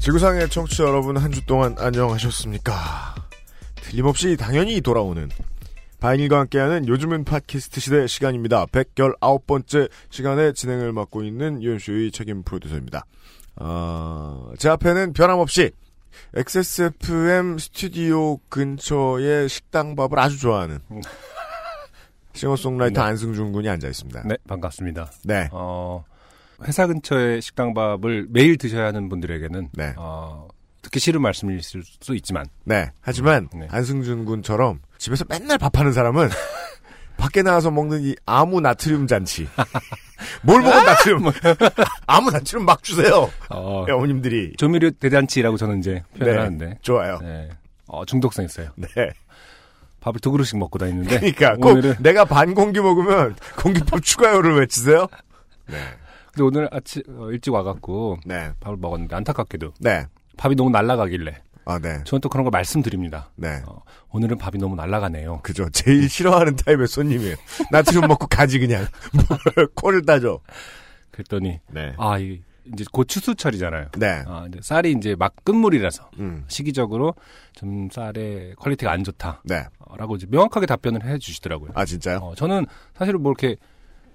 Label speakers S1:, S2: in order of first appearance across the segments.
S1: 지구상의 청취자 여러분 한 주 동안 안녕하셨습니까? 틀림없이 당연히 돌아오는 바인일과 함께하는 요즘은 팟캐스트 시대 시간입니다. 119번째 시간에 진행을 맡고 있는 유현수의 책임 프로듀서입니다. 아, 제 앞에는 변함없이 XSFM 스튜디오 근처의 식당 밥을 아주 좋아하는 싱어송라이터
S2: 네.
S1: 안승준 군이 앉아 있습니다.
S2: 네, 반갑습니다.
S1: 네.
S2: 어, 회사 근처의 식당밥을 매일 드셔야 하는 분들에게는
S1: 네.
S2: 어, 듣기 싫은 말씀일 수 있지만
S1: 네. 하지만
S2: 네.
S1: 안승준 군처럼 집에서 맨날 밥하는 사람은 밖에 나와서 먹는 이 아무 나트륨 잔치. 뭘 먹은 나트륨? 아무 나트륨 막 주세요.
S2: 뭐.
S1: 네,
S2: 어,
S1: 어머님들이.
S2: 조미료 대잔치라고 저는 이제 표현을
S1: 네.
S2: 하는데
S1: 좋아요.
S2: 네. 어, 중독성 있어요.
S1: 네.
S2: 밥을 두 그릇씩 먹고 다니는데
S1: 그러니까 꼭
S2: 오늘은
S1: 내가 반 공기 먹으면 공기밥 추가요를 외치세요.
S2: 근데 오늘 아침 어, 일찍 와갖고
S1: 네.
S2: 밥을 먹었는데 안타깝게도
S1: 네.
S2: 밥이 너무 날아가길래
S1: 아, 네.
S2: 저는 또 그런 걸 말씀드립니다.
S1: 네.
S2: 어, 오늘은 밥이 너무 날아가네요.
S1: 그죠. 제일 싫어하는 타입의 손님이에요. 나트륨 먹고 가지 그냥. 뭘 코를 따져.
S2: 그랬더니
S1: 네.
S2: 아 이- 이제 곧 추수철이잖아요.
S1: 네.
S2: 아, 이제 쌀이 이제 막 끝물이라서
S1: 음.
S2: 시기적으로 좀 쌀의 퀄리티가 안
S1: 네.
S2: 좋다라고 이제 명확하게 답변을 해주시더라고요.
S1: 아, 진짜요?
S2: 어, 저는 사실 뭐 이렇게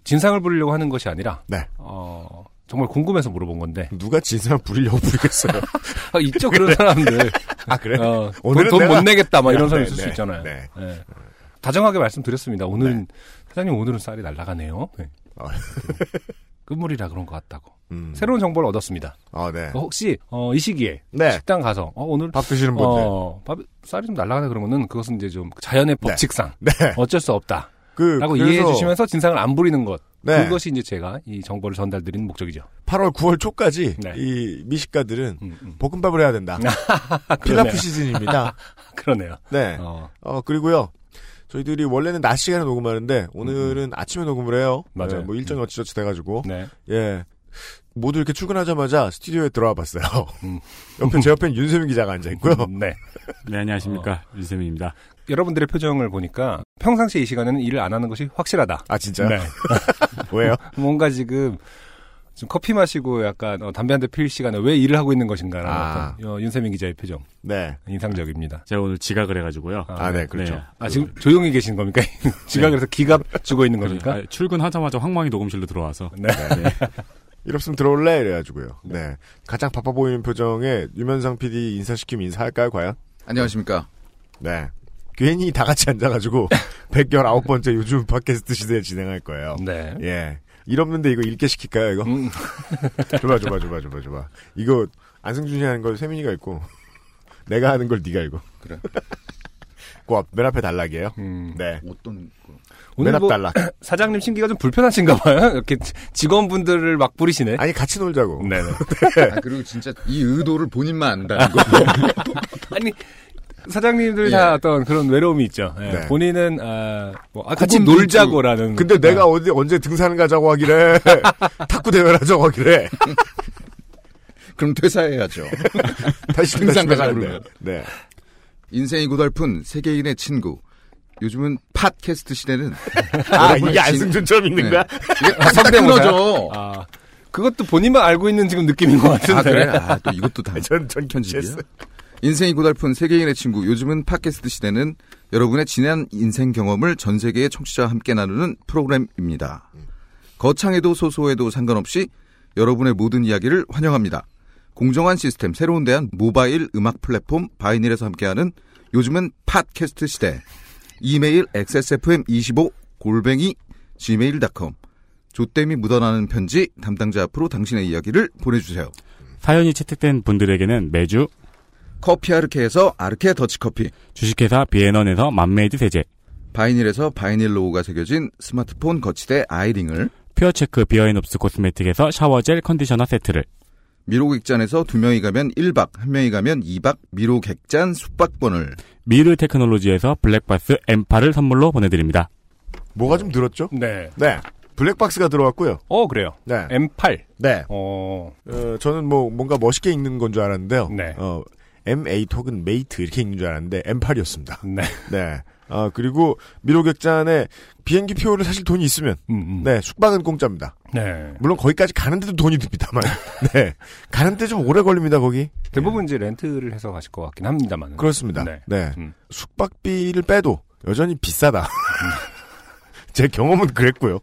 S2: 진상을 부리려고 하는 것이 아니라
S1: 네.
S2: 어, 정말 궁금해서 물어본 건데
S1: 누가 진상 부리려고 부리겠어요.
S2: 아, 있죠 그런 사람들
S1: 아, 그래?
S2: 어,
S1: 오늘은
S2: 돈못
S1: 내가-
S2: 내겠다 막 이런
S1: 네,
S2: 사람 있을
S1: 네,
S2: 수 있잖아요.
S1: 네.
S2: 예. 다정하게 말씀드렸습니다. 오늘은 사장님 오늘은 쌀이 날아가네요. 네.
S1: 아.
S2: 끝물이라 그런 것 같다고
S1: 음.
S2: 새로운 정보를 얻었습니다.
S1: 아, 네.
S2: 어, 혹시 어, 이 시기에
S1: 네.
S2: 식당 가서 어, 오늘
S1: 밥 드시는 분들. 네.
S2: 어, 밥, 쌀이 좀 날아가네 그러면은 그것은 이제 좀 자연의 법칙상
S1: 네.
S2: 어쩔 수 없다.
S1: 그,
S2: 라고
S1: 그래서
S2: 이해해 주시면서 진상을 안 부리는 것.
S1: 네.
S2: 그것이 이제 제가 이 정보를 전달드리는 목적이죠.
S1: 8월, 9월 초까지
S2: 네.
S1: 이 미식가들은
S2: 음, 음.
S1: 볶음밥을 해야 된다.
S2: 그러네요.
S1: 필라프 시즌입니다.
S2: 그러네요.
S1: 네.
S2: 어,
S1: 어, 그리고요. 저희들이 원래는 낮 시간에 녹음하는데 오늘은 아침에 녹음을 해요. 네,
S2: 맞아요.
S1: 뭐 일정이 어찌저찌 돼가지고
S2: 네.
S1: 예 모두 이렇게 출근하자마자 스튜디오에 들어와 봤어요.
S2: 음.
S1: 옆에 제 옆엔 윤세민 기자가 앉아 있고요. 어.
S2: 음, 네.
S3: 네, 안녕하십니까. 유세민입니다.
S2: 여러분들의 표정을 보니까 평상시 이 시간에는 일을 안 하는 것이 확실하다.
S1: 아 진짜요?
S2: 네.
S1: 왜요?
S2: 뭔가 지금 좀 커피 마시고 약간 어, 담배 한 대 피울 시간에 왜 일을 하고 있는 건가라는
S1: 아.
S2: 어떤 어, 윤세민 기자의 표정
S1: 네.
S2: 인상적입니다.
S3: 제가 오늘 지각을 해가지고요.
S1: 아 네 그렇죠.
S3: 네.
S2: 아 지금 조용히 계신 겁니까? 지각에서 기갑 주고 있는 겁니까?
S3: 아, 출근하자마자 황망히 녹음실로 들어와서.
S2: 네.
S1: 일 없으면 들어올래 이래가지고요. 네. 가장 바빠 보이는 표정에 유면상 PD 인사시키면 인사할까요 과연?
S4: 안녕하십니까.
S1: 네. 괜히 다 같이 앉아가지고 119번째 요즘 팟캐스트 시대 진행할 거예요.
S2: 네.
S1: 예. 일 없는데 이거 읽게 시킬까요, 이거?
S2: 음.
S1: 줘봐, 줘봐, 줘봐, 줘봐, 줘봐. 이거, 안승준이 하는 걸 세민이가 읽고, 내가 하는 걸 네가 읽고.
S4: 그래.
S1: 그 앞, 맨 앞에 단락이에요?
S2: 음.
S1: 네.
S4: 옷도는
S1: 맨
S2: 오늘
S1: 앞
S2: 뭐
S1: 단락.
S2: 사장님 신기가 좀 불편하신가 봐요. 이렇게 직원분들을 막 부리시네.
S1: 아니, 같이 놀자고.
S2: 네. 네.
S4: 아, 그리고 진짜 이 의도를 본인만 안다는 거.
S2: 아니 사장님들
S4: 예.
S2: 다 어떤 그런 외로움이 있죠. 예.
S1: 네.
S2: 본인은 아, 뭐, 아, 같이
S4: 구분도
S2: 놀자고라는. 네.
S1: 근데 내가 어디, 언제 등산 가자고 하길래, 탁구 대회를 하자고 하길래,
S4: 그럼 퇴사해야죠.
S1: 다시
S4: 등산
S1: 집에
S4: 가자고
S1: 가는데. 네.
S4: 인생이 고달픈 세계인의 친구. 요즘은 팟캐스트 시대는
S1: 아,
S4: 여러분의 진-
S1: 이게
S4: 네.
S1: 안승준처럼 읽는 거야? 아,
S4: 이게 딱 끊어져. 아,
S2: 아, 그것도 본인만 알고 있는 지금 느낌인 것 같은데.
S4: 그래? 아, 또 이것도 다
S1: 전, 전
S4: 편집이야?
S1: 견지했어요.
S4: 인생이 고달픈 세계인의 친구. 요즘은 팟캐스트 시대는 여러분의 지난 인생 경험을 전 세계의 청취자와 함께 나누는 프로그램입니다. 거창해도 소소해도 상관없이 여러분의 모든 이야기를 환영합니다. 공정한 시스템, 새로운 대한 모바일 음악 플랫폼 바이닐에서 함께하는 요즘은 팟캐스트 시대. 이메일 xsfm25 골뱅이 gmail.com 조땜이 묻어나는 편지 담당자 앞으로 당신의 이야기를 보내주세요.
S3: 사연이 채택된 분들에게는 매주
S4: 커피 아르케에서 아르케 더치커피
S3: 주식회사 비앤원에서 만메이드 세제,
S4: 바이닐에서 바이닐 로고가 새겨진 스마트폰 거치대 아이링을
S3: 퓨어체크 비어앤옵스 코스메틱에서 샤워젤 컨디셔너 세트를,
S4: 미로객잔에서 두 명이 가면 1박, 한 명이 가면 2박 미로객잔 숙박권을
S3: 미르 테크놀로지에서 블랙박스 M8을 선물로 보내드립니다.
S1: 뭐가 좀 늘었죠?
S2: 네.
S1: 네. 블랙박스가 들어왔고요.
S2: 어, 그래요.
S1: 네.
S2: M8.
S1: 네.
S2: 어,
S1: 어, 저는 뭐 뭔가 멋있게 읽는 건 줄 알았는데요.
S2: 네.
S1: 어, MA 톡은 메이트 이렇게 읽는 줄 알았는데 M8이었습니다.
S2: 네.
S1: 네. 아, 그리고 미로객잔에 비행기 표를 사실 돈이 있으면
S2: 음, 음.
S1: 네, 숙박은 공짜입니다.
S2: 네.
S1: 물론 거기까지 가는데도 돈이 듭니다만. 네. 가는데 좀 오래 걸립니다, 거기.
S2: 대부분 이제 렌트를 해서 가실 것 같긴 합니다만.
S1: 그렇습니다.
S2: 네.
S1: 네.
S2: 음.
S1: 숙박비를 빼도 여전히 비싸다. 제 경험은 그랬고요.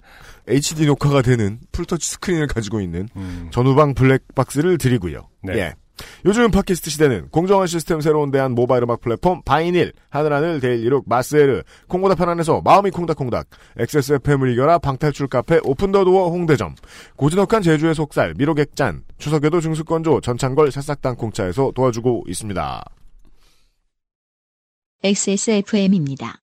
S1: HD 녹화가 되는 풀터치 스크린을 가지고 있는
S2: 음.
S1: 전후방 블랙박스를 드리고요.
S2: 네.
S1: 예. 요즘은 팟캐스트 시대는 공정한 시스템 새로운 대한 모바일 음악 플랫폼 바이닐, 하늘하늘, 데일리룩, 마스에르, 콩고다 편안에서 마음이 콩닥콩닥, XSFM을 이겨라, 방탈출 카페, 오픈더도어 홍대점, 고즈넉한 제주의 속살, 미로객잔, 추석에도 중수건조, 전창걸, 새싹땅콩차에서 도와주고 있습니다.
S5: XSFM입니다.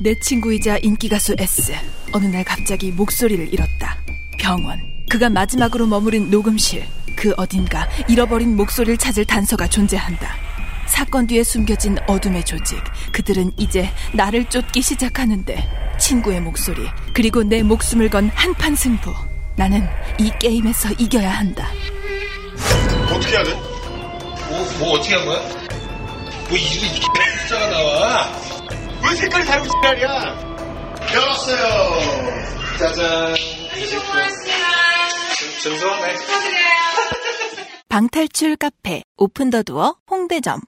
S6: 내 친구이자 인기가수 S. 어느 날 갑자기 목소리를 잃었다. 병원. 그가 마지막으로 머무른 녹음실. 그 어딘가 잃어버린 목소리를 찾을 단서가 존재한다. 사건 뒤에 숨겨진 어둠의 조직. 그들은 이제 나를 쫓기 시작하는데. 친구의 목소리. 그리고 내 목숨을 건 한판 승부. 나는 이 게임에서 이겨야 한다.
S7: 어떻게 하래? 뭐, 뭐 어떻게 한 거야? 뭐 이리 이 숫자가 나와? 왜 색깔이 다르고 지랄이야? 열었어요. 짜잔. 죄송하네.
S6: 방탈출 카페. 오픈더두어 홍대점.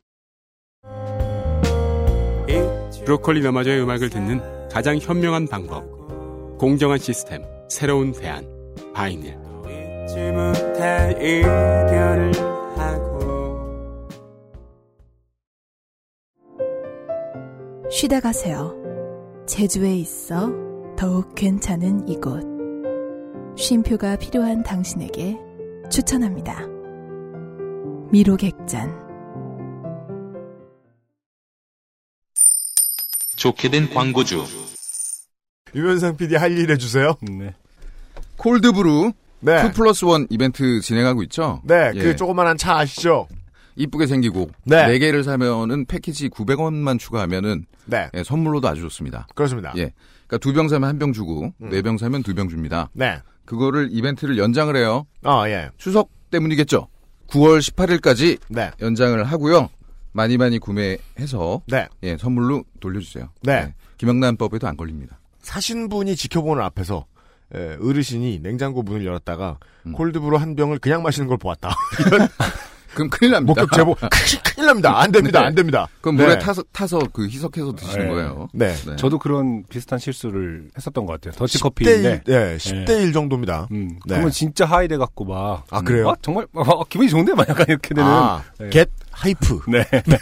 S8: 브로콜리 너마저의 음악을 듣는 가장 현명한 방법. 공정한 시스템, 새로운 대안, 바이닐.
S6: 쉬다 가세요. 제주에 있어 더욱 괜찮은 이곳. 쉼표가 필요한 당신에게 추천합니다. 미로객잔.
S9: 좋게 된 광고주.
S1: 유면상 PD 할 일 해주세요.
S2: 네.
S4: 콜드브루
S1: 네.
S4: 2 플러스 1 이벤트 진행하고 있죠?
S1: 네,
S4: 예.
S1: 그 조그만한 차 아시죠?
S4: 이쁘게 생기고
S1: 네.
S4: 네 개를 사면은 패키지 900원만 추가하면은
S1: 네.
S4: 예, 선물로도 아주 좋습니다.
S1: 그렇습니다. 음.
S4: 예. 그러니까 두 병 사면 한 병 주고 네 병 사면 두 병 줍니다.
S1: 네.
S4: 그거를 이벤트를 연장을 해요.
S1: 아, 예.
S4: 추석 때문이겠죠. 9월 18일까지
S1: 네.
S4: 연장을 하고요. 많이 많이 구매해서
S1: 네.
S4: 예, 선물로 돌려주세요. 예.
S1: 네.
S4: 김영란법에도 안 걸립니다.
S1: 사신 분이 지켜보는 앞에서 에, 어르신이 냉장고 문을 열었다가
S4: 음.
S1: 콜드브루 한 병을 그냥 마시는 걸 보았다. 이런
S4: 그럼 큰일 납니다. 아.
S1: 목격 제보 큰- 큰일 납니다. 안 됩니다.
S4: 네.
S1: 안 됩니다.
S4: 그럼 물에
S1: 네.
S4: 타서 타서 그 희석해서 드시는
S2: 네.
S4: 거예요.
S1: 네.
S2: 저도 그런 비슷한 실수를 했었던 것 같아요. 더치커피인데.
S1: 10대 1, 네, 10대 1 정도입니다.
S2: 음,
S1: 네.
S2: 그러면 진짜 하이돼 갖고 막.
S1: 아, 그래요?
S2: 아, 정말 아, 아, 기분이 좋은데 막 약간 이렇게 되는.
S1: 아,
S2: 네.
S1: 겟 하이프.
S2: 네.
S1: 네.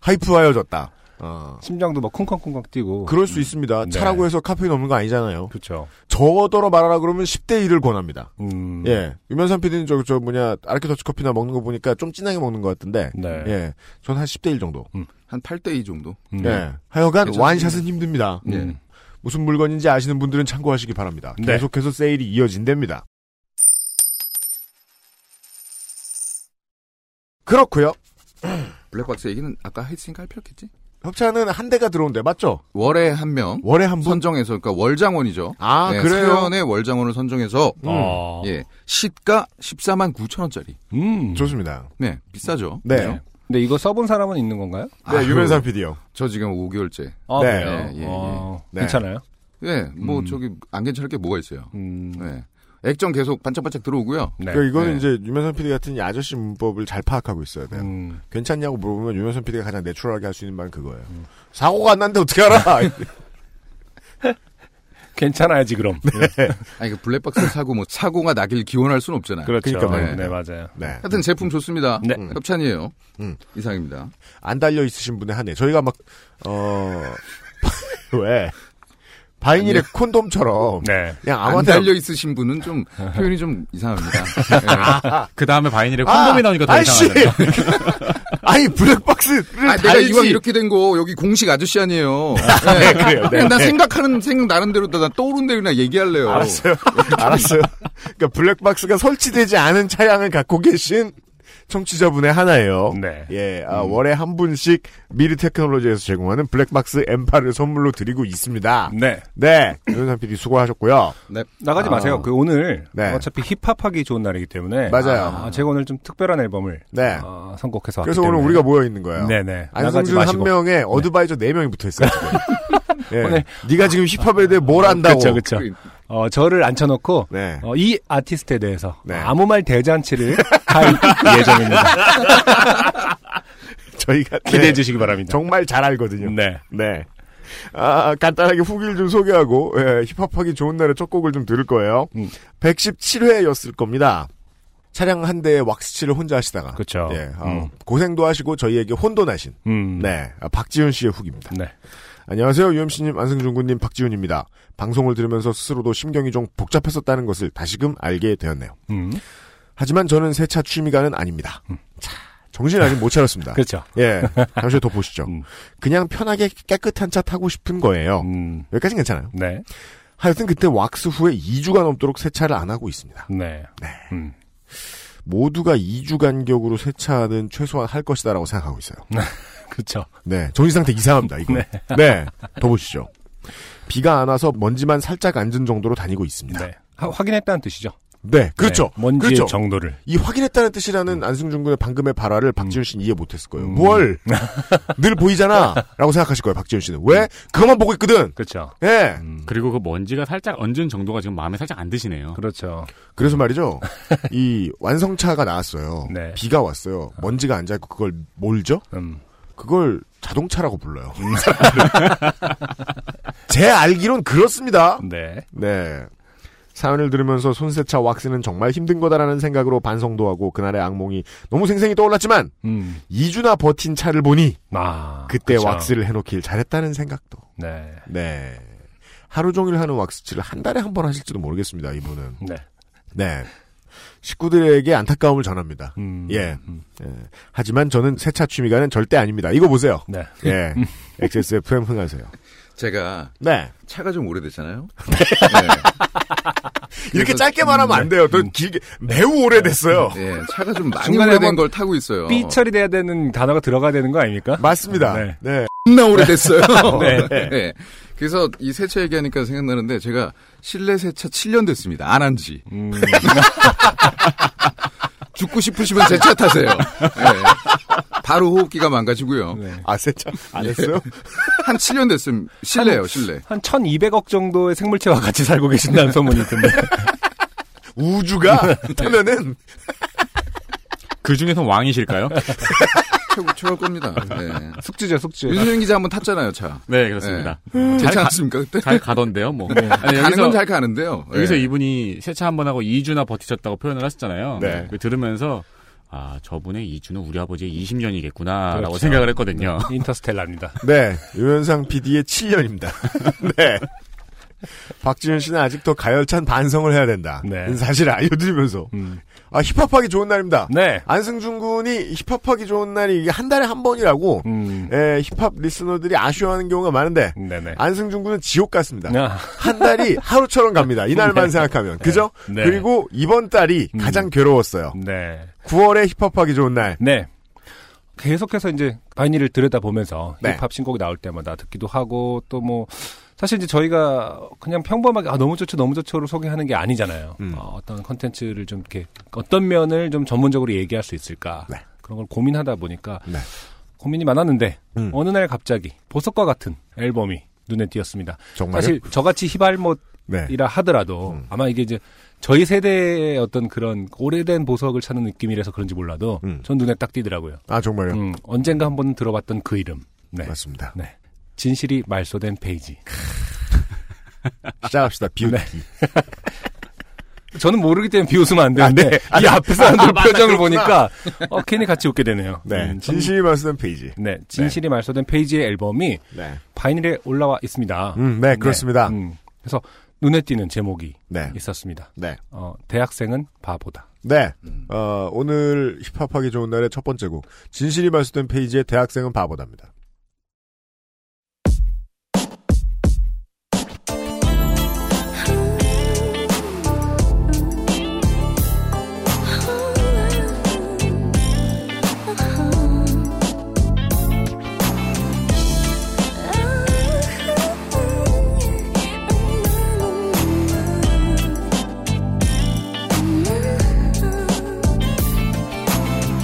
S1: 하이프하여졌다. 어.
S2: 심장도 막 쿵쾅쿵쾅 뛰고.
S1: 그럴
S4: 음.
S1: 수 있습니다.
S2: 네.
S1: 차라고 해서 카페인 없는 거 아니잖아요.
S2: 그렇죠.
S1: 저더러 말하라 그러면 10대 1을 권합니다.
S2: 음.
S1: 예. 유면산 PD는 저, 저 뭐냐, 아르케 더치커피나 먹는 거 보니까 좀 진하게 먹는 것 같은데.
S2: 네.
S1: 예. 전 한 10대 1 정도.
S4: 한 8대 2 정도.
S2: 음.
S1: 예.
S4: 네.
S1: 하여간
S4: 괜찮습니다.
S1: 완샷은 힘듭니다.
S4: 예.
S2: 음.
S1: 무슨 물건인지 아시는 분들은 참고하시기 바랍니다.
S2: 네.
S1: 계속해서 세일이 이어진답니다. 그렇고요.
S4: 블랙박스 얘기는 아까 했으니까 할 필요 없겠지?
S1: 협찬은 한 대가 들어온대 맞죠?
S4: 월에 한 명.
S1: 월에 한 분.
S4: 선정해서 그러니까 월장원이죠.
S1: 아
S4: 예,
S1: 그래요.
S4: 사연의 월장원을 선정해서
S1: 음,
S2: 아.
S4: 예, 시가 14만 9천 원짜리.
S2: 음.
S1: 좋습니다.
S4: 네, 비싸죠.
S1: 네.
S4: 그죠?
S2: 근데 이거 써본 사람은 있는 건가요?
S4: 아유,
S1: 네 유면상 PD요.
S4: 저 지금 5개월째.
S2: 아,
S1: 네.
S2: 그래요?
S4: 예, 예, 예.
S2: 어,
S1: 네.
S2: 괜찮아요?
S4: 예, 뭐
S2: 음.
S4: 저기 안 괜찮을 게 뭐가 있어요.
S2: 음.
S4: 예. 액정 계속 반짝반짝 들어오고요.
S2: 네.
S1: 그러니까 이거는
S4: 네.
S1: 이제 유면상 PD 같은 이 아저씨 문법을 잘 파악하고 있어야 돼요.
S2: 음.
S1: 괜찮냐고 물어보면 유면상 PD가 가장 내추럴하게 할 수 있는 말은 그거예요. 사고가 안 났는데 어떻게 알아?
S2: 괜찮아야지 그럼.
S4: 아니 그 블랙박스 사고 뭐 사고가 나길 기원할 순 없잖아요.
S2: 그렇죠.
S1: 그러니까
S2: 네.
S4: 말이에요.
S2: 네, 맞아요.
S1: 네.
S4: 하여튼 제품 좋습니다.
S2: 네.
S4: 음. 협찬이에요.
S1: 음.
S4: 이상입니다.
S1: 어, 안 달려 있으신 분의 한 해. 저희가 막, 어, 왜? 바이닐의 콘돔처럼
S2: 네.
S1: 그냥
S4: 안
S1: 아무한테
S4: 달려 있으신 분은 좀 표현이 좀 이상합니다. 예.
S3: 그 다음에 바이닐에 콘돔이 나오니까 더
S1: 아. 아이씨
S3: 이상하네.
S1: 아니 블랙박스를
S4: 아,
S1: 다
S4: 내가
S1: 알지
S4: 이왕 이렇게 된 거 여기 공식 아저씨 아니에요. 예.
S1: 그래요. 네.
S4: 그냥 나 생각하는 생각 나름대로 나 떠오른 대로 그냥 얘기할래요.
S1: 알았어요. 알았어요. 그러니까 블랙박스가 설치되지 않은 차량을 갖고 계신 청취자분의 하나예요.
S2: 네.
S1: 예, 아, 월에 한 분씩 미르 테크놀로지에서 제공하는 블랙박스 M8을 선물로 드리고 있습니다.
S2: 네.
S1: 네, 윤상 PD 수고하셨고요. 아.
S4: 네.
S2: 나가지 마세요. 그 오늘
S1: 네.
S2: 어차피 힙합하기 좋은 날이기 때문에
S1: 맞아요.
S2: 아, 제가 오늘 좀 특별한 앨범을
S1: 네.
S2: 어, 선곡해서
S1: 그래서
S2: 왔기
S1: 오늘
S2: 때문에.
S1: 우리가 모여 있는 거예요.
S2: 네네. 나가지
S1: 안성준 한
S2: 마시고.
S1: 명에 어드바이저 네 명이 붙어 있어요. 지금. 예.
S2: 오늘-
S1: 네가 지금 힙합에 대해 뭘 안다고?
S2: 그렇죠, 그렇죠. 어, 저를 앉혀놓고
S1: 네.
S2: 어, 이 아티스트에 대해서
S1: 네.
S2: 아무 말 대잔치를 할 예정입니다.
S1: 저희가
S2: 기대해
S1: 네.
S2: 주시기 바랍니다.
S1: 정말 잘 알거든요.
S2: 네.
S1: 네. 아, 간단하게 후기를 좀 소개하고, 예, 힙합하기 좋은 날의 첫 곡을 좀 들을 거예요.
S2: 음.
S1: 117회였을 겁니다. 차량 한 대에 왁스칠을 혼자 하시다가.
S2: 그쵸.
S1: 예, 어,
S2: 음.
S1: 고생도 하시고 저희에게 혼돈하신.
S2: 음.
S1: 네. 아, 박지훈 씨의 후기입니다.
S2: 네.
S1: 안녕하세요. UMC님, 안승준 군님, 박지훈입니다. 방송을 들으면서 스스로도 심경이 좀 복잡했었다는 것을 다시금 알게 되었네요.
S2: 음.
S1: 하지만 저는 새 차 취미가는 아닙니다. 차, 정신 아직 못 차렸습니다.
S2: 그렇죠.
S1: 예. 잠시 후에 더 보시죠.
S2: 음.
S1: 그냥 편하게 깨끗한 차 타고 싶은 거예요.
S2: 음.
S1: 여기까지는 괜찮아요.
S2: 네.
S1: 하여튼 그때 왁스 후에 2주가 넘도록 세차를 안 하고 있습니다.
S2: 네. 음.
S1: 모두가 2주 간격으로 세차는 최소한 할 것이다라고 생각하고 있어요.
S2: 그렇죠.
S1: 네. 정신상태 이상합니다, 이거. 네. 네. 더 보시죠. 비가 안 와서 먼지만 살짝 앉은 정도로 다니고 있습니다.
S2: 네. 하- 확인했다는 뜻이죠.
S1: 네. 그렇죠.
S2: 네. 먼지의
S1: 그렇죠.
S2: 정도를.
S1: 이 확인했다는 뜻이라는 안승준 군의 방금의 발화를 박지훈 씨는 이해 못했을 거예요.
S2: 음.
S1: 뭘? 늘 보이잖아. 라고 생각하실 거예요, 박지훈 씨는. 왜? 그것만 보고 있거든.
S2: 그렇죠.
S1: 예.
S3: 그리고 그 먼지가 살짝 얹은 정도가 지금 마음에 살짝 안 드시네요.
S2: 그렇죠.
S1: 그래서 말이죠. 이 완성차가 나왔어요.
S2: 네.
S1: 비가 왔어요. 먼지가 앉아 있고 그걸 몰죠?
S2: 음.
S1: 그걸 자동차라고 불러요. 제 알기론 그렇습니다.
S2: 네.
S1: 네. 사연을 들으면서 손세차 왁스는 정말 힘든 거다라는 생각으로 반성도 하고 그날의 악몽이 너무 생생히 떠올랐지만
S2: 음.
S1: 2주나 버틴 차를 보니
S2: 아.
S1: 그때
S2: 그쵸.
S1: 왁스를 해놓길 잘했다는 생각도.
S2: 네.
S1: 네. 하루 종일 하는 왁스칠을 한 달에 한 번 하실지도 모르겠습니다. 이분은.
S2: 네.
S1: 네. 식구들에게 안타까움을 전합니다.
S2: 음.
S1: 예.
S2: 음.
S1: 예. 하지만 저는 세차 취미가는 절대 아닙니다. 이거 보세요.
S2: 네.
S1: 예. XSFM 흥하세요.
S4: 제가
S1: 네.
S4: 차가 좀 오래됐잖아요. 네. 그래서-
S1: 이렇게
S4: 음,
S1: 짧게 말하면 안 돼요. 또 길게, 매우 오래됐어요.
S4: 네, 차가 좀 많이
S2: 중간에
S4: 오래된
S2: 한번
S4: 걸 타고 있어요.
S2: 삐 처리돼야 되는 단어가 들어가야 되는 거 아닙니까?
S1: 맞습니다.
S2: 네.
S1: 네.
S4: 겁나 오래됐어요.
S2: 네.
S4: 네. 그래서 이 세차 얘기하니까 생각나는데 제가 실내 세차 7년 됐습니다. 안 한 지.
S2: 음.
S4: 죽고 싶으시면 제 차 타세요. 네. 바로 호흡기가 망가지고요.
S2: 네.
S1: 아, 세차 안 했어요?
S4: 한 7년 됐음. 실내요, 실내.
S2: 한 1200억 정도의 생물체와 같이 살고 계신다는 소문이 있던데. 네.
S1: 우주가 타면은
S3: 그 중에서 왕이실까요?
S4: 최고, 최고 겁니다. 네.
S2: 숙주죠, 숙주.
S4: 윤수영 기자 한번 탔잖아요, 차. 음.
S3: 네, 그렇습니다. 잘, 가,
S4: 괜찮았습니까, 그때? 네.
S3: 잘 가던데요, 뭐. 아니,
S4: 가는
S3: 여기서,
S4: 건 잘 가는데요.
S3: 여기서
S4: 예.
S3: 이분이 세차 한 번 하고 2주나 버티셨다고 표현을 하셨잖아요.
S1: 네.
S3: 그 들으면서, 아, 저분의 2주는 우리 아버지의 20년이겠구나, 라고
S2: 그렇죠.
S3: 생각을 했거든요.
S2: 인터스텔라입니다.
S1: 네, 유현상 PD의 7년입니다. 네. 박지현 씨는 아직도 가열찬 반성을 해야 된다.
S2: 네.
S1: 사실 알려드리면서.
S2: 음.
S1: 아, 힙합하기 좋은 날입니다.
S2: 네.
S1: 안승준 군이 힙합하기 좋은 날이 이게 한 달에 한 번이라고,
S2: 음.
S1: 에, 힙합 리스너들이 아쉬워하는 경우가 많은데,
S2: 네네.
S1: 안승준 군은 지옥 같습니다.
S2: 아,
S1: 한 달이 하루처럼 갑니다. 이날만
S2: 네.
S1: 생각하면. 그죠?
S2: 네.
S1: 그리고 이번 달이
S2: 음.
S1: 가장 괴로웠어요.
S2: 네.
S1: 9월에 힙합하기 좋은 날.
S2: 네. 계속해서 이제 바이닐을 들여다보면서
S1: 네.
S2: 힙합 신곡이 나올 때마다 듣기도 하고 또 뭐 사실 이제 저희가 그냥 평범하게 아 너무 좋죠 너무 좋죠로 소개하는 게 아니잖아요.
S1: 음.
S2: 어, 떤 컨텐츠를 좀 이렇게 어떤 면을 좀 전문적으로 얘기할 수 있을까
S1: 네.
S2: 그런 걸 고민하다 보니까
S1: 네.
S2: 고민이 많았는데
S1: 음.
S2: 어느 날 갑자기 보석과 같은 앨범이 눈에 띄었습니다.
S1: 정말요?
S2: 사실 저같이 희발못
S1: 네.
S2: 이라 하더라도 아마 이게 이제 저희 세대의 어떤 그런 오래된 보석을 찾는 느낌이라서 그런지 몰라도
S1: 음.
S2: 전 눈에 딱 띄더라고요.
S1: 아, 정말요?
S2: 음, 언젠가 한 번 들어봤던 그 이름. 네.
S1: 맞습니다.
S2: 네. 진실이 말소된 페이지. 네.
S1: 시작합시다. 비웃기. 아,
S2: 저는 모르기 때문에 비웃으면 안 되는데
S1: 네.
S2: 이 앞에 사람들 표정을 보니까 어, 괜히 같이 웃게 되네요.
S1: 네.
S2: 음, 전-
S1: 진실이 말쓰는 페이지.
S2: 네, 진실이 말소된 페이지의 앨범이
S1: 네.
S2: 바이닐에 올라와 있습니다.
S1: 음, 네, 그렇습니다.
S2: 음, 그래서 눈에 띄는 제목이
S1: 네.
S2: 있었습니다.
S1: 네.
S2: 어, 대학생은 바보다.
S1: 네. 어, 오늘 힙합하기 좋은 날의 첫 번째 곡. 진실이 발수된 페이지의 대학생은 바보답니다.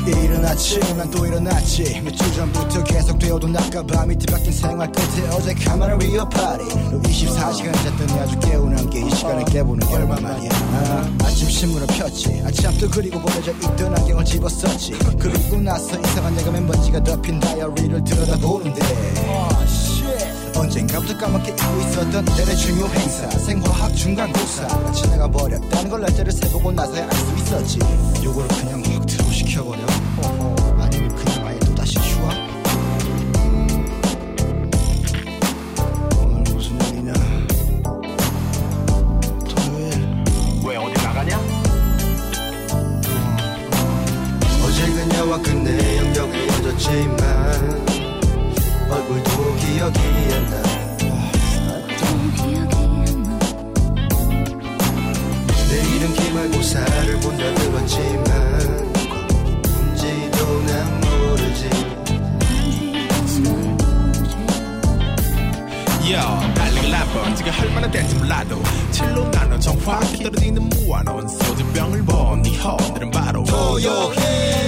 S10: 이른 아침 난또 일어났지 며칠 전부터 계속되어도 낮과 밤이 뒤바뀐 생활 끝에 어제 카메라 리어 파리 24시간 잤더니 아주 개운한 게 이 시간을 깨보는 게 얼마만이야 아, 아침 신문을 폈지 아침도 그리고 버려져 있던 안경을 집었었지 그리고 나서 이상한 야감엔 먼지가 덮인 다이어리를 들여다보는데 아, 언젠가부터 까맣게 잊고 있었던 내내 중요 행사 생화학 중간고사가 지나가 버렸다는 걸 날짜를 세보고 나서야 알 수 있었지 요거를 그냥 확 들어시켜버려 아니면 그냥 아예 또다시 휴학 음. 오늘 무슨 일이냐 토요일 왜 어디 나가냐 음. 어제 그녀와 그내 영역에 젖었지만 얼굴도 기억이 안 나. 내일은 기말고사를 본다 들었지만 뭔지도 난 모르지.
S11: Yo, 달리기 라번 지금 할 만한 땐지 몰라도 칠로 나눠 정확히 떨어지는 무한원 소주병을 본니 허들은 바로 도요히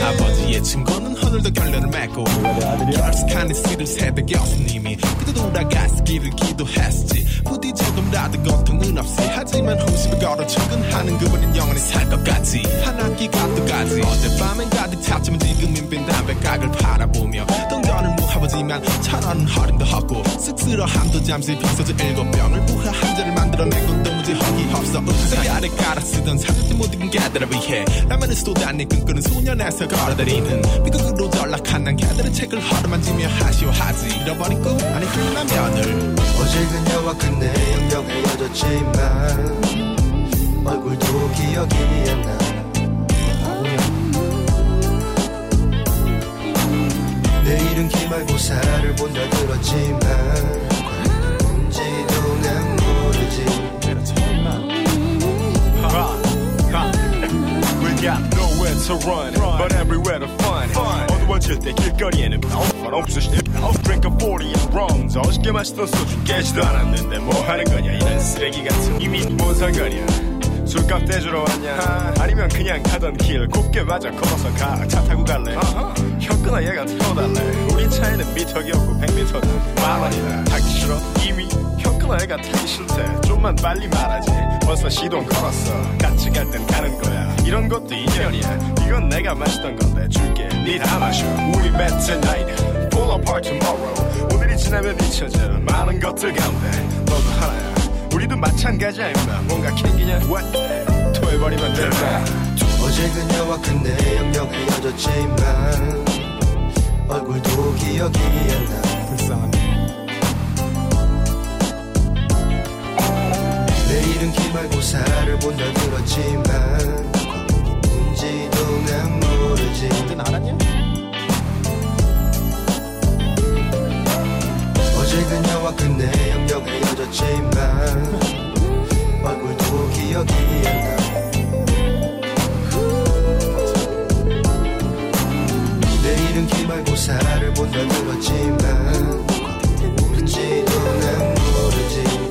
S11: 아버지의 친구는 오늘도 결론을 맺고 결석하는 씨를 세대 교수님이 그저 돌아갔기를 기도했지 부디 조금라도 고통은 없이 하지만 후식을 걸어 출근하는 그분은 영원히 살 것 같지 한 학기 가도가지 어젯밤엔 가득 찼지만 지금은 빈 담배각을 바라보며 동전은 무하버지만 천원은 허름도 없고 쑥스러함도 잠시 빗소주 일곱 병을 부하 한 잔을 만들어낸 건 도무지 허기 없어 의자 아래 깔아 쓰던 사줄지 못 익은 개들을 위해 라면을 쏟아내 끈끈은 소년에서 걸어다니는 미국으로 전락한 난 개들의 책을 허름만지며 아쉬워하지 잃어버린 꿈 아니 흘러난 며들
S10: 어제 그녀와 그내 영역에 여졌지만 얼굴도 기억이 안 나. 내일은 기말고사를 본다 들었지만 뭔지도 난 모르지.
S11: We got nowhere to run, but everywhere to fun. 어느 원줄 때 길거리에는 뻔뻔 없을 때 Drink a 40 rum, 저 쉽게 마시던 소주 깨지도 않았는데 뭐 하는 거냐 이런 쓰레기 같은 이미 뭔 상관이야 술값 대주러 왔냐 아니면 그냥 가던 길 곱게 맞아 걸어서 가 차 타고 갈래 형구나 얘가 태워달래 우리 차에는 미터기 없고 100미터다 만원이다 타기 싫어 이미 형구나 얘가 타기 싫대 좀만 빨리 말하지 벌써 시동 걸었어 같이 갈 땐 가는 거야 이런 것도 인연이야 이건 내가 마시던 건데 줄게 네다 마셔 우리 met tonight fall apart tomorrow 오늘이 지나면 잊혀져 많은 것들 가운데 너도 하나야 우리도 마찬가지 아닙나 뭔가 캥기냐 What? 토해버리면 된다
S10: 어제 그녀와 그내 영역에 여졌지만 얼굴도 기억이 안 나. 내일은 기말고사를 본다 들었지만 뭔지도 난 모르지 어제 그녀와 그내 영역에 여졌지만 얼굴도 기억이 안 나. 내일은 기말고사를 본다 들었지만 뭔지도 난 모르지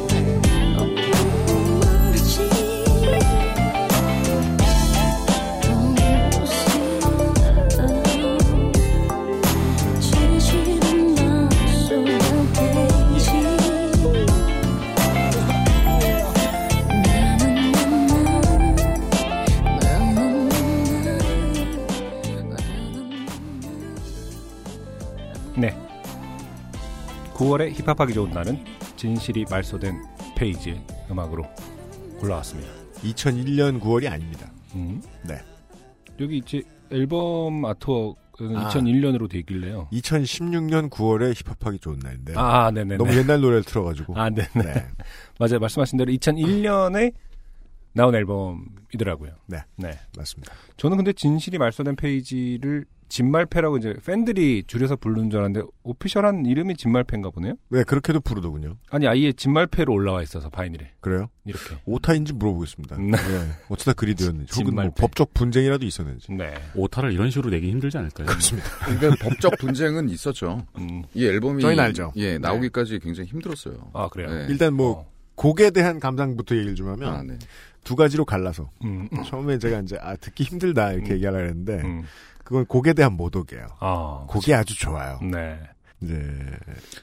S2: 네. 9월에 힙합하기 좋은 날은 진실이 말소된 페이지의 음악으로 올라왔습니다.
S1: 2001년 9월이 아닙니다.
S2: 음.
S1: 네.
S2: 여기 이제 앨범 아트웍 그래서
S1: 아.
S2: 2001년으로 돼 있길래요.
S1: 2016년 9월에 힙합하기 좋은 날인데.
S2: 아, 네네네.
S1: 너무 옛날 노래를 틀어가지고.
S2: 아, 네네.
S1: 네.
S2: 맞아요. 말씀하신 대로 2001년에 나온 앨범이더라고요.
S1: 네.
S2: 네.
S1: 맞습니다.
S2: 저는 근데 진실이 말소된 페이지를 진말패라고 이제 팬들이 줄여서 부르는 줄 알았는데 오피셜한 이름이 진말패인가 보네요.
S1: 네, 그렇게도 부르더군요.
S2: 아니 아예 진말패로 올라와 있어서 바이닐에
S1: 그래요?
S2: 이렇게. 네.
S1: 오타인지 물어보겠습니다. 예. 어쩌다 그리 되었는지. 혹은 뭐
S3: 진말패.
S1: 법적 분쟁이라도 있었는지.
S2: 네.
S3: 오타를 이런 식으로 내기 힘들지 않을까요?
S1: 그렇습니다.
S4: 그러니까 법적 분쟁은 있었죠.
S2: 음.
S4: 이 앨범이
S1: 저희는 알죠. 네.
S4: 예 나오기까지 굉장히 힘들었어요.
S2: 아 그래요.
S4: 네.
S1: 일단 뭐 곡에 대한 감상부터 얘기를 좀 하면
S4: 아, 네.
S1: 두 가지로 갈라서
S2: 음.
S1: 처음에 제가 이제 아 듣기 힘들다 이렇게
S2: 음.
S1: 얘기하려 했는데
S2: 음.
S1: 그건 곡에 대한 모독이에요.
S2: 아.
S1: 곡이 아주 좋아요.
S2: 네.
S1: 이제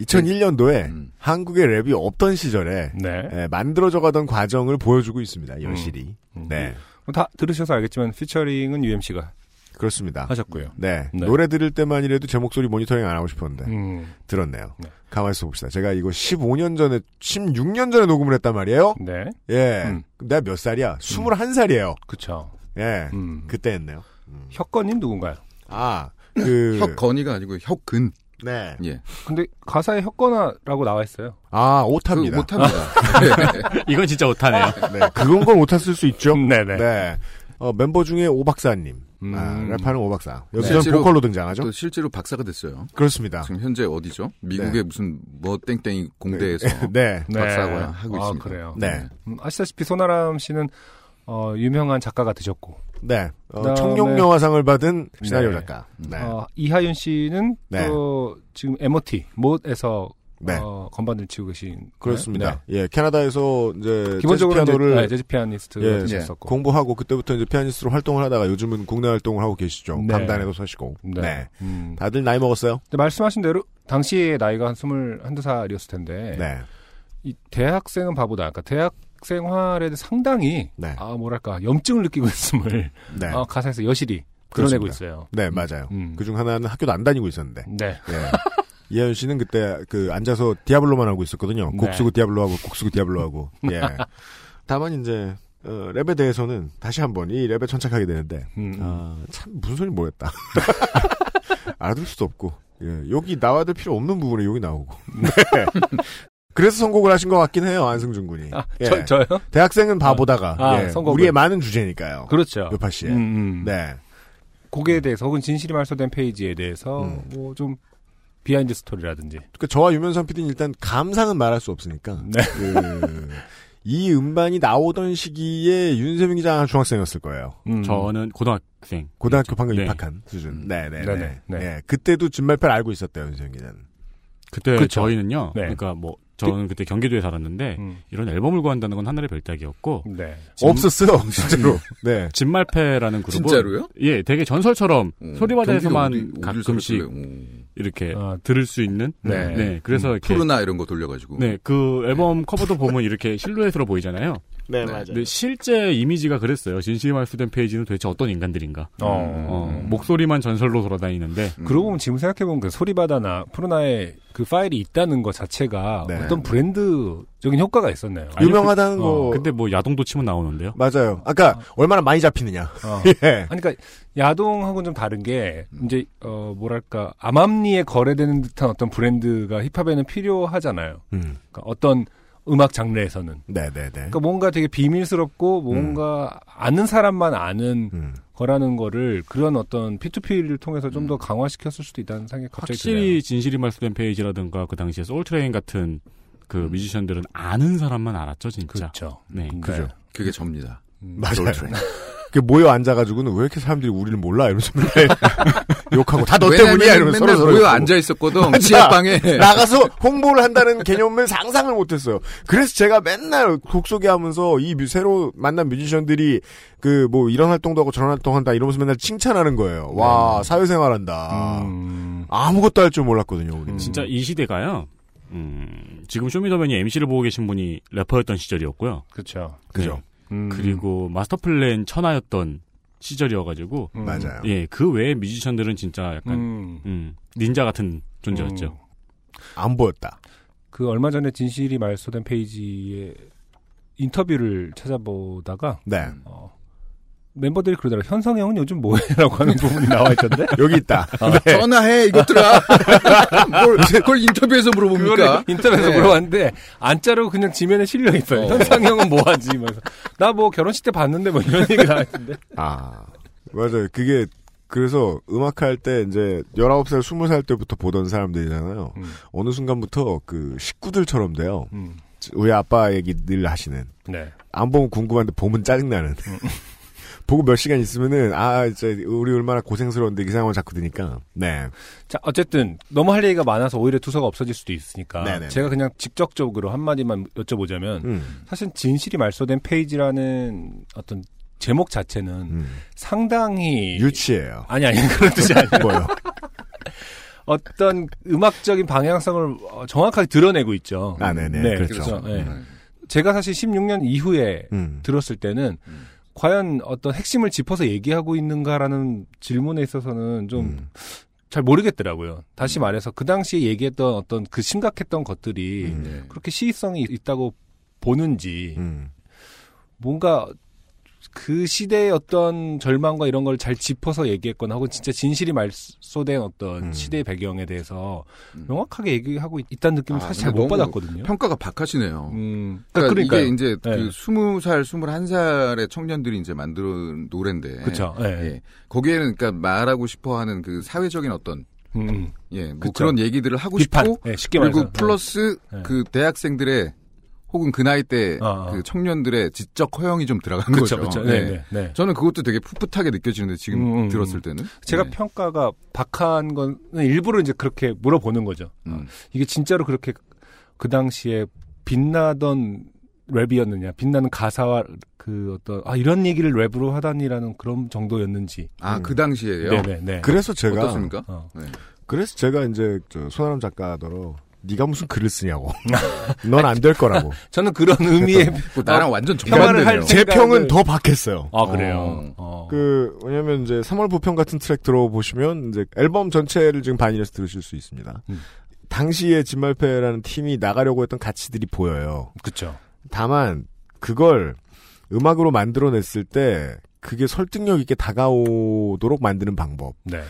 S1: 2001년도에
S4: 음.
S1: 한국의 랩이 없던 시절에
S2: 네.
S1: 예, 만들어져가던 과정을 보여주고 있습니다. 여실히.
S2: 음.
S1: 네,
S2: 뭐다 들으셔서 알겠지만 피처링은 UMC가
S1: 그렇습니다.
S2: 하셨고요.
S1: 네.
S2: 네.
S1: 노래 들을 때만이라도 제 목소리 모니터링 안 하고 싶었는데
S2: 음.
S1: 들었네요.
S2: 네.
S1: 가만히 있어 봅시다. 제가 이거 15년 전에 16년 전에 녹음을 했단 말이에요.
S2: 네.
S1: 예.
S2: 음.
S1: 그럼 내가 몇 살이야? 21살이에요.
S2: 그쵸.
S1: 예.
S2: 음.
S1: 그때 했네요.
S2: 혁건님 누군가요?
S1: 아, 그
S4: 혁건이가 아니고 혁근.
S1: 네.
S4: 예.
S2: 근데 가사에 혁건아라고 나와 있어요.
S1: 아,
S4: 그
S1: 오타입니다.
S4: 못합니다.
S3: 이건 진짜 오타네요.
S1: 네. 그건 건 오타 쓸 수 있죠.
S2: 네네.
S1: 네. 어, 멤버 중에 오박사님.
S2: 음.
S1: 아, 랩하는 오박사.
S4: 네.
S1: 여기서
S4: 실제로-
S1: 보컬로 등장하죠?
S4: 또 실제로 박사가 됐어요.
S1: 그렇습니다.
S4: 지금 현재 어디죠? 미국의
S1: 네.
S4: 무슨 뭐 땡땡이 공대에서
S1: 네.
S4: 박사과 하고
S2: 아,
S4: 있습니다.
S2: 그래요.
S1: 네.
S2: 음, 아시다시피 손아람 씨는 어, 유명한 작가가 되셨고
S1: 네. 어,
S2: 그다음에-
S1: 청룡 영화상을 받은 시나리오
S2: 네.
S1: 작가. 네.
S2: 어, 이하윤 씨는
S1: 네.
S2: 또 지금 MOT 못에서
S1: 네.
S2: 어, 건반을 치고 계신
S1: 그렇습니다.
S2: 네.
S1: 예, 캐나다에서 이제
S2: 기본적으로
S1: 재즈 피아노를
S2: 피아노를 재즈 피아니스트로
S1: 예,
S2: 되셨었고
S1: 공부하고 그때부터 이제 피아니스트로 활동을 하다가 요즘은 국내 활동을 하고 계시죠.
S2: 네.
S1: 강단에도 서시고. 네.
S2: 네. 음.
S1: 다들 나이 먹었어요?
S2: 근데 말씀하신 대로 당시에 나이가 한 스물 한두 살이었을
S1: 네.
S2: 텐데
S1: 네.
S2: 이 대학생은 바보다. 아까 대학생활에 상당히
S1: 네.
S2: 아 뭐랄까 염증을 느끼고 있음을 어, 가사에서 여실히 드러내고
S1: 그렇습니다.
S2: 있어요.
S1: 네, 맞아요.
S2: 음.
S1: 그중 하나는 학교도 안 다니고 있었는데.
S2: 네.
S1: 예. 이하연 씨는 그때 그 앉아서 디아블로만 하고 있었거든요. 곡
S2: 네.
S1: 쓰고 디아블로 하고 곡 쓰고 디아블로 하고. 예. 다만 이제 어, 랩에 대해서는 다시 한번 이 랩에 천착하게 되는데
S2: 음.
S1: 아, 참 무슨 소리 모르겠다. 알아들 수도 없고 예, 여기 나와야 될 필요 없는 부분에 여기 나오고. 네. 그래서 선곡을 하신 것 같긴 해요 안승준 군이.
S2: 아,
S1: 예.
S2: 저, 저요?
S1: 대학생은 바보다가
S2: 아,
S1: 예,
S2: 선곡을.
S1: 우리의 많은 주제니까요.
S2: 그렇죠.
S1: 요파 씨의.
S2: 음, 음.
S1: 네.
S2: 곡에 대해서 혹은 진실이 말소된 페이지에 대해서
S1: 음.
S2: 뭐 좀 비하인드 스토리라든지
S1: 그러니까 저와 유면선 PD는 일단 감상은 말할 수 없으니까.
S2: 네.
S1: 그, 이 음반이 나오던 시기에 윤세민 기자 중학생이었을 거예요.
S2: 음.
S3: 저는 고등학생.
S1: 고등학교 방금
S3: 네.
S1: 입학한 수준. 네네네.
S2: 네네, 네.
S1: 예, 그때도 진말패를 알고 있었대요, 윤세민 기자는.
S3: 그때
S2: 그쵸.
S3: 저희는요.
S2: 네.
S3: 그러니까 뭐 저는 그때 경기도에 살았는데
S2: 음.
S3: 이런 앨범을 구한다는 건 하늘의 별따기였고
S2: 네.
S3: 진-
S1: 없었어요, 진짜로. 네.
S3: 진말패라는 그룹은
S4: 진짜로요?
S3: 예, 되게 전설처럼
S4: 어, 경기도
S3: 소리바다에서만
S4: 어디- 어디를
S3: 가끔씩
S4: 살았길래, 어.
S3: 이렇게
S2: 아,
S3: 들을 수 있는
S2: 네.
S3: 그래서 이렇게
S4: 푸르나 이런 거 돌려가지고.
S3: 네, 그 앨범 커버도 보면 이렇게 실루엣으로 보이잖아요.
S1: 네,
S3: 근데 실제 이미지가 그랬어요. 진실이 말수된 페이지는 도대체 어떤 인간들인가?
S2: 어.
S3: 어, 목소리만 전설로 돌아다니는데
S2: 음. 그러고 보면 지금 생각해보면 그 소리바다나 푸르나의 그 파일이 있다는 것 자체가
S1: 네.
S2: 어떤 브랜드적인 효과가 있었네요.
S3: 아니요,
S1: 유명하다는
S2: 그-
S1: 거.
S2: 어,
S3: 근데 뭐 야동도 치면 나오는데요.
S1: 맞아요. 아까 얼마나 많이 잡히느냐.
S2: 어.
S1: 예. 음.
S2: 아니, 그러니까 야동하고는 좀 다른 게 이제 어 뭐랄까 암암리에 거래되는 듯한 어떤 브랜드가 힙합에는 필요하잖아요.
S1: 음.
S2: 그러니까 어떤 음악 장르에서는
S1: 네네네.
S2: 그러니까 뭔가 되게 비밀스럽고 뭔가 아는 사람만 아는
S1: 음.
S2: 거라는 거를 그런 어떤 P2P를 통해서 좀 더 강화시켰을 수도 있다는 생각이 갑자기
S3: 확실히 진실이 말수된 페이지라든가 그 당시에 소울트레인 같은 그 뮤지션들은 아는 사람만 알았죠,
S2: 드네요.
S3: 진짜.
S2: 그렇죠.
S3: 네.
S1: 그죠.
S4: 그게 접니다.
S1: 음, 맞아요. 그 모여 앉아가지고는 왜 이렇게 사람들이 우리를 몰라 이러면서 맨날 욕하고 다 너 때문이야
S4: 왜냐면
S1: 이러면서
S4: 맨날
S1: 서로 서로
S4: 모여 앉아 있었거든. 지하방에.
S1: 나가서 홍보를 한다는 개념을 상상을 못했어요. 그래서 제가 맨날 곡 소개하면서 이 뮤- 새로 만난 뮤지션들이 그 뭐 이런 활동도 하고 저런 활동한다 이러면서 맨날 칭찬하는 거예요. 와
S4: 네.
S1: 사회생활한다.
S2: 음.
S1: 아무것도 할 줄 몰랐거든요. 우리.
S3: 음. 진짜 이 시대가요. 음, 지금 쇼미더맨이 MC를 보고 계신 분이 래퍼였던 시절이었고요. 네.
S2: 그렇죠.
S1: 그죠.
S2: 음.
S3: 그리고 마스터플랜 천하였던 시절이어가지고
S2: 음.
S1: 맞아요.
S3: 예, 그 외에 뮤지션들은 진짜 약간
S2: 음.
S3: 음, 닌자 같은 존재였죠.
S2: 음.
S1: 안 보였다.
S2: 그 얼마 전에 진실이 말소된 페이지에 인터뷰를 찾아보다가
S1: 네.
S2: 어, 멤버들이 그러더라. 현성이 형은 요즘 뭐해라고 하는 부분이 나와 있던데.
S1: 여기 있다.
S2: 아,
S1: 네.
S4: 전화해 이것들아. 뭘, 그걸 인터뷰에서 물어봅니까?
S2: 그거를 인터넷에서
S4: 네.
S2: 물어봤는데 안 자르고 그냥 지면에 실려 있어요.
S4: 어.
S2: 현상 형은 뭐하지? 나 뭐 결혼식 때 봤는데 뭐 이런 얘기 나왔는데.
S1: 아. 맞아요. 그게, 그래서 음악할 때 이제 19살, 20살 때부터 보던 사람들이잖아요. 어느 순간부터 그 식구들처럼 돼요. 우리 아빠 얘기 늘 하시는.
S2: 네.
S1: 안 보면 궁금한데 보면 짜증나는. 보고 몇 시간 있으면은, 아, 이제 우리 얼마나 고생스러운데 이 상황을 자꾸 드니까. 네.
S2: 자 어쨌든 너무 할 얘기가 많아서 오히려 투서가 없어질 수도 있으니까
S1: 네네. 음.
S2: 제가 그냥 직접적으로 한 마디만 여쭤보자면 사실 진실이 말소된 페이지라는 어떤 제목 자체는 상당히
S1: 음. 유치해요.
S2: 아니 아니 그런 뜻이 아니고
S1: 뭐요?
S2: 어떤 음악적인 방향성을 어, 정확하게 드러내고 있죠.
S1: 아, 네네. 그렇죠.
S2: 예. 제가 사실 16년 이후에
S1: 음.
S2: 들었을 때는 과연 어떤 핵심을 짚어서 얘기하고 있는가라는 질문에 있어서는 좀
S1: 음.
S2: 잘 모르겠더라고요. 다시
S4: 음.
S2: 말해서 그 당시에 얘기했던 어떤 그 심각했던 것들이
S4: 음, 네.
S2: 그렇게 시의성이 있다고 보는지
S4: 음.
S2: 뭔가 그 시대의 어떤 절망과 이런 걸 잘 짚어서 얘기했거나 혹은 진짜 진실이 말소된 어떤
S4: 음.
S2: 시대의 배경에 대해서 명확하게 얘기하고 있- 있다는 느낌을
S4: 아,
S2: 사실 잘
S4: 근데
S2: 못
S4: 너무
S2: 받았거든요.
S4: 평가가 박하시네요.
S2: 음,
S4: 그러니까,
S2: 그러니까요.
S4: 이게 이제
S2: 네.
S4: 그 20살, 21살의 청년들이 이제 만든 노래인데.
S2: 그쵸, 예.
S4: 예. 거기에는 그러니까 말하고 싶어 하는 그 사회적인 어떤
S2: 음.
S4: 예, 뭐
S2: 그쵸.
S4: 그런 얘기들을 하고
S2: 비판.
S4: 싶고
S2: 예, 쉽게
S4: 그리고
S2: 말해서.
S4: 플러스
S2: 예.
S4: 그 대학생들의 혹은 그 나이 때 그
S2: 아, 아.
S4: 청년들의 지적 허용이 좀 들어간
S2: 그쵸,
S4: 거죠.
S2: 그쵸. 네,
S4: 예.
S2: 네, 네.
S4: 저는 그것도 되게 풋풋하게 느껴지는데 지금
S2: 음, 음,
S4: 들었을
S2: 음.
S4: 때는
S2: 제가
S4: 예.
S2: 평가가 박한 거는 일부러 이제 그렇게 물어보는 거죠.
S4: 음.
S2: 이게 진짜로 그렇게 그 당시에 빛나던 랩이었느냐, 빛나는 가사와 그 어떤 아 이런 얘기를 랩으로 하다니라는 그런 정도였는지.
S4: 아, 그 당시에요.
S2: 음. 네네. 네.
S1: 그래서 제가.
S4: 어떻습니까?
S2: 어.
S4: 네.
S1: 그래서 제가 이제 저 손아람 작가더러 네가 무슨 글을 쓰냐고. 넌 안 될 거라고. 어,
S2: 저는 그런 의미의
S4: 뭐 나랑 완전
S2: 평화를 할
S4: 정반대네요.
S1: 제
S2: 생각을-
S1: 평은 더 박했어요.
S2: 아 그래요. 어.
S1: 그 왜냐면 이제 3월 부평 같은 트랙 들어보시면 이제 앨범 전체를 지금 반일해서 들으실 수 있습니다.
S2: 음.
S1: 당시에 진말패라는 팀이 나가려고 했던 가치들이 보여요.
S2: 그쵸.
S1: 다만 그걸 음악으로 만들어냈을 때 그게 설득력 있게 다가오도록 만드는 방법을
S2: 네.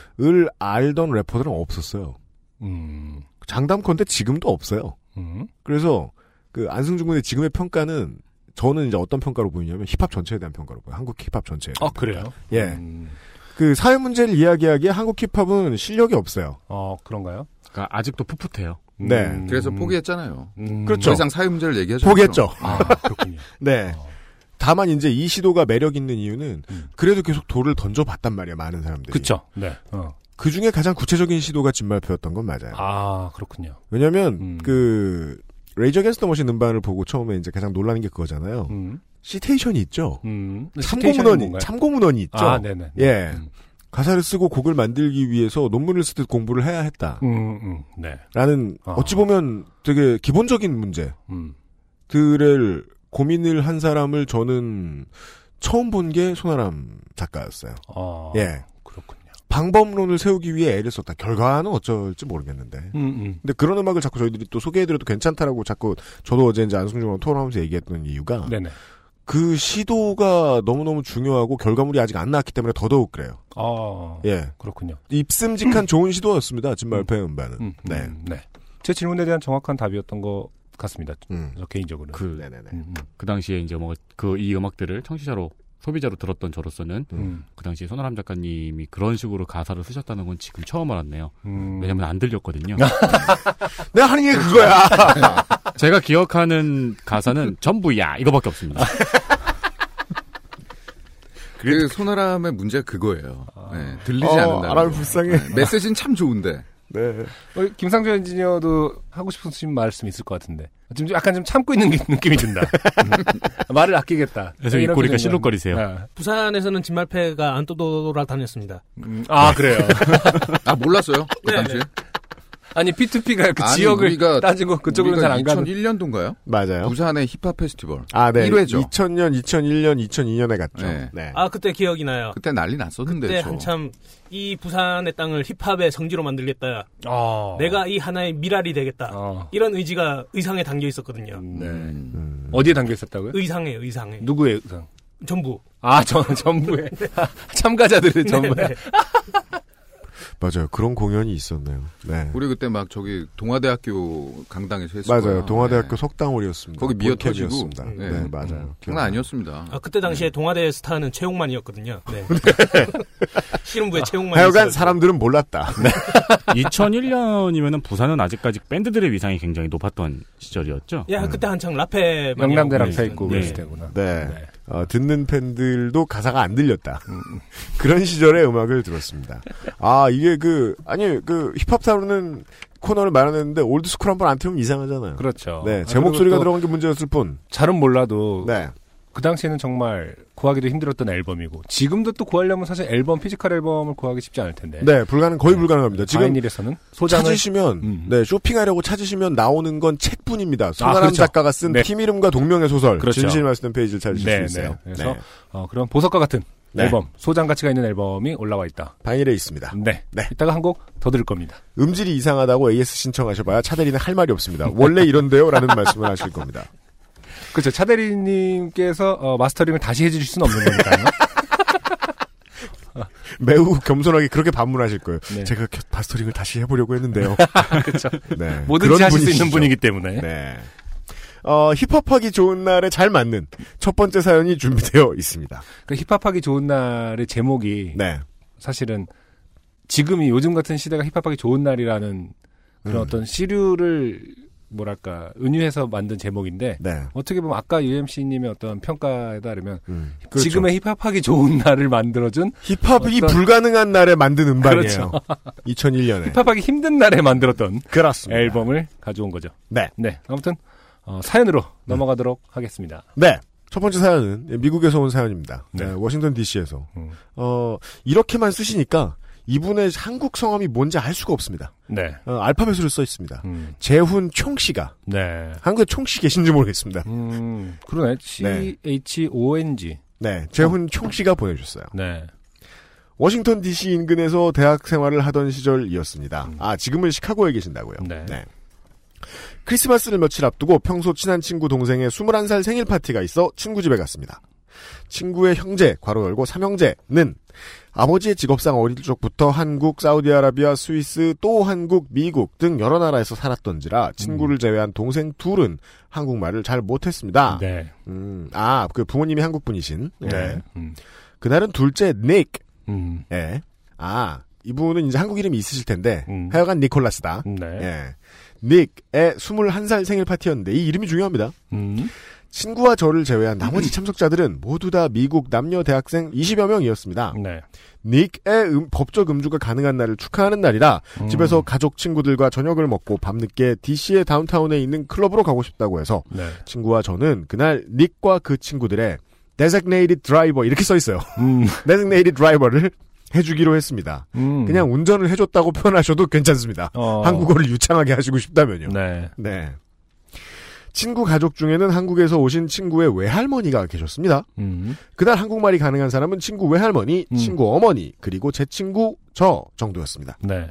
S1: 알던 래퍼들은 없었어요.
S2: 음.
S1: 장담컨대 지금도 없어요.
S2: 음.
S1: 그래서 그 안승준 군의 지금의 평가는 저는 이제 어떤 평가로 보이냐면 힙합 전체에 대한 평가로 보여요. 한국 힙합 전체에.
S2: 아
S1: 대한
S2: 그래요.
S1: 평가. 예.
S2: 음.
S1: 그 사회 문제를 이야기하기에 한국 힙합은 실력이 없어요.
S2: 어 그런가요?
S3: 그러니까 아직도 풋풋해요.
S1: 네.
S2: 음.
S4: 그래서 포기했잖아요.
S2: 음.
S4: 더
S1: 그렇죠.
S4: 이상 사회 문제를 얘기하지
S1: 포기했죠.
S4: 않죠.
S2: 아 그렇군요. 어.
S1: 네. 다만 이제 이 시도가 매력 있는 이유는 그래도 계속 돌을 던져봤단 말이야 많은 사람들이.
S2: 음. 그쵸. 네. 어.
S1: 그 중에 가장 구체적인 시도가 진말표였던 건 맞아요.
S2: 아 그렇군요.
S1: 왜냐하면
S2: 음.
S1: 그 레이저 게스터 머신 음반을 보고 처음에 이제 가장 놀라는 게 그거잖아요.
S2: 음.
S1: 시테이션이 있죠.
S2: 음.
S1: 참고문헌이 참고문헌이 있죠.
S2: 아 네네.
S1: 예.
S2: 음.
S1: 가사를 쓰고 곡을 만들기 위해서 논문을 쓰듯 공부를 해야 했다라는
S2: 음, 음, 네. 아.
S1: 어찌 보면 되게 기본적인 문제.
S2: 음.
S1: 들을 고민을 한 사람을 저는 처음 본 게 손아람 작가였어요.
S2: 아,
S1: 예.
S2: 그렇군요.
S1: 방법론을 세우기 위해 애를 썼다. 결과는 어쩔지 모르겠는데.
S2: 음, 음.
S1: 근데 그런 음악을 자꾸 저희들이 또 소개해드려도 괜찮다라고 자꾸 저도 어제 이제 안승준이랑 토론하면서 얘기했던 이유가
S2: 네네.
S1: 그 시도가 너무너무 중요하고 결과물이 아직 안 나왔기 때문에 더더욱 그래요.
S2: 아,
S1: 예.
S2: 그렇군요.
S1: 입슴직한 좋은 시도였습니다. 진말패 음반은.
S2: 음, 음,
S1: 네.
S2: 네. 제 질문에 대한 정확한 답이었던 것 같습니다.
S1: 음.
S2: 저 개인적으로는.
S3: 그
S1: 네네네.
S2: 음,
S3: 그 당시에 이제 뭐그이 음악들을 청취자로 소비자로 들었던 저로서는
S2: 음,
S3: 그 당시에 손아람 작가님이 그런 식으로 가사를 쓰셨다는 건 지금 처음 알았네요.
S2: 음.
S3: 왜냐면 안 들렸거든요.
S1: 내가 하는 게 그거야.
S3: 제가 기억하는 가사는 전부 야 이거밖에 없습니다.
S4: 그 손아람의 문제가 그거예요. 네, 들리지
S1: 어,
S4: 않는다. 네,
S1: 아람이 불쌍해.
S4: 메시지는 참 좋은데.
S1: 네.
S2: 우리 어, 김상조 엔지니어도 하고 싶으신 말씀 있을 것 같은데. 지금 약간 좀 참고 있는 게- 느낌이 든다. 음. 말을 아끼겠다.
S1: 네,
S3: 그래서
S4: 네,
S2: 이런
S3: 입꼬리가
S2: 표정이었는데.
S3: 실룩거리세요.
S2: 아,
S12: 부산에서는 진말패가 안 떠돌아 다녔습니다.
S2: 음, 아, 그래요.
S4: 네. 아 몰랐어요. 그
S12: 네,
S4: 당시에.
S2: 아니, P2P가 그
S1: 그러니까
S4: 아니,
S2: 지역을
S4: 우리가-
S2: 따지고 그쪽으로
S4: 우리가
S2: 잘 안 가는.
S4: 2001년도인가요?
S1: 맞아요.
S4: 음. 부산의 힙합 페스티벌.
S1: 아, 네.
S4: 1회죠.
S1: 2000년, 2001년, 2002년에 갔죠.
S4: 네.
S1: 네.
S12: 아 그때 기억이 나요.
S4: 그때 난리 났었는데.
S12: 그때
S4: 저.
S12: 한참 이 부산의 땅을 힙합의 성지로 만들겠다.
S2: 아.
S12: 내가 이 하나의 미랄이
S4: 음.
S12: 되겠다.
S2: 아.
S12: 이런 의지가 의상에 담겨 있었거든요.
S4: 네.
S2: 어디에 담겨 있었다고요?
S12: 의상에 의상에.
S2: 누구의 의상?
S12: 전부.
S2: 아, 전, 전부에. 참가자들의
S12: 네,
S2: 전부에.
S1: 맞아요. 그런 공연이 있었네요. 네.
S4: 우리 그때 막 저기 동아대학교 강당에서 했어요. 네.
S1: 맞아요. 동아대학교 석당홀이었습니다.
S4: 거기 미어 터지고.
S1: 본캠이었습니다. 네.
S4: 네.
S1: 맞아요.
S4: 장난 아니었습니다. 네.
S12: 아, 그때 당시에 동아대 스타는 최홍만이었거든요. 네.
S3: 아,
S12: 실험부에 최홍만.
S1: 아, 하여간 사람들은 몰랐다.
S3: 2001년이면은 네. 부산은 아직까지 밴드들의 위상이 굉장히 높았던 시절이었죠.
S4: 음.
S12: 야, 예, 그때 한창 라페 많이
S2: 영남대
S12: 하고
S2: 라페 있고
S3: 네.
S2: 그랬을 때구나.
S1: 네. 어, 듣는 팬들도 가사가 안 들렸다. 그런 시절의 음악을 들었습니다. 아, 이게 그, 아니, 그, 힙합 타로는 코너를 마련했는데, 올드스쿨 한 번 안 틀면 이상하잖아요.
S2: 그렇죠.
S1: 네. 제
S2: 아, 그리고
S1: 목소리가
S2: 또
S1: 들어간 게 문제였을 뿐.
S2: 잘은 몰라도
S1: 네.
S2: 그 당시에는 정말 구하기도 힘들었던 앨범이고 지금도 또 구하려면 사실 앨범 피지컬 앨범을 구하기 쉽지 않을 텐데.
S1: 네, 불가능, 거의 불가능합니다. 지금
S2: 바이닐에서는 소장을 음.
S1: 찾으시면 네 쇼핑하려고 찾으시면 나오는 건 책뿐입니다. 손아람
S2: 그렇죠.
S1: 작가가 쓴
S2: 네.
S1: 팀 이름과 동명의 소설
S2: 그렇죠.
S1: 진실 말씀 페이지를 찾으실
S2: 네,
S1: 수 있어요.
S2: 네. 그래서
S1: 네.
S2: 어, 그런 보석과 같은
S1: 네.
S2: 앨범 소장 가치가 있는 앨범이 올라와 있다.
S1: 바이닐에 있습니다.
S2: 네. 이따가 한 곡 더 들을 겁니다.
S1: 음질이 이상하다고 AS 신청하셔봐야 차대리는 할 말이 없습니다. 원래 이런데요라는 말씀을 하실 겁니다.
S2: 그렇죠. 차대리님께서 어, 마스터링을 다시 해주실 수는 없는 거니까요.
S1: 매우 겸손하게 그렇게 반문하실 거예요.
S2: 네.
S1: 제가 겨- 바스터링을 다시 해보려고 했는데요.
S2: 그렇죠.
S1: 네.
S2: 뭐든지
S1: 그런
S2: 하실 수
S1: 분이시죠.
S2: 있는 분이기 때문에.
S1: 네. 어, 힙합하기 좋은 날에 잘 맞는 첫 번째 사연이 준비되어 있습니다.
S2: 그 힙합하기 좋은 날의 제목이
S1: 네.
S2: 사실은 지금이 요즘 같은 시대가 힙합하기 좋은 날이라는 그런
S1: 음.
S2: 어떤 시류를 뭐랄까 은유해서 만든 제목인데
S1: 네.
S2: 어떻게 보면 아까 UMC님의 어떤 평가에 따르면
S1: 음.
S2: 지금의 힙합하기 좋은 날을 만들어준
S1: 힙합이
S2: 어떤-
S1: 불가능한 날에 만든 음반이에요.
S2: 그렇죠.
S1: 2001년에.
S2: 힙합하기 힘든 날에 만들었던
S1: 그렇습니다.
S2: 앨범을 가져온 거죠.
S1: 네.
S2: 네, 아무튼 어, 사연으로 넘어가도록 하겠습니다.
S1: 네. 첫 번째 사연은 미국에서 온 사연입니다.
S2: 네. 음.
S1: 네, 워싱턴 DC에서. 어, 이렇게만 쓰시니까 이분의 한국 성함이 뭔지 알 수가 없습니다.
S2: 네,
S1: 어, 알파벳으로 써 있습니다.
S2: 음.
S1: 재훈 총씨가.
S2: 네,
S1: 한국에 총씨 계신지 모르겠습니다.
S2: 음, 그러네.
S1: 네.
S2: C H O N G.
S1: 네. 재훈 총씨가 보내주셨어요.
S2: 네,
S1: 워싱턴 DC 인근에서 대학 생활을 하던 시절이었습니다. 아, 지금은 시카고에 계신다고요.
S2: 음. 네.
S1: 크리스마스를 며칠 앞두고 평소 친한 친구 동생의 21살 생일 파티가 있어 친구 집에 갔습니다. 친구의 형제, 괄호 열고 삼형제는 아버지의 직업상 어릴 적부터 한국, 사우디아라비아, 스위스, 또 한국, 미국 등 여러 나라에서 살았던지라
S2: 음.
S1: 친구를 제외한 동생 둘은 한국말을 잘 못했습니다.
S2: 네,
S1: 음, 아, 그 부모님이 한국 분이신. 예.
S2: 네. 음.
S1: 그날은 둘째 닉.
S2: 음.
S1: 예. 아, 이분은 이제 한국 이름이 있으실 텐데,
S2: 음.
S1: 하여간 니콜라스다.
S2: 네.
S1: 예. 닉의 21살 생일 파티였는데, 이 이름이 중요합니다.
S2: 음.
S1: 친구와 저를 제외한 나머지 참석자들은 모두 다 미국 남녀 대학생 20여 명이었습니다.
S2: 네.
S1: 닉의 음- 법적 음주가 가능한 날을 축하하는 날이라
S2: 음.
S1: 집에서 가족 친구들과 저녁을 먹고 밤늦게 DC의 다운타운에 있는 클럽으로 가고 싶다고 해서
S2: 네.
S1: 친구와 저는 그날 닉과 그 친구들의 designated driver 이렇게 써 있어요.
S2: 음.
S1: designated driver를 해주기로 했습니다.
S2: 음.
S1: 그냥 운전을 해줬다고 표현하셔도 괜찮습니다.
S2: 어.
S1: 한국어를 유창하게 하시고 싶다면요.
S2: 네.
S1: 네. 친구 가족 중에는 한국에서 오신 친구의 외할머니가 계셨습니다.
S2: 음.
S1: 그날 한국말이 가능한 사람은 친구 외할머니,
S2: 음.
S1: 친구 어머니, 그리고 제 친구 저 정도였습니다.
S2: 네.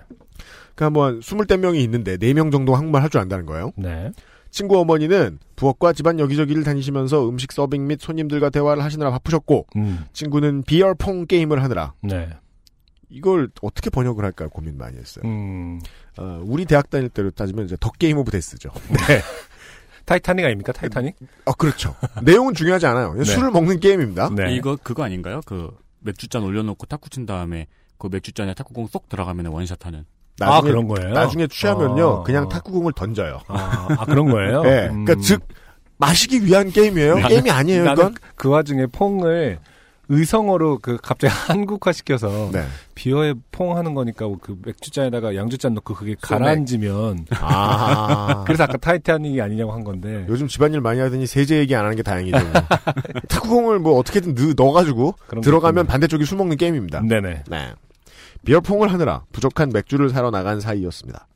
S1: 그러니까 뭐한 20명이 있는데 4명 정도 한국말 할 줄 안다는 거예요.
S2: 네.
S1: 친구 어머니는 부엌과 집안 여기저기를 다니시면서 음식 서빙 및 손님들과 대화를 하시느라 바쁘셨고
S2: 음.
S1: 친구는 비어퐁 게임을 하느라
S2: 네.
S1: 이걸 어떻게 번역을 할까 고민 많이 했어요.
S2: 음.
S1: 어, 우리 대학 다닐 때로 따지면 이제 더 게임 오브 데스죠.
S2: 네. 타이타닉 아닙니까? 타이타닉?
S1: 아 그렇죠. 내용은 중요하지 않아요. 그냥
S2: 네.
S1: 술을 먹는 게임입니다.
S2: 네.
S3: 이거 그거 아닌가요? 그 맥주잔 올려놓고 탁구 친 다음에 그 맥주잔에 탁구공 쏙 들어가면 원샷하는.
S1: 나중에,
S2: 아, 그런 거예요?
S1: 나중에 취하면요
S2: 아.
S1: 그냥 탁구공을 던져요.
S2: 아, 아, 그런 거예요?
S1: 예.
S2: 음.
S1: 그러니까 즉 마시기 위한 게임이에요.
S2: 나는-
S1: 게임이 아니에요.
S2: 나는
S1: 이건.
S2: 그 와중에 퐁을 의성어로 그 갑자기 한국화 시켜서
S1: 네.
S2: 비어에 퐁 하는 거니까 그 맥주잔에다가 양주잔 넣고 그게 가라앉으면
S1: 아.
S2: 그래서 아까 타이타닉이 아니냐고 한 건데
S1: 요즘 집안일 많이 하더니 세제 얘기 안 하는 게 다행이죠. 탁구공을 뭐 어떻게든 넣- 넣어가지고
S2: 그런
S1: 들어가면
S2: 거
S1: 반대쪽이 술 먹는 게임입니다.
S2: 네네
S1: 네. 비어퐁을 하느라 부족한 맥주를 사러 나간 사이였습니다.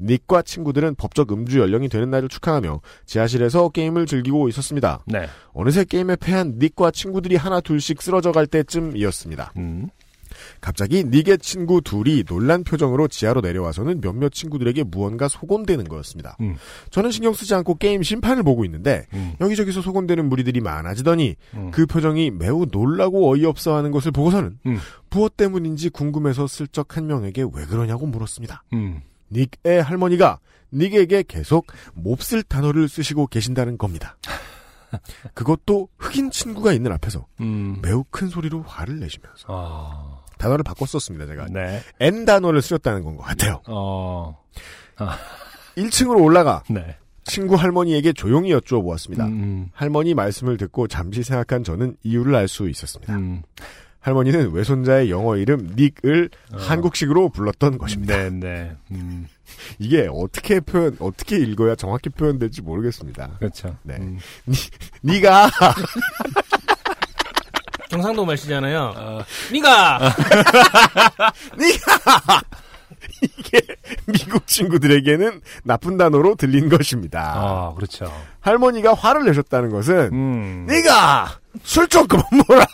S1: 닉과 친구들은 법적 음주 연령이 되는 날을 축하하며 지하실에서 게임을 즐기고 있었습니다.
S2: 네
S1: 어느새 게임에 패한 닉과 친구들이 하나 둘씩 쓰러져 갈 때쯤이었습니다.
S2: 음.
S1: 갑자기 니게 친구 둘이 놀란 표정으로 지하로 내려와서는 몇몇 친구들에게 무언가 소곤대는 거였습니다.
S2: 음.
S1: 저는 신경 쓰지 않고 게임 심판을 보고 있는데
S2: 음.
S1: 여기저기서 소곤대는 무리들이 많아지더니
S2: 음.
S1: 그 표정이 매우 놀라고 어이없어하는 것을 보고서는
S2: 음.
S1: 무엇 때문인지 궁금해서 슬쩍 한 명에게 왜 그러냐고 물었습니다.
S2: 음.
S1: 닉의 할머니가 닉에게 계속 몹쓸 단어를 쓰시고 계신다는 겁니다. 그것도 흑인 친구가 있는 앞에서
S2: 음.
S1: 매우 큰 소리로 화를 내시면서
S2: 아.
S1: 단어를 바꿨었습니다. 제가
S2: 네.
S1: N 단어를 쓰셨다는 건 것 같아요.
S2: 어. 아.
S1: 1층으로 올라가
S2: 네.
S1: 친구 할머니에게 조용히 여쭈어보았습니다.
S2: 음.
S1: 할머니 말씀을 듣고 잠시 생각한 저는 이유를 알 수 있었습니다.
S2: 음.
S1: 할머니는 외손자의 영어 이름 닉을
S2: 어.
S1: 한국식으로 불렀던 것입니다.
S2: 네, 네. 음.
S1: 이게 어떻게 표현 어떻게 읽어야 정확히 표현될지 모르겠습니다.
S2: 그렇죠.
S1: 네. 니, 니가
S12: 경상도 말씨잖아요. 니가
S1: 니가 이게 미국 친구들에게는 나쁜 단어로 들린 것입니다.
S2: 아, 그렇죠.
S1: 할머니가 화를 내셨다는 것은
S2: 음.
S1: 네가 술 좀 그만 먹어라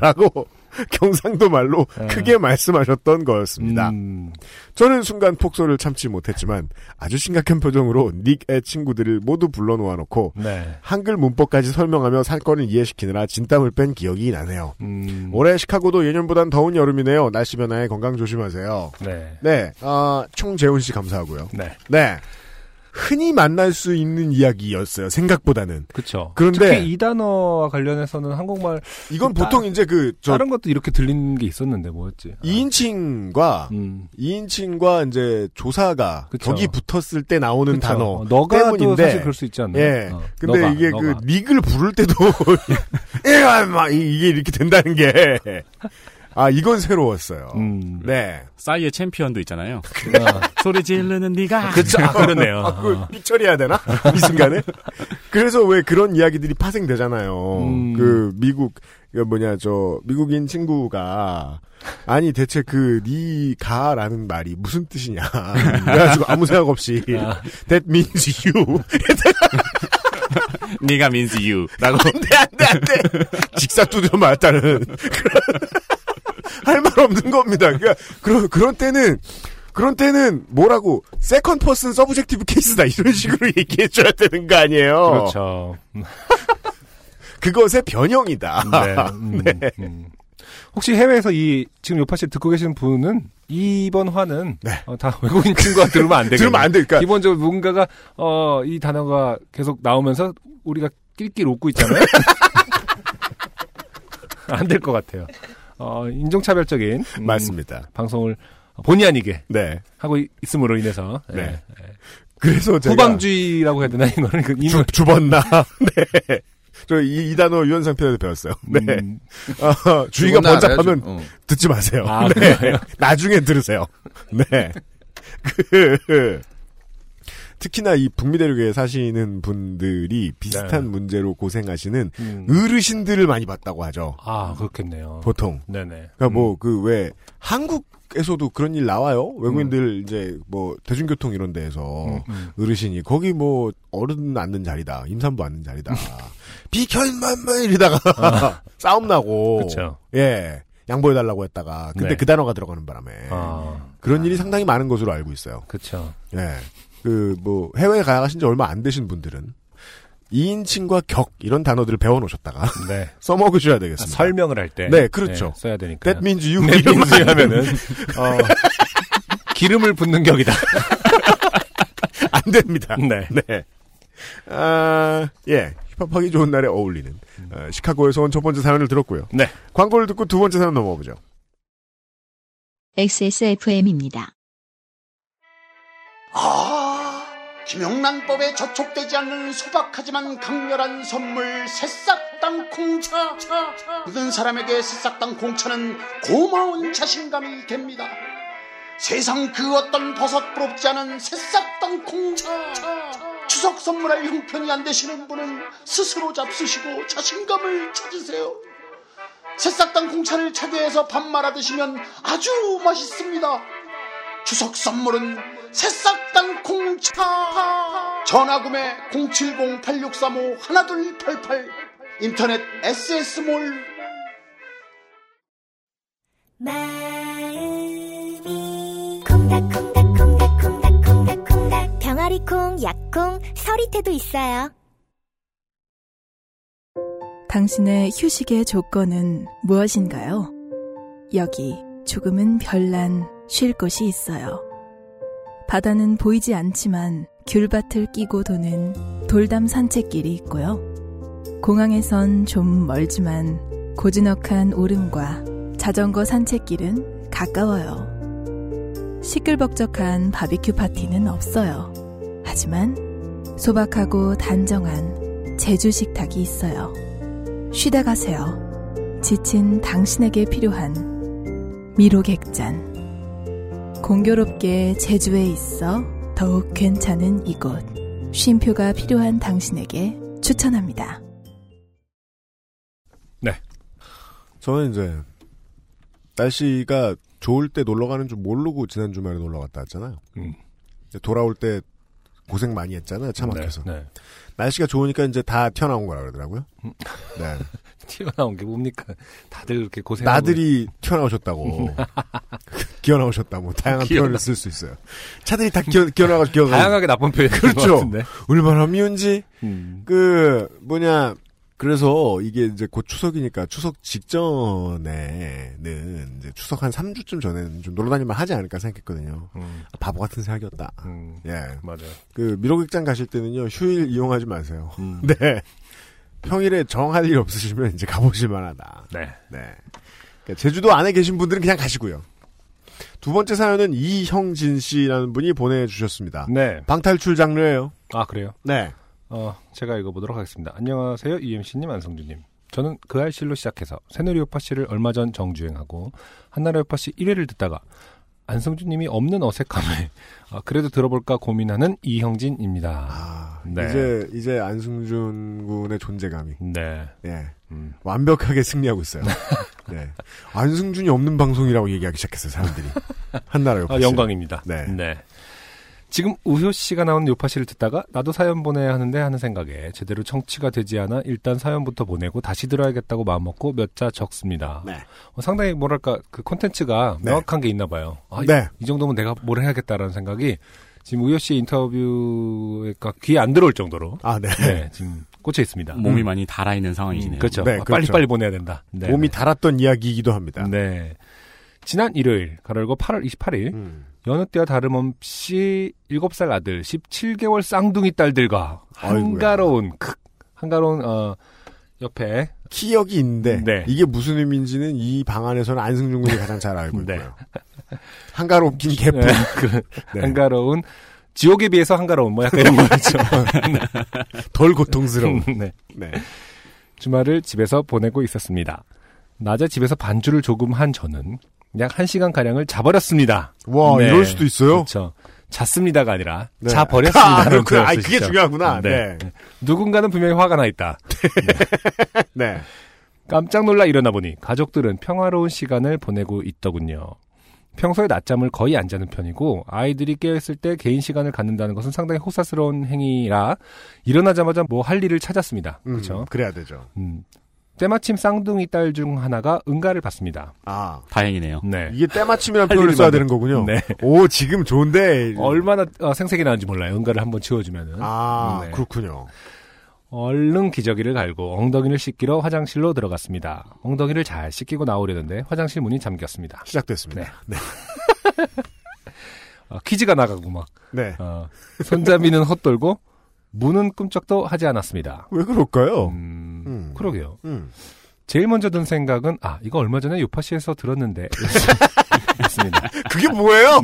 S1: 라고 경상도 말로
S2: 네.
S1: 크게 말씀하셨던 거였습니다.
S2: 음.
S1: 저는 순간 폭소를 참지 못했지만 아주 심각한 표정으로 닉의 친구들을 모두 불러 놓아놓고
S2: 네.
S1: 한글 문법까지 설명하며 사건을 이해시키느라 진땀을 뺀 기억이 나네요.
S2: 음.
S1: 올해 시카고도 예년보단 더운 여름이네요. 날씨 변화에 건강 조심하세요.
S2: 네.
S1: 네, 아, 총재훈 씨 감사하고요.
S2: 네.
S1: 네. 흔히 만날 수 있는 이야기였어요. 생각보다는.
S2: 그렇죠.
S1: 그런데-
S2: 특히 이 단어와 관련해서는 한국말
S1: 이건 보통 이제 그, 저,
S2: 다른 것도 이렇게 들리는 게 있었는데 뭐였지? 아.
S1: 2인칭과,
S2: 음.
S1: 2인칭과 이제 조사가
S2: 그쵸.
S1: 격이 붙었을 때 나오는
S2: 그쵸.
S1: 단어.
S2: 어, 너가도
S1: 때문인데,
S2: 사실 그럴 수 있지 않나요?
S1: 예.
S2: 어,
S1: 근데
S2: 너가,
S1: 이게
S2: 너가.
S1: 그, 닉을 부를 때도, 예, 막, 이- 이게 이렇게 된다는 게. 아, 이건 새로웠어요.
S2: 음.
S1: 네.
S3: 싸이의 챔피언도 있잖아요. 소리 지르는 네가.
S2: 그쵸. 아, 그러네요.
S1: 아, 그걸 삐처리해야 되나? 이 순간에? 그래서 왜 그런 이야기들이 파생되잖아요.
S2: 음.
S1: 그, 미국, 그 뭐냐, 저, 미국인 친구가, 아니, 대체 그, 니, 가, 라는 말이 무슨 뜻이냐. 그래가지고 아무 생각 없이, that means you.
S3: 네가 means you라고.
S1: 직사 두드려 맞다는. 할 말 없는 겁니다. 그러니까, 그런, 그런 때는, 그런 때는 뭐라고, 세컨 퍼슨 서브젝티브 케이스다. 이런 식으로 얘기해줘야 되는 거 아니에요.
S2: 그렇죠.
S1: 그것의 변형이다.
S2: 네. 음, 음. 혹시 해외에서 이 지금 요파 씨 듣고 계신 분은 이번 화는 어, 다 외국인 친구가 들으면 안 되고
S1: 네. 들으면 안 돼. 그러니까
S2: 기본적으로 누군가가 어 이 단어가 계속 나오면서 우리가 낄낄 웃고 있잖아요. 안 될 것 같아요. 어 인종차별적인 음,
S1: 맞습니다.
S2: 방송을 본의 아니게
S1: 네.
S2: 하고 있- 있음으로 인해서
S1: 네.
S2: 예.
S1: 그래서 제가
S2: 후방주의라고 해야 되나 이거는 그 이미
S1: 주, 주번나. 네. 저 이 단어 유현상 편에서 배웠어요. 네.
S2: 음,
S4: 네.
S1: 어, 주의가
S4: 그건 나
S1: 번잡하면
S4: 알아야죠. 어.
S1: 듣지 마세요.
S2: 아,
S1: 네.
S2: 그래요?
S1: 나중에 들으세요. 네. 그, 특히나 이 북미 대륙에 사시는 분들이 비슷한
S2: 네.
S1: 문제로 고생하시는
S2: 음.
S1: 어르신들을 많이 봤다고 하죠.
S2: 아 그렇겠네요.
S1: 보통.
S2: 네네.
S1: 그러니까 뭐 그 왜 한국에서도 그런 일 나와요. 외국인들 이제 뭐 대중교통 이런 데에서
S2: 음.
S1: 어르신이 거기 뭐 어른 앉는 자리다, 임산부 앉는 자리다. 비켜 임만만 이러다가 싸움 나고.
S2: 아. 그쵸.
S1: 예. 양보해 달라고 했다가 근데
S2: 네.
S1: 그 단어가 들어가는 바람에
S2: 아
S1: 그런 일이 상당히 많은 것으로 알고 있어요.
S2: 그렇죠.
S1: 예. 그 뭐 해외에 가신 지 얼마 안 되신 분들은 2인칭과 격 이런 단어들을 배워 놓으셨다가
S2: 네.
S1: 써먹으셔야
S2: 아,
S1: 되겠습니다.
S2: 설명을 할 때.
S1: 네, 그렇죠.
S2: 네, 써야 되니까.
S1: That means you.
S2: 네,
S1: 이런
S2: 민수
S1: 말.
S2: 하면은 어, 기름을 붓는 격이다.
S1: 안 됩니다.
S2: 네.
S1: 네. 아, 예. 힙합하기 좋은 날에 어울리는 어, 시카고에서 온 첫 번째 사연을 들었고요.
S2: 네.
S1: 광고를 듣고 두 번째 사연 넘어가 보죠.
S5: XSFM입니다.
S13: 아, 김영란법에 저촉되지 않는 소박하지만 강렬한 선물 새싹당 콩차. 모든 사람에게 새싹당 콩차는 고마운 자신감이 됩니다. 세상 그 어떤 버섯 부럽지 않은 새싹당 콩차. 추석 선물할 형편이 안 되시는 분은 스스로 잡수시고 자신감을 찾으세요. 새싹당 콩차를 차게해서 밥 말아 드시면 아주 맛있습니다. 추석 선물은 새싹당 콩차 전화구매 070-8635 하나둘88 인터넷 SS몰
S14: 마음이 콩닥콩닥콩닥콩닥콩닥콩닥 병아리콩, 약콩, 서리태도 있어요.
S6: 당신의 휴식의 조건은 무엇인가요? 여기 조금은 별난 쉴 곳이 있어요. 바다는 보이지 않지만 귤밭을 끼고 도는 돌담 산책길이 있고요. 공항에선 좀 멀지만 고즈넉한 오름과 자전거 산책길은 가까워요. 시끌벅적한 바비큐 파티는 없어요. 하지만 소박하고 단정한 제주 식탁이 있어요. 쉬다 가세요. 지친 당신에게 필요한 미로객잔. 공교롭게 제주에 있어 더욱 괜찮은 이곳. 쉼표가 필요한 당신에게 추천합니다.
S2: 네.
S1: 저는 이제 날씨가 좋을 때 놀러 가는 줄 모르고 지난 주말에 놀러 갔다 왔잖아요. 근데 돌아올 때 고생 많이 했잖아요. 차 막혀서.
S2: 음. 네, 음. 네.
S1: 날씨가 좋으니까 이제 다 튀어나온 거라 그러더라고요. 네.
S2: 튀어나온 게 뭡니까? 다들 이렇게 고생.
S1: 나들이 튀어나오셨다고. 기어나오셨다. 뭐 다양한
S2: 기어나-
S1: 표현을 쓸 수 있어요. 차들이 다 기어, 기어나가 기어가.
S2: 다양하게 나쁜 표현인 것
S1: 그렇죠.
S2: 같은데.
S1: 얼마나 미운지.
S2: 음.
S1: 그 뭐냐. 그래서 이게 이제 곧 추석이니까 추석 직전에는 이제 추석 한 3주쯤 전에는 좀 놀러 다니면 하지 않을까 생각했거든요.
S2: 음.
S1: 아, 바보 같은 생각이었다. 예.
S2: 맞아요.
S1: 그 미로극장 가실 때는요 휴일 이용하지 마세요.
S2: 음.
S1: 네. 평일에 정할 일 없으시면 이제 가보실 만하다.
S2: 네.
S1: 그러니까 제주도 안에 계신 분들은 그냥 가시고요. 두 번째 사연은 이형진 씨라는 분이 보내주셨습니다.
S2: 네.
S1: 방탈출 장르예요.
S2: 아 그래요?
S1: 네.
S2: 어 제가 읽어보도록 하겠습니다. 안녕하세요 UMC님 안성준님. 저는 그 알씨로 시작해서 새누리 오파 씨를 얼마 전 정주행하고 한나라 오파 씨 1회를 듣다가 안성준님이 없는 어색함에 아, 그래도 들어볼까 고민하는 이형진입니다. 네.
S1: 아, 이제 이제 안승준 군의 존재감이
S2: 네.
S1: 예. 완벽하게 승리하고 있어요. 네. 안승준이 없는 방송이라고 얘기하기 시작했어요 사람들이 한나라 옆에
S2: 아, 영광입니다.
S1: 네.
S2: 지금 우효 씨가 나온 요파씨를 듣다가 나도 사연 보내야 하는데 하는 생각에 제대로 청취가 되지 않아 일단 사연부터 보내고 다시 들어야겠다고 마음먹고 몇 자 적습니다.
S1: 네.
S2: 어, 상당히 뭐랄까 그 콘텐츠가 명확한 게 있나 봐요. 아, 이-
S1: 네.
S2: 이, 정도면 내가 뭘 해야겠다라는 생각이 지금 우효 씨 인터뷰가 귀에 안 들어올 정도로
S1: 아, 네.
S2: 지금 꽂혀 있습니다.
S3: 몸이
S2: 음.
S3: 많이 달아 있는 상황이시네요.
S2: 음, 그렇죠. 아, 빨리 빨리 보내야 된다. 네.
S1: 몸이 달았던 이야기이기도 합니다.
S2: 네. 지난 일요일, 가로열고 8월 28일,
S1: 음.
S2: 여느 때와 다름없이 7살 아들, 17개월 쌍둥이 딸들과 한가로운, 크, 한가로운, 어, 옆에. 네.
S1: 키역이 있는데 이게 무슨 의미인지는 이 방 안에서는 안승준 군이 가장 잘 알고 있고요. 한가롭긴 개뿔.
S2: 네, 그 한가로운, 지옥에 비해서 한가로운, 뭐 약간 이런 거죠.
S1: 덜 고통스러운.
S2: 네. 주말을 집에서 보내고 있었습니다. 낮에 집에서 반주를 조금 한 저는 약 1시간 가량을 자버렸습니다. 네.
S1: 와, 이럴 수도 있어요?
S2: 그렇죠. 잤습니다가 아니라
S1: 네. 아,
S2: 자버렸습니다. 는
S1: 그렇구나. 아이, 그게 중요하구나. 네.
S2: 누군가는 분명히 화가 나 있다.
S1: 네.
S2: 깜짝 놀라 일어나 보니 가족들은 평화로운 시간을 보내고 있더군요. 평소에 낮잠을 거의 안 자는 편이고 아이들이 깨어있을 때 개인 시간을 갖는다는 것은 상당히 호사스러운 행위라 일어나자마자 뭐 할 일을 찾았습니다. 그렇죠?
S1: 그래야 되죠.
S2: 음. 때마침 쌍둥이 딸 중 하나가 응가를 받습니다.
S1: 아,
S3: 다행이네요.
S2: 네.
S1: 이게 때마침이라는
S2: 할
S1: 표현을
S2: 일이
S1: 써야
S2: 많네.
S1: 되는 거군요.
S2: 네.
S1: 오, 지금 좋은데.
S2: 얼마나 어, 생색이 나는지 몰라요. 응가를 한번 지워주면은.
S1: 예.
S2: 네.
S1: 아, 그렇군요.
S2: 얼른 기저귀를 갈고 엉덩이를 씻기러 화장실로 들어갔습니다. 엉덩이를 잘 씻기고 나오려는데 화장실 문이 잠겼습니다.
S1: 시작됐습니다. 네.
S2: 어, 퀴즈가 나가고 막.
S1: 네.
S2: 어, 손잡이는 헛돌고 문은 꿈쩍도 하지 않았습니다. 음,
S1: 왜 그럴까요? 음.
S2: 그러게요. 제일 먼저 든 생각은 아 이거 얼마 전에 요파시에서 들었는데 였습니다. 네.
S1: 그게 뭐예요?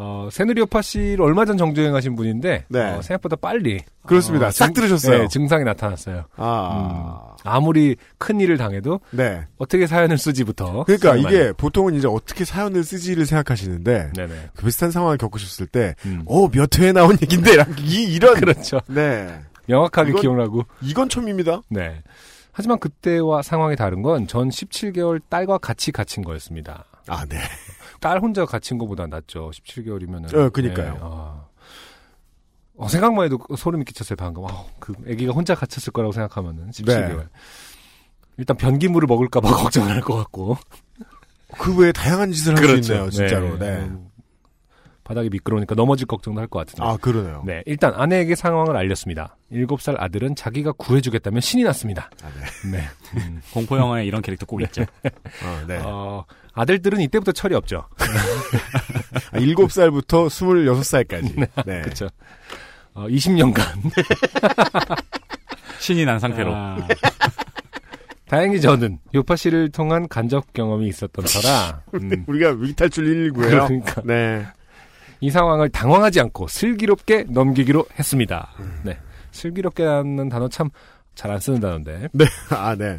S2: 어, 새누리 요파시를 얼마 전 정주행하신 분인데 어, 생각보다 빨리
S1: 네. 그렇습니다.
S2: 어,
S1: 싹
S2: 증-
S1: 들으셨어요.
S2: 네, 증상이 나타났어요.
S1: 아.
S2: 음, 아무리 큰 일을 당해도
S1: 네.
S2: 어떻게 사연을 쓰지부터
S1: 그러니까
S2: 생각이
S1: 이게
S2: 많이-
S1: 보통은 이제 어떻게 사연을 쓰지를 생각하시는데
S2: 네네. 음.
S1: 그 비슷한 상황을 겪으셨을 때, 어, 몇 회에 나온 얘긴데, 이런- 이, 이런.
S2: 그렇죠.
S1: 네.
S2: 명확하게
S1: 이건-
S2: 기억나고
S1: 이건 처음입니다.
S2: 네. 하지만 그때와 상황이 다른 건 전 17개월 딸과 같이 갇힌 거였습니다.
S1: 아, 네.
S2: 딸 혼자 갇힌 거보다 낫죠. 17개월이면은.
S1: 어, 그니까요.
S4: 네.
S2: 아. 어, 생각만
S1: 네.
S2: 해도 소름이 끼쳤어요, 방금. 아, 그 아기가 혼자 갇혔을 거라고 생각하면은 17개월. 일단 변기물을 먹을까봐 걱정을 할 것 같고.
S1: 그 외에 다양한 짓을 할수
S2: 그렇죠.
S1: 있네요, 진짜로. 네.
S2: 음, 바닥이 미끄러우니까 넘어질 걱정도 할 것 같은데.
S1: 아, 그러네요.
S2: 네, 일단 아내에게 상황을 알렸습니다. 7살 아들은 자기가 구해주겠다며 신이 났습니다. 네.
S3: 공포 영화에 이런 캐릭터 꼭 있죠.
S1: 어, 네.
S2: 어, 아들들은 이때부터 철이 없죠.
S1: 아, 7살부터 26살까지. 네.
S2: 그렇죠. 어, 20년간.
S3: 신이 난 상태로.
S2: 아. 다행히 저는 요파 씨를 통한 간접 경험이 있었던 터라 음,
S1: 우리가 위기탈출 119예요.
S2: 그러니까.
S1: 네.
S2: 이 상황을 당황하지 않고 슬기롭게 넘기기로 했습니다.
S1: 음.
S2: 네. 슬기롭게라는 단어 참 잘 안 쓰는 단어인데. 음.
S1: 네. 아, 네.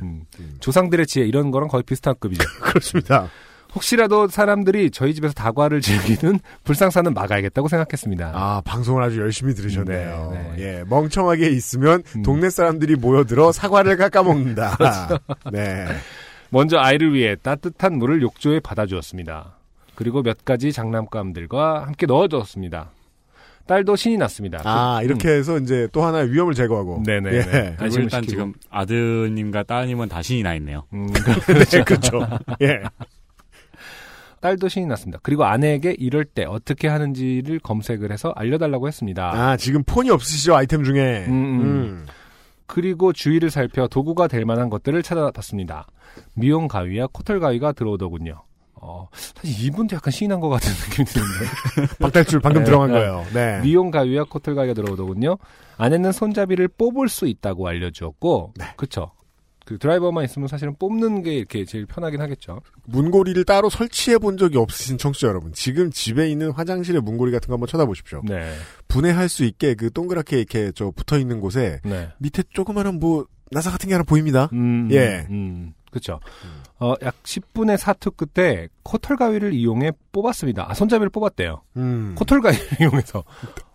S2: 조상들의 지혜 이런 거랑 거의 비슷한 급이죠.
S1: 그렇습니다.
S2: 혹시라도 사람들이 저희 집에서 다과를 즐기는 불상사는 막아야겠다고 생각했습니다.
S1: 아, 방송을 아주 열심히 들으셨네요. 예, 멍청하게 있으면
S2: 음.
S1: 동네 사람들이 모여들어 사과를 깎아먹는다. 네.
S2: 그렇죠. 먼저 아이를 위해 따뜻한 물을 욕조에 받아주었습니다. 그리고 몇 가지 장난감들과 함께 넣어줬습니다. 딸도 신이 났습니다.
S1: 아, 이렇게 해서 이제 또 하나의 위험을 제거하고.
S2: 네네.
S1: 예.
S3: 그리고 일단 지금 아드님과 따님은 다 신이 나 있네요.
S2: 음.
S1: 네, 그렇죠. 예.
S2: 딸도 신이 났습니다. 그리고 아내에게 이럴 때 어떻게 하는지를 검색을 해서 알려달라고 했습니다.
S1: 아, 지금 폰이 없으시죠, 아이템 중에.
S2: 음, 음.
S1: 음.
S2: 그리고 주위를 살펴 도구가 될 만한 것들을 찾아봤습니다. 미용 가위와 코털 가위가 들어오더군요. 어, 사실 이분도 약간 신이 난 것 같은 느낌이 드는데.
S1: 박탈출 방금
S2: 네,
S1: 들어간
S2: 네.
S1: 거예요. 네.
S2: 미용 가위와 코털 가위가 들어오더군요. 아내는 손잡이를 뽑을 수 있다고 알려주었고,
S1: 네.
S2: 그쵸. 그 드라이버만 있으면 사실은 뽑는 게 이렇게 제일 편하긴 하겠죠.
S1: 문고리를 따로 설치해 본 적이 없으신 청취자 여러분, 지금 집에 있는 화장실의 문고리 같은 거 한번 쳐다보십시오.
S2: 네.
S1: 분해할 수 있게 그 동그랗게 이렇게 저 붙어 있는 곳에
S2: 네.
S1: 밑에 조그마한 뭐 나사 같은 게 하나 보입니다.
S2: 음,
S1: 예.
S2: 음, 그렇죠. 어, 약 10분의 사투 끝에 코털 가위를 이용해 뽑았습니다. 아, 손잡이를 뽑았대요.
S1: 음.
S2: 코털 가위를 이용해서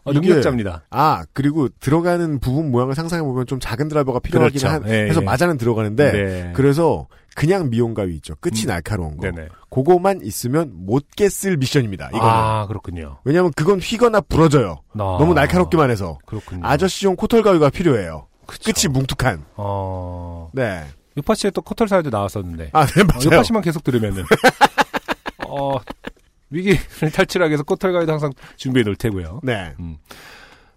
S2: 어,
S1: 이게-
S2: 능력자입니다.
S1: 아 그리고 들어가는 부분 모양을 상상해 보면 좀 작은 드라이버가 필요하긴
S2: 그렇죠.
S1: 한,
S2: 예,
S1: 해서
S2: 예.
S1: 맞아는 들어가는데
S2: 네. 음.
S1: 그래서 그냥 미용 가위 있죠. 끝이 날카로운 거.
S2: 네네.
S1: 그거만 있으면 못 깼을 미션입니다. 뭐, 이거는.
S2: 아 그렇군요. 아.
S1: 왜냐하면 그건 휘거나 부러져요. 너무 날카롭기만 해서
S2: 그렇군요.
S1: 아저씨용 코털 가위가 필요해요. 끝이 뭉툭한.
S2: 어.
S1: 네.
S2: 유파 씨의 또 코털 사연도 나왔었는데.
S1: 아, 네, 맞아요.
S2: 어, 유파 씨만 계속 들으면은. 어, 위기를 탈출하기 위해서 코털 가위도 항상 준비해 놓을 테고요. 음.
S1: 네.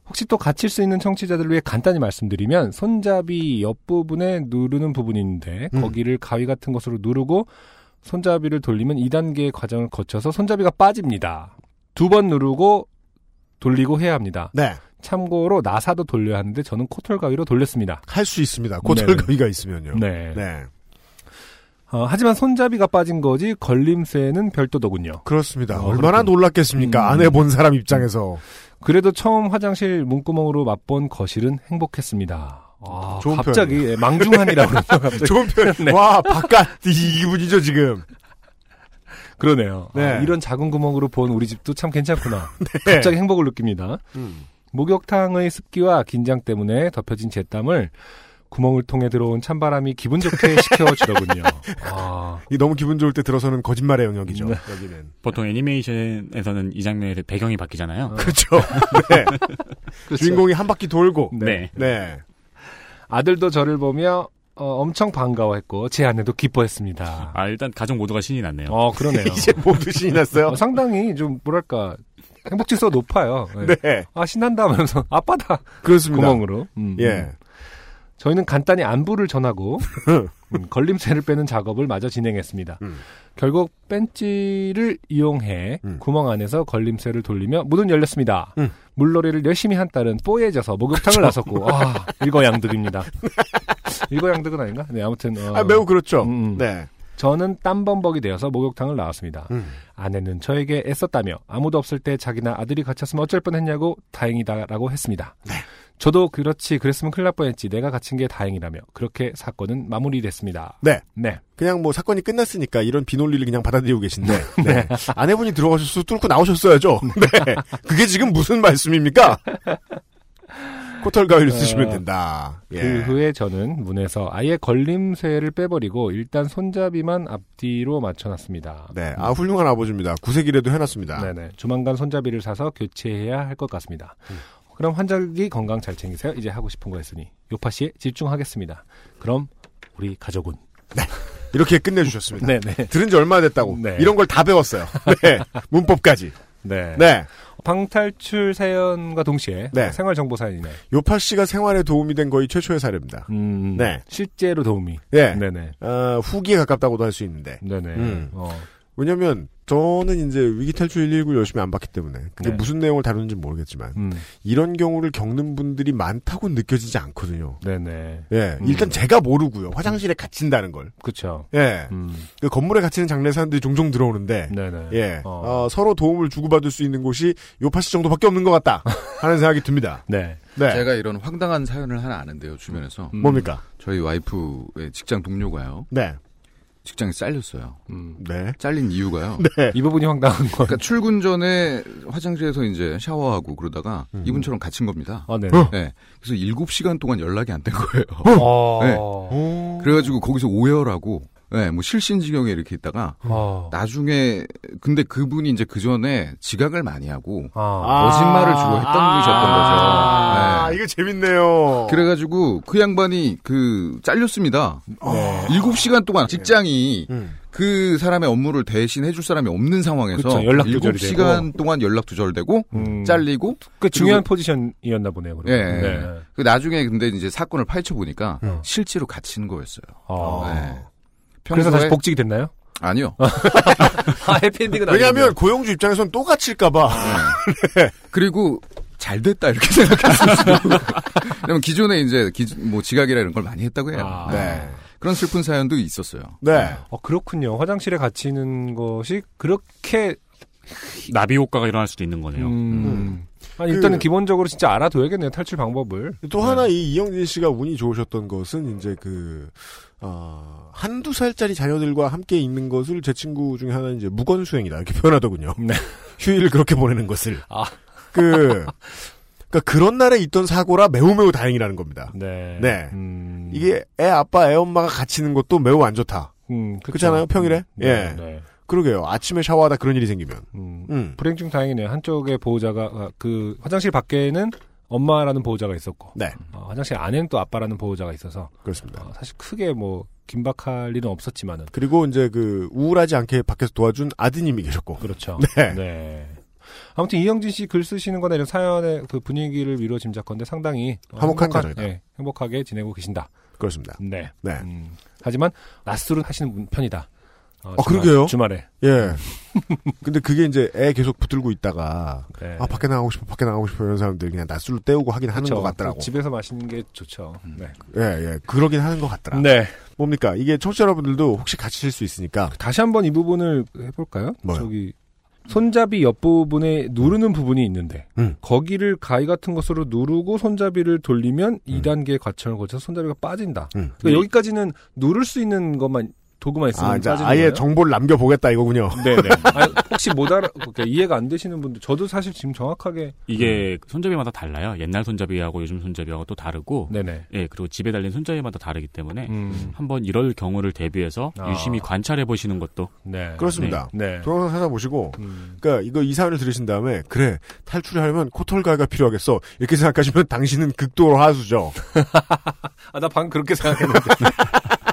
S2: 혹시 또 갇힐 수 있는 청취자들을 위해 간단히 말씀드리면 손잡이 옆부분에 누르는 부분인데
S1: 음.
S2: 거기를 가위 같은 것으로 누르고 손잡이를 돌리면 2단계의 과정을 거쳐서 손잡이가 빠집니다. 두 번 누르고 돌리고 해야 합니다.
S1: 네.
S2: 참고로 나사도 돌려야 하는데 저는 코털 가위로 돌렸습니다.
S1: 할 수 있습니다. 코털
S2: 네네.
S1: 가위가 있으면요.
S2: 네.
S1: 네.
S2: 어, 하지만 손잡이가 빠진 거지 걸림쇠는 별도더군요.
S1: 그렇습니다.
S2: 어,
S1: 얼마나 놀랐겠습니까? 안 해본 사람 입장에서.
S2: 그래도 처음 화장실 문구멍으로 맛본 거실은 행복했습니다. 아,
S1: 좋은
S2: 갑자기 예, 망중한이라고 그러죠, 갑자기.
S1: 좋은 표현.
S2: 네.
S1: 와, 바깥 이 기분이죠 지금.
S2: 그러네요. 아,
S1: 네.
S2: 이런 작은 구멍으로 본 우리 집도 참 괜찮구나.
S1: 네.
S2: 갑자기 행복을 느낍니다.
S1: 음.
S2: 목욕탕의 습기와 긴장 때문에 덮여진 제 땀을 구멍을 통해 들어온 찬바람이 기분 좋게 식혀주더군요. 아,
S1: 이 너무 기분 좋을 때 들어서는 거짓말의 영역이죠.
S3: 네.
S1: 여기는.
S3: 보통 애니메이션에서는 이 장면에 배경이
S2: 어.
S3: 바뀌잖아요.
S1: 그렇죠. 네.
S2: 그렇죠.
S1: 주인공이 한 바퀴 돌고.
S3: 네.
S1: 네.
S2: 아들도 저를 보며 어, 엄청 반가워했고 제 아내도 기뻐했습니다.
S3: 아, 일단 가족 모두가 신이 났네요.
S2: 어, 그러네요.
S1: 이제 모두 신이 났어요.
S2: 어, 상당히 좀 뭐랄까 행복지수가 높아요. 예.
S1: 네.
S2: 아 신난다 하면서 아빠다
S1: 그렇습니다.
S2: 구멍으로. 음,
S1: 예.
S2: 음. 저희는 간단히 안부를 전하고 음, 걸림쇠를 빼는 작업을 마저 진행했습니다.
S1: 음.
S2: 결국 벤치를 이용해 구멍 안에서 걸림쇠를 돌리며 문은 열렸습니다.
S1: 음.
S2: 물놀이를 열심히 한 딸은 뽀얘져서 목욕탕을 나섰고 아 일거양득입니다. 일거양득은 아닌가? 네 아무튼 어,
S1: 아, 매우 그렇죠.
S2: 음.
S1: 네. 음.
S2: 저는 땀범벅이 되어서 목욕탕을 나왔습니다. 아내는 저에게 애썼다며 아무도 없을 때 자기나 아들이 갇혔으면 어쩔 뻔했냐고 다행이다라고 했습니다.
S1: 네.
S2: 저도 그렇지 그랬으면 큰일 날 뻔했지 내가 갇힌 게 다행이라며 그렇게 사건은 마무리됐습니다.
S1: 네.
S2: 네.
S1: 그냥 뭐 사건이 끝났으니까 이런 비논리를 그냥 받아들이고 계신데 네. 아내분이 들어가셔서 뚫고 나오셨어야죠. 네. 그게 지금 무슨 말씀입니까? 코털 가위를 쓰시면 된다. 예.
S2: 네. 그 후에 저는 문에서 아예 걸림쇠를 빼버리고 일단 손잡이만 앞뒤로 맞춰놨습니다. 음.
S1: 네, 아 훌륭한 아버지입니다. 구색이라도 해놨습니다.
S2: 네네. 조만간 손잡이를 사서 교체해야 할 것 같습니다.
S1: 음.
S2: 그럼 환절기 건강 잘 챙기세요. 이제 하고 싶은 거 했으니 요파 씨에 집중하겠습니다. 그럼 우리 가족은
S1: 네. 이렇게 끝내주셨습니다.
S2: 네, 네.
S1: 들은 지 얼마 됐다고.
S2: 네.
S1: 이런 걸 다 배웠어요. 네. 문법까지.
S2: 네.
S1: 네.
S2: 방탈출 사연과 동시에 생활 정보 사연이네.
S1: 요파 씨가 생활에 도움이 된 거의 최초의 사례입니다.
S2: 음.
S1: 네.
S2: 실제로 도움이.
S1: 예.
S2: 네네.
S1: 어, 후기에 가깝다고도 할 수 있는데.
S2: 네네.
S1: 음.
S2: 어.
S1: 왜냐면 저는 이제 위기탈출 119를 열심히 안 봤기 때문에 그게
S2: 네.
S1: 무슨 내용을 다루는지 모르겠지만
S2: 음.
S1: 이런 경우를 겪는 분들이 많다고 느껴지지 않거든요.
S2: 네네.
S1: 예,
S2: 음.
S1: 일단 제가 모르고요. 화장실에 갇힌다는 걸.
S2: 그쵸.
S1: 예,
S2: 음.
S1: 그 건물에 갇히는 장례 사람들이 종종 들어오는데,
S2: 네네.
S1: 예,
S2: 어.
S1: 어, 서로 도움을 주고받을 수 있는 곳이 요파시 정도밖에 없는 것 같다 하는 생각이 듭니다.
S2: 네.
S1: 네. 음.
S4: 제가 이런 황당한 사연을 하나 아는데요, 주변에서. 음.
S1: 뭡니까?
S4: 저희 와이프의 직장 동료가요.
S1: 네.
S4: 직장에 잘렸어요.
S1: 네.
S4: 잘린 이유가요.
S1: 네.
S2: 이 부분이 황당한 거.
S4: 그러니까 출근 전에 화장실에서 이제 샤워하고 그러다가 이분처럼 갇힌 겁니다.
S2: 음. 아, 네.
S1: 어.
S4: 네. 그래서 7시간 동안 연락이 안 된 거예요.
S2: 어.
S4: 네. 그래가지고 거기서 오열하고, 네, 뭐 실신지경에 이렇게 있다가,
S1: 아.
S2: 어.
S4: 나중에, 근데 그분이 이제 그 전에 지각을 많이 하고,
S2: 아.
S4: 거짓말을 주로 했던 분이셨던 거죠.
S1: 아,
S4: 네.
S1: 이거 재밌네요.
S4: 그래가지고 그 양반이 그 잘렸습니다.
S1: 네.
S4: 일곱 시간 동안 직장이 그 사람의 업무를 대신 해줄 사람이 없는 상황에서
S2: 그쵸, 연락
S4: 일곱
S2: 조절이
S4: 시간 동안 연락 두절되고 잘리고
S2: 그
S4: 그리고-
S2: 중요한 포지션이었나 보네요. 그러면.
S4: 예. 예. 그 나중에 근데 이제 사건을 파헤쳐 보니까 실제로 갇힌 거였어요.
S2: 아.
S4: 예.
S2: 그래서 다시
S4: 평소에-
S2: 복직이 됐나요?
S4: 아니요.
S2: 해피엔딩은
S1: 왜냐하면 고용주 입장에선 또 갇힐까봐.
S4: 네.
S1: 네.
S4: 그리고 잘 됐다 이렇게 생각했어요. 왜냐면 기존에 이제 기, 뭐 지각이라 이런 걸 많이 했다고 해요.
S2: 아.
S4: 네. 그런 슬픈 사연도 있었어요.
S1: 네.
S2: 어, 그렇군요. 화장실에 갇히는 것이 그렇게
S3: 나비 효과가 일어날 수도 있는 거네요.
S2: 음. 아니, 일단은
S1: 그-
S2: 기본적으로 진짜 알아둬야겠네요. 탈출 방법을.
S1: 또 하나 이 이영진 씨가 운이 좋으셨던 것은 이제 그 어, 한두 살짜리 자녀들과 함께 있는 것을 제 친구 중에 하나는 이제 무건 수행이다 이렇게 표현하더군요.
S2: 네.
S1: 휴일을 그렇게 보내는 것을.
S2: 아.
S1: 그 그러니까 그런 날에 있던 사고라 매우 매우 다행이라는 겁니다.
S2: 네.
S1: 네.
S2: 음.
S1: 이게 애 아빠 애 엄마가 갇히는 것도 매우 안 좋다.
S2: 음, 그쵸.
S1: 그렇잖아요 평일에.
S2: 네,
S1: 예.
S2: 네.
S1: 그러게요. 아침에 샤워하다 그런 일이 생기면.
S2: 음.
S1: 음.
S2: 불행 중 다행이네요. 한쪽에 보호자가 아, 그 화장실 밖에는 엄마라는 보호자가 있었고
S1: 네.
S2: 어, 화장실 안에는 또 아빠라는 보호자가 있어서
S1: 그렇습니다.
S2: 어, 사실 크게 뭐 긴박할 일은 없었지만은
S1: 그리고 이제 그 우울하지 않게 밖에서 도와준 아드님이 계셨고.
S2: 그렇죠.
S1: 네.
S2: 아무튼 이영진 씨 글 쓰시는 거나 이런 사연의 그 분위기를 위로 짐작건데 상당히 어,
S1: 화목한
S2: 행복하-
S1: 가정이다.
S2: 예, 행복하게 지내고 계신다.
S1: 그렇습니다.
S2: 네.
S1: 네.
S2: 음, 하지만 낮술은 하시는 분- 편이다. 어,
S1: 아,
S2: 주말-
S1: 그러게요.
S2: 주말에.
S1: 예. 근데 그게 이제 애 계속 붙들고 있다가
S2: 네.
S1: 아 밖에 나가고 싶어 밖에 나가고 싶어 이런 사람들 그냥 낮술로 때우고 뭐 하긴 하는
S2: 그쵸.
S1: 것 같더라고.
S2: 집에서 마시는 게 좋죠. 네.
S1: 예, 예. 그러긴 하는 것 같더라.
S2: 네.
S1: 뭡니까? 이게 청취자 여러분들도 혹시 갇히실 수 있으니까
S2: 그 다시 한번 이 부분을 해볼까요?
S1: 뭐요?
S2: 저기 손잡이 옆 부분에 누르는 부분이 있는데
S1: 음.
S2: 거기를 가위 같은 것으로 누르고 손잡이를 돌리면 2단계 과천을 거쳐서 손잡이가 빠진다.
S1: 음.
S2: 그러니까 여기까지는 누를 수 있는 것만 도구만 있으면
S1: 아, 이제
S2: 빠지는
S1: 아예
S2: 거예요.
S1: 정보를 남겨보겠다 이거군요.
S2: 네네. 아니, 혹시 못 알아 그러니까 이해가 안 되시는 분들 저도 사실 지금 정확하게
S3: 이게
S2: 음.
S3: 손잡이마다 달라요. 옛날 손잡이하고 요즘 손잡이하고 또 다르고,
S2: 네네.
S3: 예, 그리고 집에 달린 손잡이마다 다르기 때문에
S2: 음.
S3: 한번 이럴 경우를 대비해서
S2: 아.
S3: 유심히 관찰해 보시는 것도
S2: 네.
S1: 그렇습니다.
S2: 네.
S1: 동영상 찾아보시고
S2: 음.
S1: 그러니까 이거 이 사연을 들으신 다음에 그래 탈출을 하려면 코털가가 필요하겠어 이렇게 생각하시면 당신은 극도로 하수죠.
S2: 아, 나 방금 그렇게 생각했는데.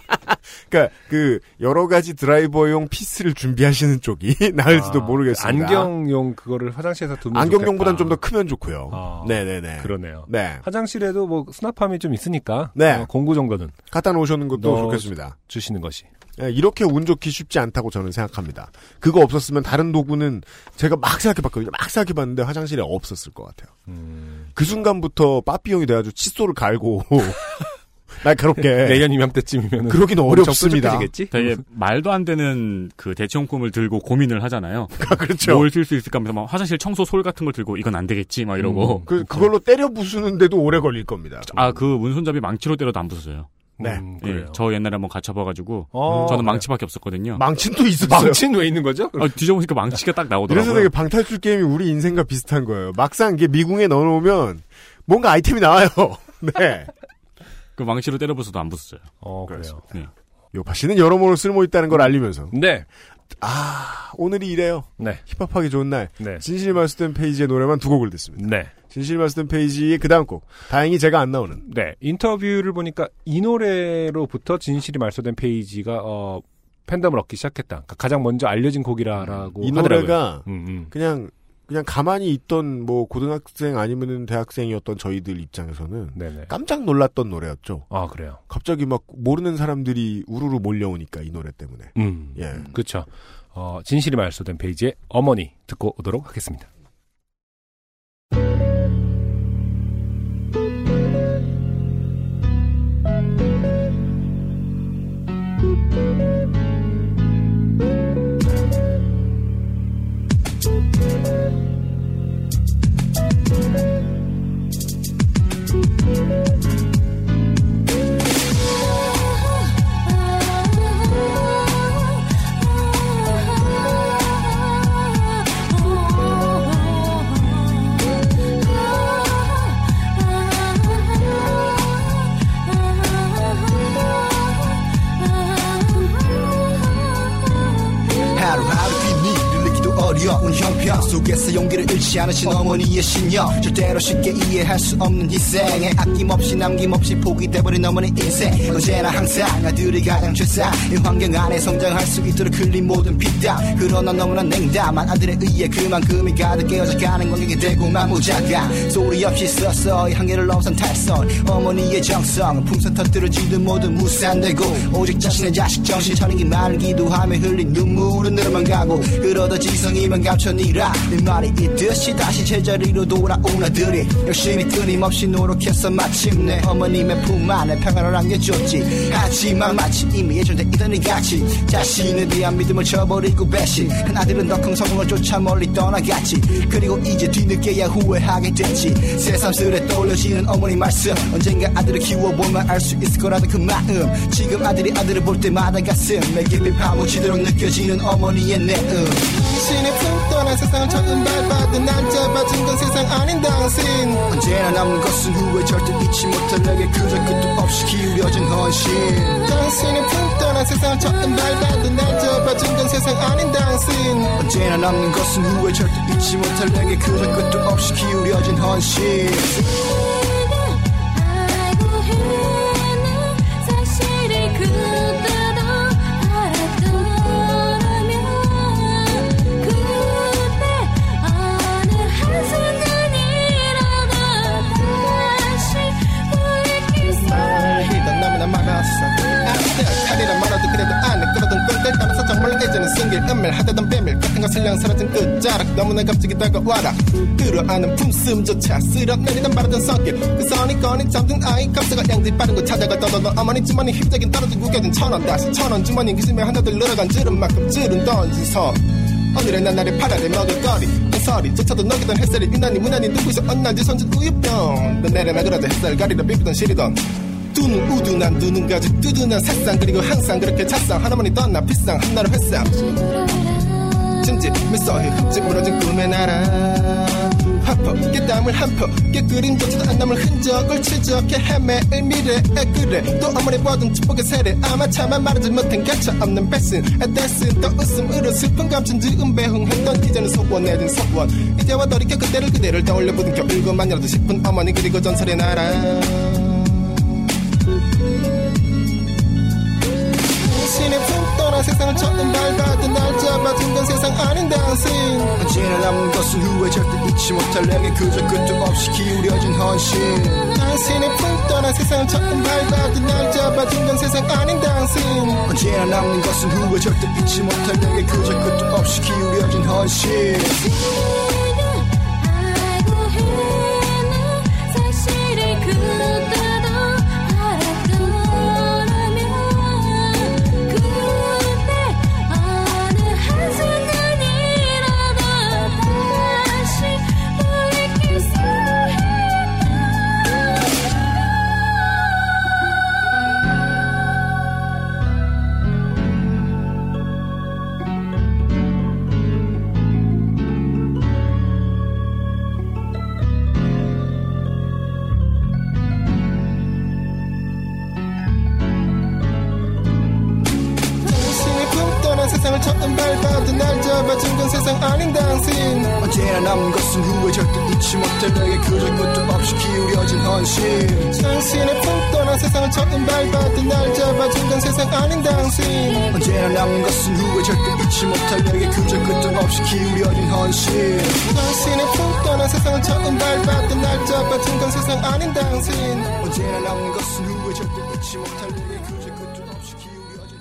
S1: 그러니까 그 여러 가지 드라이버용 피스를 준비하시는 쪽이 나을지도
S2: 아,
S1: 모르겠습니다.
S2: 안경용 그거를 화장실에서 두면
S1: 안경용보단
S2: 좋겠다.
S1: 좀 더 크면 좋고요.
S2: 아.
S1: 네네네.
S2: 그러네요.
S1: 네.
S2: 화장실에도 뭐 수납함이 좀 있으니까
S1: 네.
S2: 어, 공구 정도는
S1: 갖다 놓으시는 것도
S2: 넣어
S1: 좋겠습니다.
S2: 주시는 것이
S1: 예, 이렇게 운 좋기 쉽지 않다고 저는 생각합니다. 그거 없었으면 다른 도구는 제가 막 생각해봤거든요. 막 생각해봤는데 화장실에 없었을 것 같아요.
S2: 음.
S1: 그 순간부터 빠삐용이 돼가지고 칫솔을 갈고 날카롭게
S2: 내년 이맘때쯤이면
S1: 그러긴 어렵습니다.
S2: 음.
S3: 되게 말도 안 되는 그 대체용품을 들고 고민을 하잖아요.
S1: 그렇죠.
S3: 뭘 쓸 수 있을까 하면서 막 화장실 청소 솔 같은 걸 들고 이건 안 되겠지 막 이러고.
S1: 그, 그걸로 때려 부수는데도 오래 걸릴 겁니다.
S3: 아그 문손잡이 망치로 때려도 안 부서져요.
S2: 음,
S1: 네.
S3: 예, 저 옛날에 한번 갇혀봐가지고
S2: 어,
S3: 저는
S2: 네.
S3: 망치밖에 없었거든요.
S1: 망친 또 있었어요.
S2: 망치는 왜 있는 거죠?
S3: 아, 뒤져보니까 망치가 딱
S1: 그래서
S3: 나오더라고요.
S1: 되게 방탈출 게임이 우리 인생과 비슷한 거예요. 막상 이게 미궁에 넣어놓으면 뭔가 아이템이 나와요. 네.
S3: 그 망치로 때려부숴도 안 부서져요.
S2: 어 그래요.
S3: 네.
S1: 요파 씨는 여러모로 쓸모 있다는 걸 알리면서.
S2: 네.
S1: 아, 오늘이 이래요.
S2: 네.
S1: 힙합하기 좋은 날.
S2: 네.
S1: 진실 말스된 페이지의 노래만 두 곡을 듣습니다.
S2: 네.
S1: 진실 말스된 페이지의 그 다음 곡. 다행히 제가 안 나오는.
S2: 네. 인터뷰를 보니까 이 노래로부터 진실이 말소된 페이지가 어, 팬덤을 얻기 시작했다. 그러니까 가장 먼저 알려진 곡이라라고
S1: 이
S2: 하더라고요.
S1: 노래가
S2: 음, 음.
S1: 그냥 그냥 가만히 있던 뭐 고등학생 아니면은 대학생이었던 저희들 입장에서는
S2: 네네.
S1: 깜짝 놀랐던 노래였죠.
S2: 아 그래요.
S1: 갑자기 막 모르는 사람들이 우르르 몰려오니까 이 노래 때문에.
S2: 음.
S1: 예.
S2: 그렇죠. 어, 진실이 말소된 페이지의 어머니 듣고 오도록 하겠습니다.
S10: 하루하루 비밀을 느끼도 어려운 형편 속에서 용기를 잃지 않으신 어머니의 신념 절대로 쉽게 이해할 수 없는 희생에 아낌없이 남김없이 포기돼버린 어머니 인생 언제나 항상 아들이 가장 최상 이 환경 안에 성장할 수 있도록 흘린 모든 피땀 그러나 너무나 냉담한 아들에 의해 그만큼이 가득 깨어져 가는 관객이 되고만 무자가 소리 없이 서서히 한계를 넘선 탈선 어머니의 정성 풍선 터뜨려지든 뭐든 무산되고 오직 자신의 자식 정신 차린 게 말을 기도하며 흘린 눈물은 늘어만 가고 그러다 지성이만 감춰니라 내 말이 있듯이 다시 제자리로 돌아온 아들이 열심히 끊임없이 노력해서 마침내 어머님의 품 안에 평안을 안겨줬지 하지만 마치 이미 예전에 있던 이 같이 자신에 대한 믿음을 저버리고 배신 한 아들은 더 큰 성공을 쫓아 멀리 떠나갔지 그리고 이제 뒤늦게야 후회하게 됐지 새삼스레 떠올려지는 어머니 말씀 언젠가 아들을 키워보면 알 수 있을 거라는 그 마음 지금 아들이 아들을 볼 때마다 가슴에 깊이 파묻히도록 느껴지는 어머니의 내음
S15: 신의 품 떠난 세상 처음 밟아든 남자 맞은 건 세상 아닌 당신
S10: 언제나 남는 것은 후회 절대 잊지 못할 내게 그저 끝도 없이 기울여진 헌신
S15: 당신의 품 떠난 세상 처음 밟아든 남자 맞은 건 세상 아닌 당신
S10: 언제나 남는 것은 후회 절대 잊지 못할 내게 그저 끝도 없이 기울여진 헌신
S16: 사실을 그대로 알았더라면 그때 어느 한순간이라도 다시 돌이킬 수
S15: 말이던 너무나 막았어 아득하리라 말아도 그래도 안에 끌어둔 끈들 따라서 정말로 깨지는 승길 은밀 하다던 배밀 같은 거 슬랑 사라진 그 끝자락 너무나 갑자기 다가와라 끌어안은 품슴조차 쓸어내리던 말하던 성길 그 선이 꺼니 잠든 아이 감수가 양지 빠른 거 찾아가 떠도던 어머니 주머니 힘적인 떨어진 구겨진 천원 다시 천원 주머니 기심에 하나둘 늘어간 주름만큼 주름 던진 선 오늘의 나날의 파란에 먹을거리 해설이조차도 녹이던 햇살이 유난히 무난히 눈부셔 언나지 선진 우유병 넌 내려 매그러져 햇살 가리려 비비던 시리던 두눈 우둔한 두 눈 가죽 두둔한 색상 그리고 항상 그렇게 찻상 하나만이 떠나 비상 한나라 회상 찜찜 미소히 흠집 무너진 꿈의 나라 화포 깨땀을 한포 깨그림조차도 안 남을 흔적을 추적해 헤매일 미래의 그래 또 아무리 봐도 축복의 세례 아마 차마 말하지 못한 가차 없는 배신 애들쓴 또 웃음으로 슬픈 감춘 지음 배흥했던 이제는 소원해진 소원 이제와 돌이켜 그때를 그대를 떠올려보는 겨울것만이라도 싶은 어머니 그리고 전설의 나라 당신의 품 떠나 세상을 처음 밟아도 날 잡아준 건 세상 아닌 당신
S10: 언제나 남는 것은 후회 절대 잊지 못할 내게 그저 끝도 없이 기울여진 헌신
S15: 당신의 품 떠나 세상을 처음 밟아도 날 잡아준 건 세상 아닌 당신
S10: 언제나 남는 것은 후회 절대 잊지 못할 내게 그저 끝도 없이 기울여진 헌신
S16: 알고 했나 사실을 그대로 알았더라면 그때 어느 한순간이라도 다시 돌이킬 수 있다
S15: 세상을 처음 밟아도 날 잡아준 건 세상 아닌 당신
S10: 언제나 남은 것은 후회 절대 잊지 못할 너에게 그저 끝도 없이 기울여진 헌신
S15: 당신의 품 떠난 세상을 처음 밟아도 날 잡아준 건 세상 아닌 당신
S10: 언제나 남은 것은 후회 절대 잊지 못할 너에게 그저 끝도 없이 기울여진 헌신
S15: 당신의 품 떠난 세상을 처음 밟아도 날 잡아준 건 세상 아닌 당신
S10: 언제나 남은 것은 후회 절대 잊지 못할 너에게 그저 끝도 없이 기울여진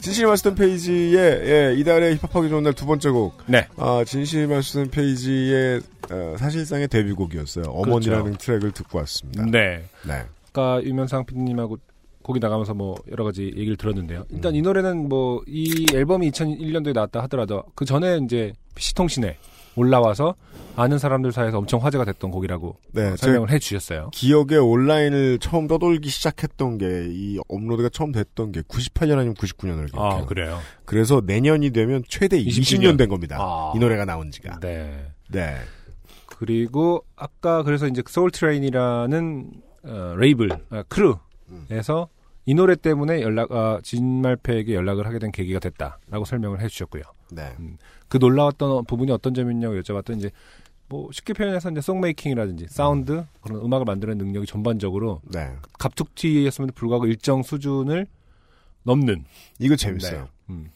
S1: 진실이 말씀 페이지에 예, 이달의 힙합하기 좋은 날 두 번째 곡.
S2: 네.
S1: 아 진실이 말씀 페이지의 어, 사실상의 데뷔곡이었어요. 어머니라는
S2: 그렇죠.
S1: 트랙을 듣고 왔습니다.
S2: 네.
S1: 네.
S2: 아까 유명상 PD님하고 거기 나가면서 뭐 여러 가지 얘기를 들었는데요. 일단
S1: 음.
S2: 이 노래는 뭐 이 앨범이 2001년도에 나왔다 하더라도 그 전에 이제 PC 통신에 올라와서 아는 사람들 사이에서 엄청 화제가 됐던 곡이라고
S1: 네,
S2: 어, 설명을
S1: 제
S2: 해주셨어요.
S1: 기억에 온라인을 처음 떠돌기 시작했던 게 이 업로드가 처음 됐던 게 98년 아니면 99년을 기억해요.
S2: 아 그래요.
S1: 그래서 내년이 되면 최대 20년,
S2: 20년
S1: 된 겁니다.
S2: 아.
S1: 이 노래가 나온 지가.
S2: 네.
S1: 네.
S2: 그리고 아까 그래서 이제 소울 트레인이라는 어, 레이블 아, 크루에서
S1: 음.
S2: 이 노래 때문에 연락 아, 진말패에게 연락을 하게 된 계기가 됐다라고 설명을 해주셨고요.
S1: 네.
S2: 음, 그 놀라웠던 부분이 어떤 점이냐고 여쭤봤더니 이제 뭐 쉽게 표현해서 이제 송메이킹이라든지 사운드 그런 음악을 만드는 능력이 전반적으로
S1: 네.
S2: 갑툭튀였음에도 불구하고 일정 수준을 넘는
S1: 이거 재밌어요.
S2: 네. 음.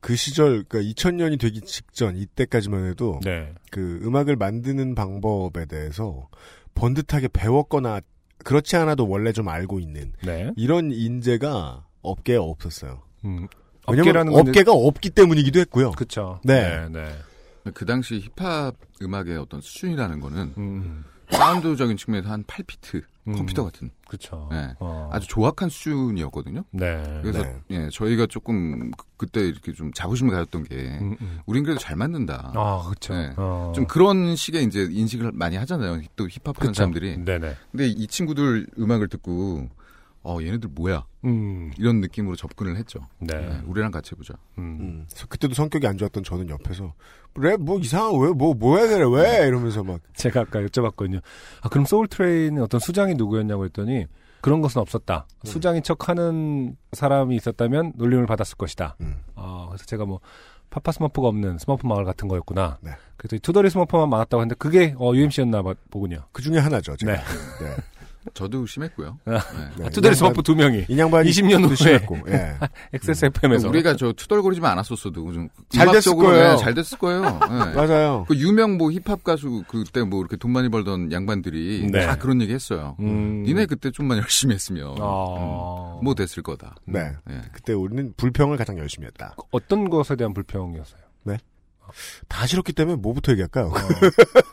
S1: 그 시절 그러니까 2000년이 되기 직전 이때까지만 해도
S2: 네.
S1: 그 음악을 만드는 방법에 대해서 번듯하게 배웠거나 그렇지 않아도 원래 좀 알고 있는
S2: 네.
S1: 이런 인재가 업계에 없었어요.
S2: 음.
S1: 왜냐면
S2: 업계라는 건 이제-
S1: 업계가 없기 때문이기도 했고요.
S2: 그쵸.
S1: 네.
S2: 네.
S4: 그 당시 힙합 음악의 어떤 수준이라는
S2: 음,
S4: 거는 사운드적인 측면에서 한 8피트 컴퓨터 같은
S2: 그쵸.
S4: 네.
S2: 어.
S4: 아주 조악한 수준이었거든요.
S2: 네.
S4: 그래서
S1: 네.
S4: 예, 저희가 조금 그- 그때 이렇게 좀 자부심을 가졌던 게 우린 그래도 잘 만든다.
S2: 음, 아, 그쵸.
S4: 네.
S2: 어.
S4: 좀 그런 식의 이제 인식을 많이 하잖아요. 또 힙합하는
S2: 그쵸.
S4: 사람들이.
S2: 네네.
S4: 근데 이 친구들 음악을 듣고 어 얘네들 뭐야
S2: 음.
S4: 이런 느낌으로 접근을 했죠.
S2: 네.
S4: 예, 우리랑 같이 해보자.
S1: 음. 그래서 그때도 성격이 안 좋았던 저는 옆에서 랩 뭐 이상한 왜뭐 뭐야 그래 왜 이러면서 막
S2: 예, 제가 아까 여쭤봤거든요. 아, 그럼 소울 트레인의 어떤 수장이 누구였냐고 했더니 그런 것은 없었다.
S1: 음.
S2: 수장인 척 하는 사람이 있었다면 놀림을 받았을 것이다.
S1: 음.
S2: 아, 그래서 제가 뭐 파파 스머프가 없는 스머프 마을 같은 거였구나.
S1: 네.
S2: 그래서 투더리 스머프만 많았다고 했는데 그게 어, UMC였나 봐, 보군요.
S1: 그 중에 하나죠. 제가.
S2: 네.
S1: 네.
S4: 저도 심했고요.
S2: 아,
S4: 네.
S2: 투더리 스머프 두 명이
S1: 인양반이
S2: 20년 후에
S1: 심했고, 예.
S2: XSFM에서
S4: 우리가 저 투덜거리지 않았었어도 좀
S1: 잘 됐을
S4: 음악적으로,
S1: 거예요.
S4: 예, 잘 됐을 거예요. 예.
S1: 맞아요.
S4: 그 유명 뭐 힙합 가수 그때 뭐 이렇게 돈 많이 벌던 양반들이
S2: 네.
S4: 다 그런 얘기 했어요.
S2: 음.
S4: 니네 그때 좀만 열심히 했으면
S2: 아.
S4: 음, 뭐 됐을 거다.
S1: 네.
S4: 예.
S1: 그때 우리는 불평을 가장 열심히 했다.
S2: 그
S1: 네?
S2: 어떤 것에 대한 불평이었어요.
S1: 다 싫었기 때문에 뭐부터 얘기할까요?
S4: 어.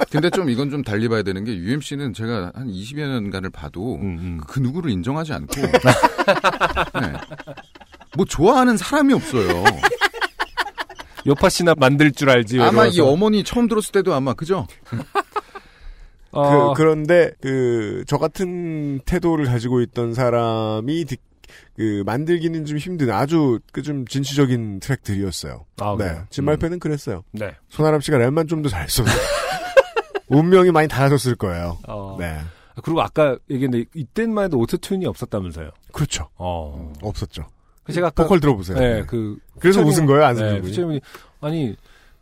S4: 근데 좀 이건 좀 달리 봐야 되는 게 UMC는 제가 한 20여 년간을 봐도
S2: 음,
S4: 그 누구를 인정하지 않고 네. 뭐 좋아하는 사람이 없어요.
S2: 요파 씨나 예, 만들 줄 알지.
S4: 아마 이
S2: 외로워서.
S4: 어머니 처음 들었을 때도 아마 그죠?
S2: 어,
S1: 그, 런데 그 저 같은 태도를 가지고 있던 사람이 듣- 그 만들기는 좀 힘든 아주 그 좀 진취적인 트랙들이었어요.
S2: 아,
S1: 네,
S2: 그래요?
S1: 진말패는 그랬어요.
S2: 네.
S1: 손아람 씨가 랩만 좀 더 잘했어도 운명이 많이 달라졌을 거예요.
S2: 어.
S1: 네,
S2: 그리고 아까 얘기했는데 이때만 해도 오토튠이 없었다면서요.
S1: 그렇죠.
S2: 어.
S1: 없었죠.
S2: 그 제가 아까
S1: 보컬 들어보세요.
S2: 네,
S1: 네.
S2: 그
S1: 그래서 웃은 거예요, 안승준
S2: 네,
S1: 군이?
S2: 피처님이 아니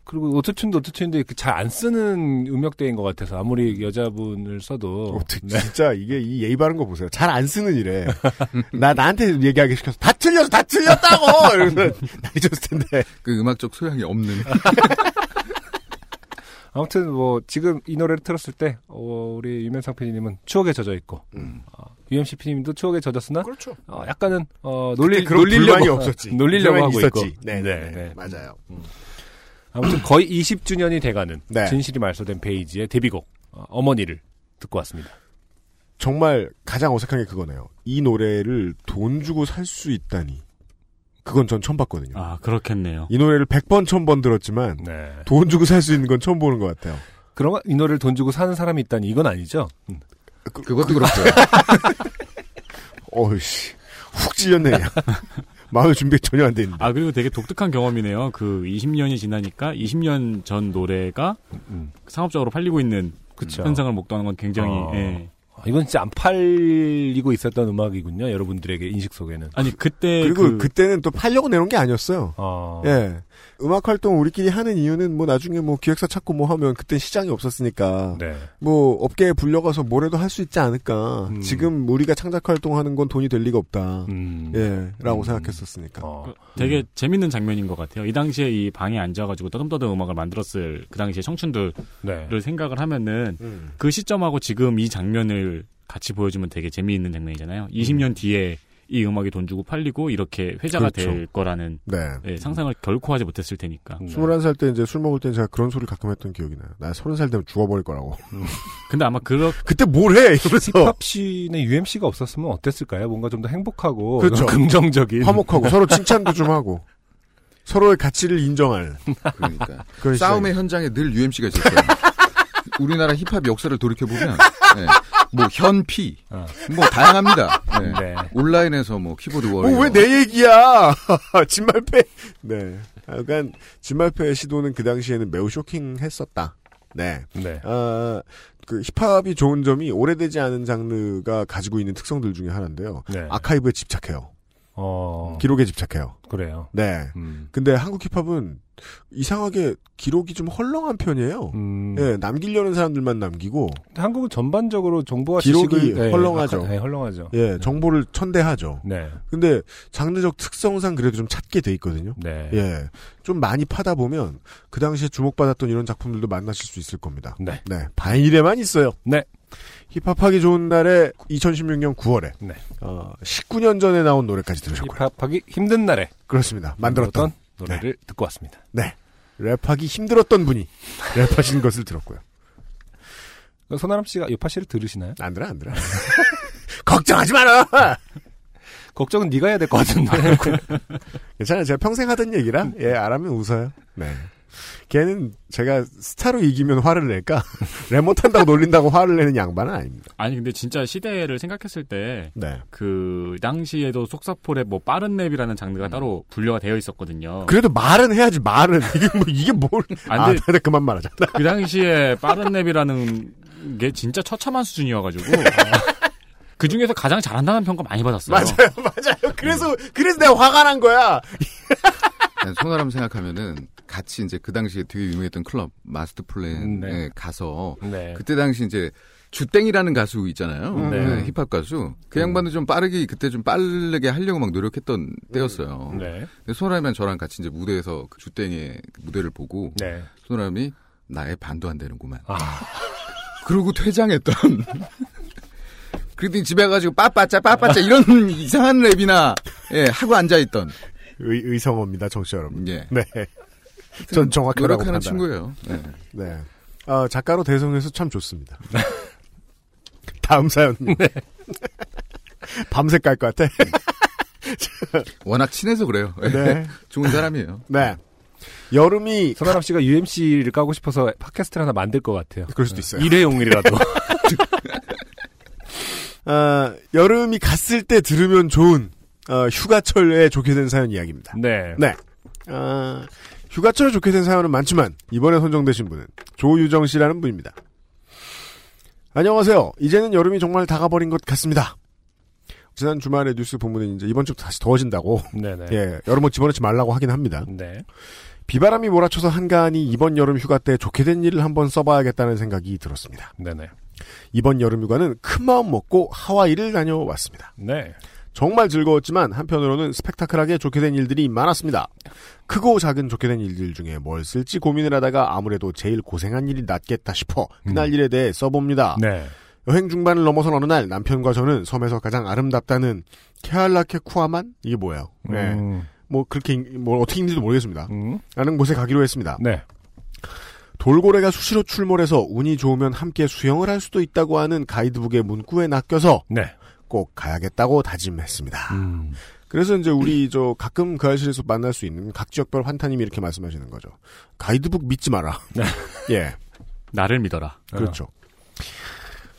S2: 그리고 오토튠도 오토튠인데 그 잘 안 쓰는 음역대인 것 같아서 아무리 여자분을 써도 네.
S1: 어떻게 진짜 이게 이 예의 바른 거 보세요. 잘 안 쓰는 일에 나 나한테 얘기하게 시켜서 다 틀려서 다 틀렸다고 이러면서 난리 쳤을 텐데.
S4: 그 음악적 소양이 없는
S2: 아무튼 뭐 지금 이 노래를 틀었을 때 어, 우리 유면상 PD님은 추억에 젖어 있고 어, UMC PD님도 추억에 젖었으나
S1: 음. 그렇죠.
S2: 어, 약간은 어,
S1: 그때
S2: 놀리
S1: 그런 불만이
S2: 놀리려고
S1: 없었지.
S2: 놀리려고
S1: 불만이
S2: 하고
S1: 있었지.
S2: 있고
S1: 네, 네,
S2: 네.
S1: 맞아요.
S2: 아무튼 거의 20주년이 돼가는
S1: 네.
S2: 진실이 말소된 페이지의 데뷔곡 어, 어머니를 듣고 왔습니다.
S1: 정말 가장 어색한 게 그거네요. 이 노래를 돈 주고 살 수 있다니. 그건 전 처음 봤거든요.
S3: 아 그렇겠네요.
S1: 이 노래를 100번, 1000번 들었지만
S2: 네.
S1: 돈 주고 살 수 있는 건 처음 보는 것 같아요.
S2: 그럼 이 노래를 돈 주고 사는 사람이 있다니 이건 아니죠? 음.
S4: 그것도 그렇고요.
S1: 어이씨. 훅 찔렸네, 그냥. 마음의 준비 전혀 안 돼 있는데.
S3: 아 그리고 되게 독특한 경험이네요. 그 20년이 지나니까 20년 전 노래가
S2: 음.
S3: 상업적으로 팔리고 있는
S2: 그쵸.
S3: 현상을 목도하는 건 굉장히
S2: 어.
S3: 예.
S2: 아, 이건 진짜 안 팔리고 있었던 음악이군요. 여러분들에게 인식 속에는.
S3: 아니 그때
S1: 그리고 그... 때는또 팔려고 내놓은 게 아니었어요.
S2: 어.
S1: 예. 음악 활동 우리끼리 하는 이유는 뭐 나중에 뭐 기획사 찾고 뭐 하면 그땐 시장이 없었으니까
S2: 네.
S1: 뭐 업계에 불려가서 뭐라도 할 수 있지 않을까.
S2: 음.
S1: 지금 우리가 창작 활동하는 건 돈이 될 리가 없다.
S2: 음. 아.
S1: 예. 라고 생각했었으니까.
S3: 그 되게 재밌는 장면인 것 같아요. 이 당시에 이 방에 앉아가지고 떠듬떠듬 음악을 만들었을 그 당시에 청춘들을
S2: 네.
S3: 생각을 하면은
S2: 음.
S3: 그 시점하고 지금 이 장면을 같이 보여주면 되게 재미있는
S1: 음.
S3: 장면이잖아요. 20년 뒤에 이 음악이 돈 주고 팔리고 이렇게 회자가
S1: 그렇죠.
S3: 될 거라는
S1: 네. 음.
S3: 예, 상상을 결코 하지 못했을 테니까.
S2: 음.
S1: 21살 때 이제 술 먹을 때 제가 그런 소리를 가끔 했던 기억이 나요. 나 30살 되면 죽어버릴 거라고.
S2: 음.
S3: 근데 아마 그렇
S1: 그때 뭘 해? 이러면서.
S2: 힙합 씬에 UMC가 없었으면 어땠을까요? 뭔가 좀 더 행복하고
S1: 그렇죠.
S2: 긍정적인
S1: 화목하고 서로 칭찬도 좀 하고 서로의 가치를 인정할
S4: 그러니까
S1: 그런
S4: 싸움의 현장에 늘 UMC가 있었어요. 우리나라 힙합 역사를 돌이켜 보면 뭐 현피 뭐 다양합니다. 네. 온라인에서 뭐 키보드 워.
S1: 어, 뭐왜 내 얘기야? 진말패. 네. 약간 진말패의 시도는 그 당시에는 매우 쇼킹했었다. 네.
S2: 네.
S1: 아, 그 힙합이 좋은 점이 오래되지 않은 장르가 가지고 있는 특성들 중에 하나인데요.
S2: 네.
S1: 아카이브에 집착해요.
S2: 어.
S1: 기록에 집착해요.
S2: 그래요.
S1: 네.
S2: 음.
S1: 근데 한국 힙합은 이상하게 기록이 좀 헐렁한 편이에요. 예, 남기려는 사람들만 남기고
S2: 음. 한국은 전반적으로 정보화
S1: 기록이
S2: 지식을- 네,
S1: 헐렁하죠.
S2: 약간, 네, 헐렁하죠.
S1: 예, 정보를 천대하죠.
S2: 네.
S1: 근데 장르적 특성상 그래도 좀 찾게 돼 있거든요.
S2: 네.
S1: 예. 좀 많이 파다 보면 그 당시에 주목받았던 이런 작품들도 만나실 수 있을 겁니다.
S2: 네.
S1: 네. 바인일에만 있어요.
S2: 네.
S1: 힙합하기 좋은 날에 2016년 9월에
S2: 네.
S1: 어, 19년 전에 나온 노래까지 들으셨고요.
S2: 힙합하기 힘든 날에
S1: 그렇습니다. 만들었던
S2: 노래를 듣고 왔습니다.
S1: 네. 랩하기 힘들었던 분이 랩하신 것을 들었고요.
S2: 손아람 씨가 요파 씨를 들으시나요?
S1: 안 들어, 안 들어. 걱정하지 마라.
S2: 걱정은 네가 해야 될 것 같은데.
S1: 괜찮아요. 제가 평생 하던 얘기라 예, 안 하면 웃어요. 네. 걔는 제가 스타로 이기면 화를 낼까? 랩 못한다고 놀린다고 화를 내는 양반은 아닙니다.
S3: 아니 근데 진짜 시대를 생각했을 때
S1: 네.
S3: 그 당시에도 속사포랩 뭐 빠른 랩이라는 장르가 따로 분류가 되어 있었거든요.
S1: 음. 그래도 뭐 말은 해야지 말은 이게 뭐 이게 뭘?
S3: 안
S1: 아,
S3: 돼.
S1: 나 그만 말하자.
S3: 그 당시에 빠른 랩이라는 게 진짜 처참한 수준이어가지고 그 중에서 가장 잘한다는 평가 많이 받았어요.
S1: 맞아요, 맞아요. 그래서 음. 그래서 내가 화가 난 거야.
S4: 네, 손아람 생각하면은 같이 이제 그 당시에 되게 유명했던 클럽 마스터 플랜에 가서
S2: 네.
S4: 그때 당시 이제 주땡이라는 가수 있잖아요.
S2: 네.
S4: 네, 힙합 가수. 그 양반도 좀 빠르게 그때 좀 빠르게 하려고 막 노력했던 때였어요.
S2: 네.
S4: 근데 손아람이랑 저랑 같이 이제 무대에서 그 주땡의 그 무대를 보고
S2: 네. 아.
S4: 손아람이 나의 반도 안 되는구만. 그러고 퇴장했던. 그랬더니 집에 가지고 빠빠짜 빠빠짜 이런 이상한 랩이나 예, 하고 앉아있던.
S1: 의, 의성어입니다, 정치 여러분.
S4: 예.
S1: 네. 전 정확하다고
S4: 노력하는
S1: 판단합니다.
S4: 친구예요. 네.
S1: 네. 아, 작가로 대성해서 참 좋습니다. 다음 사연입니다.
S4: 네.
S1: 밤새 깔 것 같아.
S4: 워낙 친해서 그래요.
S1: 네.
S4: 좋은 사람이에요.
S1: 네. 여름이
S2: 손아람 씨가 UMC를 까고 싶어서 팟캐스트를 하나 만들 것 같아요.
S1: 그럴 수도 있어요.
S2: 일회용이라도.
S1: 아, 여름이 갔을 때 들으면 좋은 어, 휴가철에 좋게 된 사연 이야기입니다.
S2: 네.
S1: 네. 아, 휴가철에 좋게 된 사연은 많지만 이번에 선정되신 분은 조유정 씨라는 분입니다. 안녕하세요. 이제는 여름이 정말 다가버린 것 같습니다. 지난 주말에 뉴스 보면은 이제 이번 주 다시 더워진다고
S2: 네네.
S1: 예 여름옷 집어넣지 말라고 하긴 합니다.
S2: 네.
S1: 비바람이 몰아쳐서 한가하니 이번 여름 휴가 때 좋게 된 일을 한번 써봐야겠다는 생각이 들었습니다.
S2: 네네.
S1: 이번 여름 휴가는 큰 마음 먹고 하와이를 다녀왔습니다.
S2: 네.
S1: 정말 즐거웠지만 한편으로는 스펙타클하게 좋게 된 일들이 많았습니다. 크고 작은 좋게 된 일들 중에 뭘 쓸지 고민을 하다가 아무래도 제일 고생한 일이 낫겠다 싶어 그날 일에 대해 써봅니다.
S2: 음. 네.
S1: 여행 중반을 넘어선 어느 날 남편과 저는 섬에서 가장 아름답다는 케알라케 쿠아만 이게 뭐예요? 네.
S2: 음.
S1: 뭐 그렇게 인- 뭐 어떻게 읽는지도 모르겠습니다.
S2: 음.
S1: 라는 곳에 가기로 했습니다.
S2: 네.
S1: 돌고래가 수시로 출몰해서 운이 좋으면 함께 수영을 할 수도 있다고 하는 가이드북의 문구에 낚여서
S2: 네.
S1: 꼭 가야겠다고 다짐했습니다.
S2: 음.
S1: 그래서 이제 우리 저 가끔 그 아실에서 만날 수 있는 각 지역별 환타님이 이렇게 말씀하시는 거죠. 가이드북 믿지 마라.
S2: 네.
S1: 예,
S3: 나를 믿어라.
S1: 그렇죠.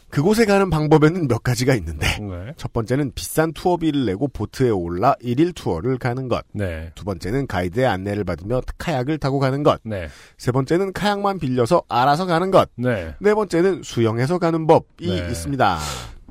S1: 그곳에 가는 방법에는 몇 가지가 있는데
S2: 네.
S1: 첫 번째는 비싼 투어비를 내고 보트에 올라 일일 투어를 가는 것.
S2: 네.
S1: 두 번째는 가이드의 안내를 받으며 카약을 타고 가는 것.
S2: 네.
S1: 세 번째는 카약만 빌려서 알아서 가는 것.
S2: 네.
S1: 네 번째는 수영해서 가는 법이
S2: 네.
S1: 있습니다.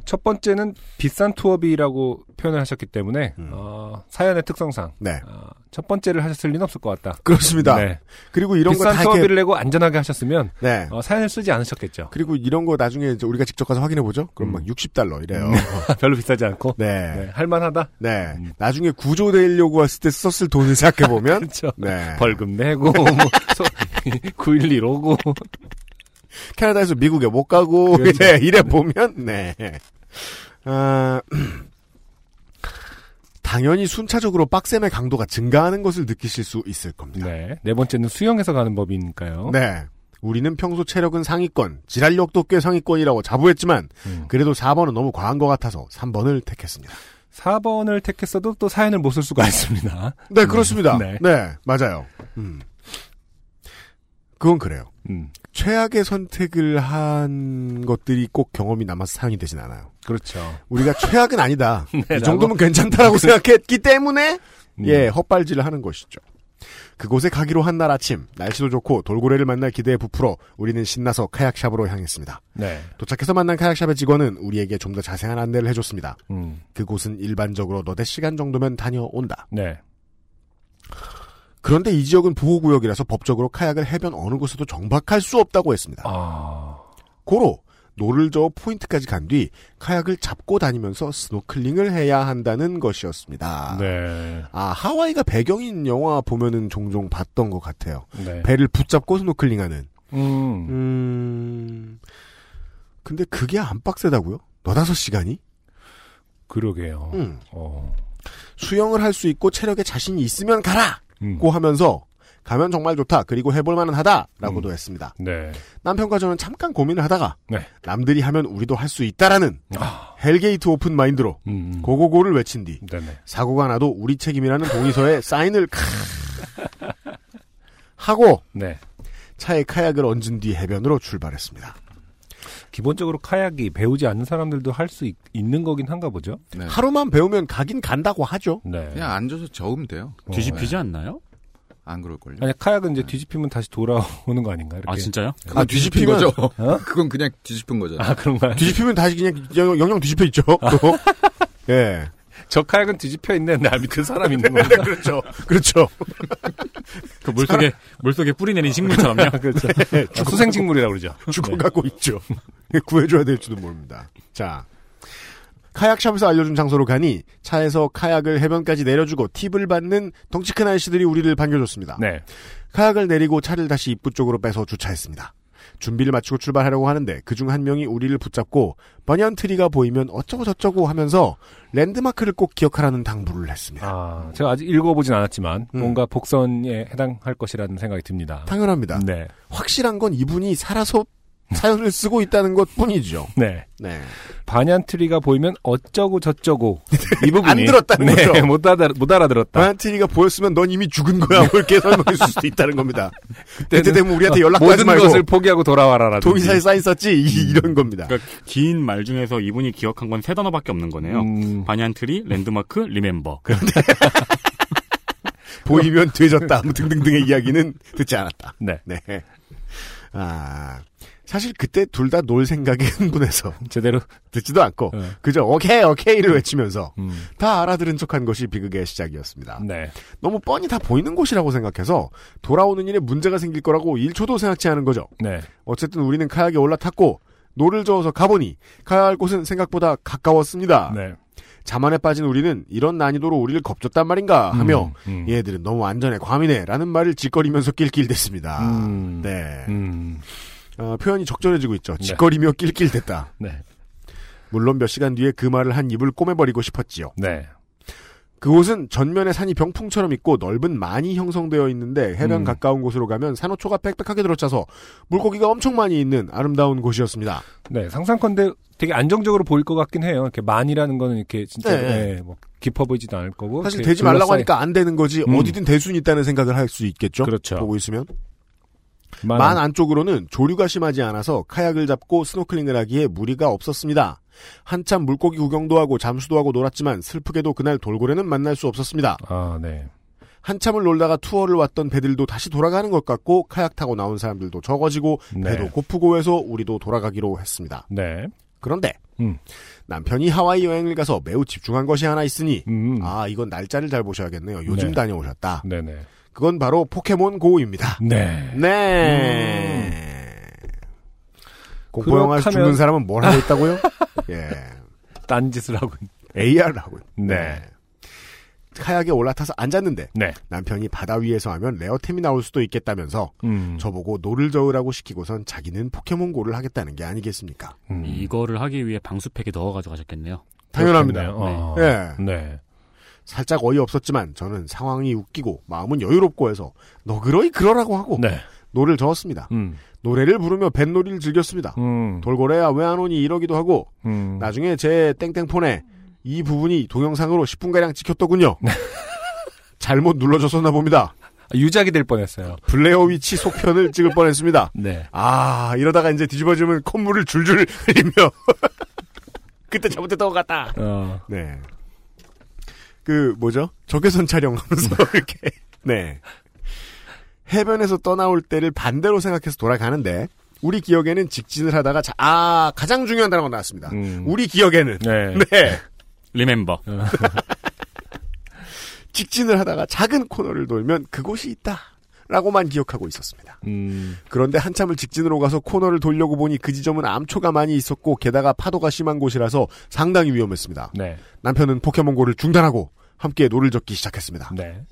S2: 첫 번째는 비싼 투어비라고 표현을 하셨기 때문에 어, 사연의 특성상
S1: 음. 네.
S2: 어, 첫 번째를 하셨을 리는 없을 것 같다.
S1: 그렇습니다.
S2: 네.
S1: 그리고 이런
S2: 비싼
S1: 거다
S2: 투어비를 내고 안전하게 하셨으면
S1: 네.
S2: 어, 사연을 쓰지 않으셨겠죠.
S1: 그리고 이런 거 나중에 이제 우리가 직접 가서 확인해 보죠. 그럼 막 60달러 이래요.
S2: 음. 네. 별로 비싸지 않고
S1: 네.
S2: 네, 할만하다. 음.
S1: 네. 나중에 구조되려고 했을 때 썼을 돈을 생각해 보면 네.
S2: 벌금 내고 뭐 911 오고
S1: 캐나다에서 미국에 못 가고
S2: 그렇죠.
S1: 예, 이래 보면 네. 아, 당연히 순차적으로 빡셈의 강도가 증가하는 것을 느끼실 수 있을 겁니다.
S2: 네. 네 번째는 수영해서 가는 법이니까요.
S1: 네. 우리는 평소 체력은 상위권, 지랄력도 꽤 상위권이라고 자부했지만
S2: 음.
S1: 그래도 4번은 너무 과한 것 같아서 3번을 택했습니다.
S2: 4번을 택했어도 또 사연을 못 쓸 수가 있습니다.
S1: 네, 그렇습니다.
S2: 네.
S1: 네, 맞아요. 음. 그건 그래요.
S2: 음.
S1: 최악의 선택을 한 것들이 꼭 경험이 남아서 사연이 되진 않아요.
S2: 그렇죠.
S1: 우리가 최악은 아니다.
S2: 네, 음.
S1: 이 정도면
S2: 라고.
S1: 괜찮다라고 생각했기 때문에 예 헛발질을 하는 것이죠. 그곳에 가기로 한 날 아침 날씨도 좋고 돌고래를 만날 기대에 부풀어 우리는 신나서 카약샵으로 향했습니다.
S2: 네.
S1: 도착해서 만난 카약샵의 직원은 우리에게 좀 더 자세한 안내를 해줬습니다.
S2: 음.
S1: 그곳은 일반적으로 너댓 시간 정도면 다녀온다.
S2: 네.
S1: 그런데 이 지역은 보호구역이라서 법적으로 카약을 해변 어느 곳에도 정박할 수 없다고 했습니다.
S2: 아.
S1: 고로 노를 저어 포인트까지 간 뒤 카약을 잡고 다니면서 스노클링을 해야 한다는 것이었습니다.
S2: 네.
S1: 아 하와이가 배경인 영화 보면은 종종 봤던 것 같아요.
S2: 네.
S1: 배를 붙잡고 스노클링하는.
S2: 음.
S1: 근데 그게 안 빡세다고요? 너다섯 시간이?
S2: 그러게요.
S1: 음.
S2: 어.
S1: 수영을 할 수 있고 체력에 자신이 있으면 가라!
S2: 음.
S1: 고 하면서 가면 정말 좋다. 그리고 해볼 만은 하다. 라고도 했습니다.
S2: 네.
S1: 남편과 저는 잠깐 고민을 하다가
S2: 네. 아.
S1: 남들이 하면 우리도 할 수 있다라는 헬게이트 오픈 마인드로
S2: 음,
S1: 고고고를 외친 뒤 사고가 나도 우리 책임이라는 동의서에 사인을 캬 하고
S2: 네.
S1: 차에 카약을 얹은 뒤 해변으로 출발했습니다.
S2: 기본적으로 카약이 배우지 않는 사람들도 할 수 있는 거긴 한가 보죠.
S1: 하루만 배우면 가긴 간다고 하죠.
S2: 네.
S4: 네. 그냥 앉아서 저으면 돼요.
S2: 뒤집히지
S4: 네.
S3: 않나요?
S4: 안 그럴걸요.
S2: 아니 카약은 이제 뒤집히면 다시 돌아오는 거 아닌가? 이렇게.
S4: 아, 진짜요?
S2: 그건
S4: 아, 네. 뒤집힌
S2: 뒤집히면-
S4: 거죠.
S2: 어?
S4: 그건 그냥 뒤집힌 거죠.
S2: 아 그런가요?
S1: 뒤집히면 다시 그냥 영- 영영 뒤집혀 있죠. 그거. 예.
S2: 저 카약은 뒤집혀 있는
S3: 아,
S2: 나 밑에 사람 있는 건가?
S1: 그렇죠. 그렇죠.
S3: 그 물속에 물속에 뿌리 내린 식물처럼요. 네.
S2: 그렇죠.
S1: 네,
S2: 아, 수생식물이라고 네. 그러죠.
S1: 죽어가고 있죠. 구해줘야 될지도 모릅니다. 자. 카약샵에서 알려준 장소로 가니 차에서 카약을 해변까지 내려주고 팁을 받는 덩치 큰 아저씨들이 우리를 반겨줬습니다.
S2: 네.
S1: 카약을 내리고 차를 다시 입구 쪽으로 빼서 주차했습니다. 준비를 마치고 출발하려고 하는데 그중 한 명이 우리를 붙잡고 버니언트리가 보이면 어쩌고 저쩌고 하면서 랜드마크를 꼭 기억하라는 당부를 했습니다.
S2: 아, 제가 아직 읽어보진 않았지만 뭔가 복선에 해당할 것이라는 생각이 듭니다.
S1: 음. 당연합니다.
S2: 네.
S1: 확실한 건 이분이 살아서 사연을 쓰고 있다는 것 뿐이죠.
S2: 네.
S1: 네.
S2: 반얀트리가 보이면 어쩌고 저쩌고 이 부분이
S1: 안 들었다는
S2: 네,
S1: 거죠.
S2: 못 알아 못 알아들었다.
S1: 반얀트리가 보였으면 넌 이미 죽은 거야. 뭐 이렇게 설명했을 수도 있다는 겁니다. 네. 그때 되면 우리한테 연락도 하지
S2: 어, 모든
S1: 말고
S2: 것을 포기하고 돌아와라라.
S1: 동의사에 사인 썼지 이- 이런 겁니다.
S3: 그러니까 긴 말 중에서 이분이 기억한 건 세 단어밖에 없는 거네요.
S1: 음.
S3: 반얀트리, 랜드마크, 리멤버.
S2: 어.
S1: 보이면 되졌다. 뭐 등등등의 이야기는 듣지 않았다.
S2: 네.
S1: 아, 사실 그때 둘 다 놀 생각에 흥분해서
S2: 제대로 어. 음.
S1: 듣지도 않고 그저 오케이 오케이를 외치면서 다 알아들은 척한 것이 비극의 시작이었습니다.
S2: 네.
S1: 너무 뻔히 다 보이는 곳이라고 생각해서 돌아오는 일에 문제가 생길 거라고 1초도 생각지 않은 거죠.
S2: 네.
S1: 어쨌든 우리는 카약에 올라탔고 노를 저어서 가보니 가야 할 곳은 생각보다 가까웠습니다.
S2: 네.
S1: 자만에 빠진 우리는 이런 난이도로 우리를 겁줬단 말인가 하며
S2: 음,
S1: 얘들은 너무 안전에 과민해라는 말을 짓거리면서 낄낄댔습니다.
S2: 음,
S1: 네. 어, 표현이 적절해지고 있죠. 짓거리며 낄낄댔다.
S2: 네.
S1: 물론 몇 시간 뒤에 그 말을 한 입을 꼬매버리고 싶었지요.
S2: 네.
S1: 그곳은 전면에 산이 병풍처럼 있고 넓은 만이 형성되어 있는데 해변
S2: 음.
S1: 가까운 곳으로 가면 산호초가 빽빽하게 들어차서 물고기가 엄청 많이 있는 아름다운 곳이었습니다.
S2: 네, 상상컨대 되게 안정적으로 보일 것 같긴 해요. 이렇게 만이라는 거는 이렇게 진짜
S1: 네.
S2: 네, 뭐 깊어 보이지도 않을 거고
S1: 사실
S2: 이렇게
S1: 되지 말라고
S2: 뭐그 둘러싸인-
S1: 하니까 안 되는 거지
S2: 음.
S1: 어디든 될 수는 있다는 생각을 할 수 있겠죠.
S2: 그렇죠.
S1: 보고 있으면
S2: 만
S1: 만,
S2: 안-
S1: 안쪽으로는 조류가 심하지 않아서 카약을 잡고 스노클링을 하기에 무리가 없었습니다. 한참 물고기 구경도 하고 잠수도 하고 놀았지만 슬프게도 그날 돌고래는 만날 수 없었습니다.
S2: 아, 네.
S1: 한참을 놀다가 투어를 왔던 배들도 다시 돌아가는 것 같고 카약 타고 나온 사람들도 적어지고
S2: 네.
S1: 배도 고프고 해서 우리도 돌아가기로 했습니다.
S2: 네.
S1: 그런데
S2: 음.
S1: 남편이 하와이 여행을 가서 매우 집중한 것이 하나 있으니 아 이건 날짜를 잘 보셔야겠네요. 요즘
S2: 음, 네.
S1: 다녀오셨다.
S2: 네네.
S1: 그건 바로 포켓몬 고입니다.
S2: 네. 음.
S1: 네. 공포
S2: 그렇다면-
S1: 영화에서 죽는 사람은 뭘 하고 있다고요? 예.
S2: 딴 짓을 하고 있
S1: AR을 하고 있-
S2: 네.
S1: 카약에 올라타서 앉았는데
S2: 네.
S1: 남편이 바다 위에서 하면 레어템이 나올 수도 있겠다면서
S2: 음.
S1: 저보고 노를 저으라고 시키고선 자기는 포켓몬고를 하겠다는 게 아니겠습니까?
S3: 이거를 하기 위해 방수팩에 넣어가지고 가셨겠네요.
S1: 당연합니다.
S2: 어.
S3: 그렇겠네요.
S1: 네.
S3: 네.
S1: 예. 살짝 어이없었지만 저는 상황이 웃기고 마음은 여유롭고 해서 너그러이 그러라고 하고
S2: 네.
S1: 노를 저었습니다.
S2: 음.
S1: 노래를 부르며 뱃놀이를 즐겼습니다. 돌고래야 왜 안 오니 이러기도 하고 나중에 제 땡땡폰에 이 부분이 동영상으로 10분가량 찍혔더군요. 잘못 눌러줬었나 봅니다.
S2: 네. 유작이 될 뻔했어요.
S1: 블레어 위치 속편을 찍을 뻔했습니다.
S2: 네.
S1: 아 이러다가 이제 뒤집어지면 콧물을 줄줄 흘리며 그때 잘못했던 것 같다.
S2: 어.
S1: 네. 그 뭐죠? 적외선 촬영하면서 이렇게 네 해변에서 떠나올 때를 반대로 생각해서 돌아가는데 우리 기억에는 직진을 하다가 자, 아 가장 중요한 단어가 나왔습니다.
S2: 음.
S1: 우리 기억에는
S2: 네.
S1: 네.
S3: 음.
S1: 어.
S3: 리멤버.
S1: 직진을 하다가 작은 코너를 돌면 그곳이 있다라고만 기억하고 있었습니다.
S2: 음.
S1: 그런데 한참을 직진으로 가서 코너를 돌려고 보니 그 지점은 암초가 많이 있었고 게다가 파도가 심한 곳이라서 상당히 위험했습니다.
S2: 네.
S1: 남편은 포켓몬고를 중단하고 함께 노를 젓기 시작했습니다.
S2: 네.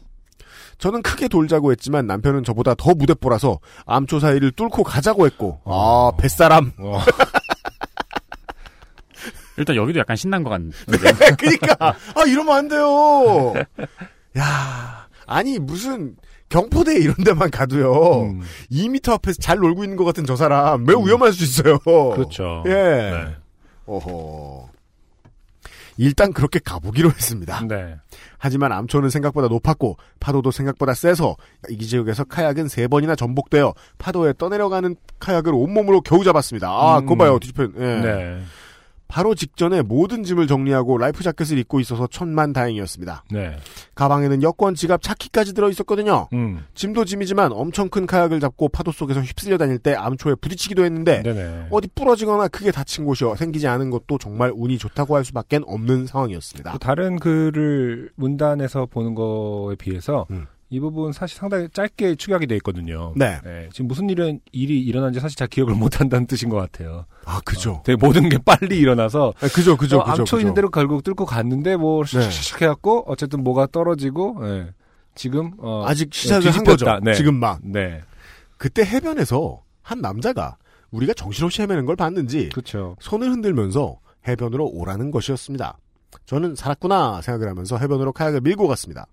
S1: 저는 크게 돌자고 했지만 남편은 저보다 더 무대뽀라서 암초 사이를 뚫고 가자고 했고
S2: 어.
S1: 아 뱃사람
S3: 일단 여기도 약간 신난 것 같은데.
S1: 그러니까 아 이러면 안 돼요. 야 아니 무슨 경포대 이런 데만 가도요
S2: 음.
S1: 2미터 앞에서 잘 놀고 있는 것 같은 저 사람 매우 위험할 수 있어요.
S2: 그렇죠.
S1: 예.
S2: 네.
S1: 어허. 일단 그렇게 가보기로 했습니다.
S2: 네.
S1: 하지만 암초는 생각보다 높았고 파도도 생각보다 세서 이 지역에서 카약은 세 번이나 전복되어 파도에 떠내려가는 카약을 온몸으로 겨우 잡았습니다. 아,
S2: 음.
S1: 그거 봐요. 뒤집혀. 예.
S2: 네.
S1: 바로 직전에 모든 짐을 정리하고 라이프 자켓을 입고 있어서 천만 다행이었습니다.
S2: 네.
S1: 가방에는 여권, 지갑, 차키까지 들어 있었거든요.
S2: 음.
S1: 짐도 짐이지만 엄청 큰 카약을 잡고 파도 속에서 휩쓸려 다닐 때 암초에 부딪히기도 했는데 어디 부러지거나 크게 다친 곳이 생기지 않은 것도 정말 운이 좋다고 할 수밖엔 없는 상황이었습니다.
S2: 또 다른 글을 문단에서 보는 거에 비해서 이 부분 사실 상당히 짧게 축약이 돼 있거든요.
S1: 음.
S2: 예,
S1: 네.
S2: 지금 무슨 일은 일이 일어난지 사실 잘 기억을 못 한다는 뜻인 것 같아요.
S1: 아, 그죠. 아,
S2: 되게 모든 게 빨리 일어나서
S1: 그죠, 그죠, 그죠,
S2: 어, 암초 있는
S1: 그죠.
S2: 대로 결국 뚫고 갔는데 뭐
S1: 네.
S2: 슉슉 해갖고 어쨌든 뭐가 떨어지고 예. 지금 어,
S1: 아직
S2: 예,
S1: 시작을 한 거죠.
S2: 뒤집혔다. 네.
S1: 지금 막.
S2: 네.
S1: 그때 해변에서 한 남자가 우리가 정신없이 헤매는 걸 봤는지 손을 흔들면서 해변으로 오라는 것이었습니다. 저는 살았구나 생각을 하면서 해변으로 카약을 밀고 갔습니다.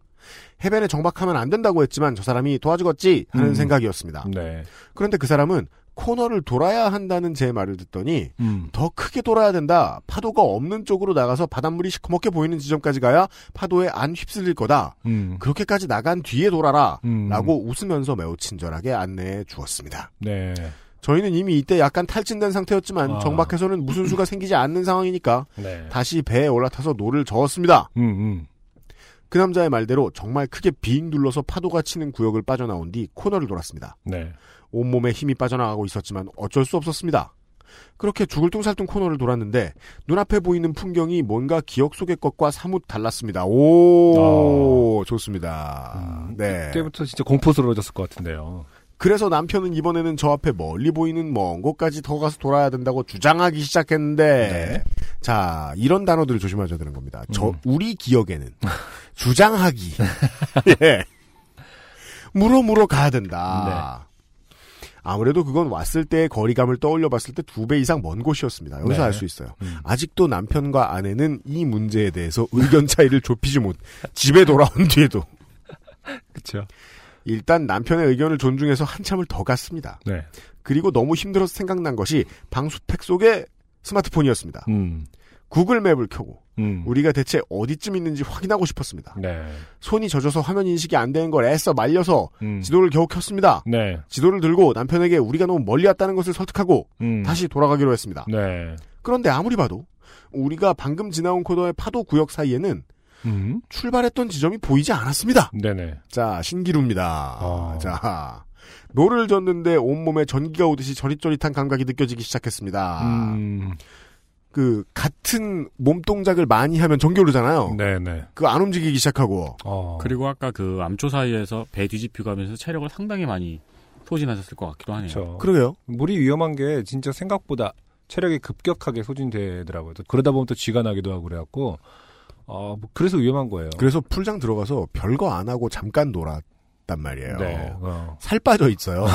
S1: 해변에 정박하면 안 된다고 했지만 저 사람이 도와주겠지 하는
S2: 음.
S1: 생각이었습니다.
S2: 네.
S1: 그런데 그 사람은 코너를 돌아야 한다는 제 말을 듣더니
S2: 음.
S1: 더 크게 돌아야 된다. 파도가 없는 쪽으로 나가서 바닷물이 시커멓게 보이는 지점까지 가야 파도에 안 휩쓸릴 거다.
S2: 음.
S1: 그렇게까지 나간 뒤에 돌아라. 라고 웃으면서 매우 친절하게 안내해 주었습니다.
S2: 네.
S1: 저희는 이미 이때 약간 탈진된 상태였지만
S2: 아.
S1: 정박해서는 무슨 수가 생기지 않는 상황이니까
S2: 네. 음,
S1: 다시 배에 올라타서 노를 저었습니다. 그 남자의 말대로 정말 크게 빙 눌러서 파도가 치는 구역을 빠져나온 뒤 코너를 돌았습니다.
S2: 네.
S1: 온몸에 힘이 빠져나가고 있었지만 어쩔 수 없었습니다. 그렇게 죽을뚱살뚱 코너를 돌았는데 눈앞에 보이는 풍경이 뭔가 기억 속의 것과 사뭇 달랐습니다.
S2: 아.
S1: 오 좋습니다. 네.
S2: 어, 음, 그때부터 진짜 공포스러워졌을 것 같은데요.
S1: 그래서 남편은 이번에는 저 앞에 멀리 보이는 먼 곳까지 더 가서 돌아야 된다고 주장하기
S2: 네.
S1: 시작했는데 자 이런 단어들을 조심하셔야 되는 겁니다.
S2: 음.
S1: 저 우리 기억에는 주장하기 예. 물어 물어 가야
S2: 네.
S1: 된다. 아무래도 그건 왔을 때의 거리감을 떠올려 봤을 때 두 배 이상 먼 곳이었습니다. 여기서
S2: 네.
S1: 알 수 있어요. 아직도 남편과 아내는 이 문제에 대해서 의견 차이를 좁히지 못, 집에 돌아온 뒤에도.
S2: 그쵸.
S1: 일단 남편의 의견을 존중해서 한참을 더 갔습니다.
S2: 네.
S1: 그리고 너무 힘들어서 생각난 것이 방수팩 속에 스마트폰이었습니다.
S2: 음.
S1: 구글 맵을 켜고
S2: 음.
S1: 우리가 대체 어디쯤 있는지 확인하고 싶었습니다.
S2: 네.
S1: 손이 젖어서 화면 인식이 안 되는 걸 애써 말려서 지도를 겨우 켰습니다.
S2: 음. 네.
S1: 지도를 들고 남편에게 우리가 너무 멀리 왔다는 것을 설득하고
S2: 음.
S1: 다시 돌아가기로 했습니다.
S2: 네.
S1: 그런데 아무리 봐도 우리가 방금 지나온 코너의 파도 구역 사이에는
S2: 음.
S1: 출발했던 지점이 보이지 않았습니다.
S2: 네네. 아.
S1: 자, 신기루입니다. 자, 노를
S2: 음.
S1: 젓는데 온몸에 전기가 오듯이 저릿저릿한 감각이 느껴지기 시작했습니다. 그 같은 몸 동작을 많이 하면 정교르잖아요.
S2: 네네.
S1: 그 안 움직이기 시작하고.
S2: 어.
S3: 그리고 아까 그 암초 사이에서 배 뒤집히 가면서 체력을 상당히 많이 소진하셨을 것 같기도 하네요.
S2: 그렇죠.
S1: 그러게요.
S2: 물이 위험한 게 진짜 생각보다 체력이 급격하게 소진되더라고요. 또 그러다 보면 또 쥐가 나기도 하고 그래갖고 어, 뭐 그래서 위험한 거예요.
S1: 그래서 풀장 들어가서 별거 안 하고 잠깐 놀았단 말이에요.
S2: 네. 어.
S1: 살 빠져 있어요.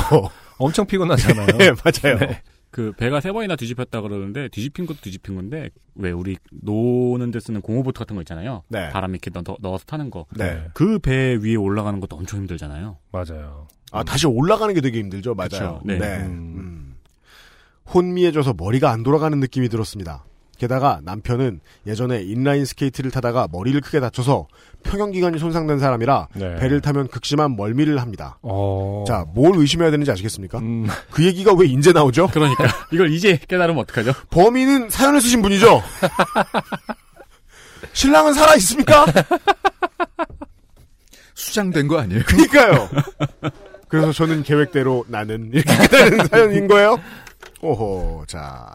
S2: 엄청 피곤하잖아요.
S1: 네, 맞아요.
S2: 네.
S3: 그 배가 세 번이나 뒤집혔다 그러는데 뒤집힌 것도 뒤집힌 건데 왜 우리 노는 데 쓰는 공호보트 같은 거 있잖아요.
S1: 네.
S3: 바람 이렇게 넣, 넣어서 타는 거.
S1: 네.
S3: 그 배 위에 올라가는 것도 엄청 힘들잖아요.
S2: 맞아요.
S1: 아, 다시 올라가는 게 되게 힘들죠. 맞아요.
S3: 그쵸, 네.
S1: 음. 혼미해져서 머리가 안 돌아가는 느낌이 들었습니다. 게다가 남편은 예전에 인라인 스케이트를 타다가 머리를 크게 다쳐서 평형기관이 손상된 사람이라
S2: 네.
S1: 배를 타면 극심한 멀미를 합니다.
S2: 어.
S1: 자, 뭘 의심해야 되는지 아시겠습니까?
S2: 음.
S1: 그 얘기가 왜 이제 나오죠?
S3: 그러니까 이걸 이제 깨달으면 어떡하죠?
S1: 범인은 사연을 쓰신 분이죠? 신랑은 살아있습니까?
S4: 수장된 거 아니에요?
S1: 그니까요. 그래서 저는 계획대로 나는 이렇게 되는 사연인 거예요. 오호, 자.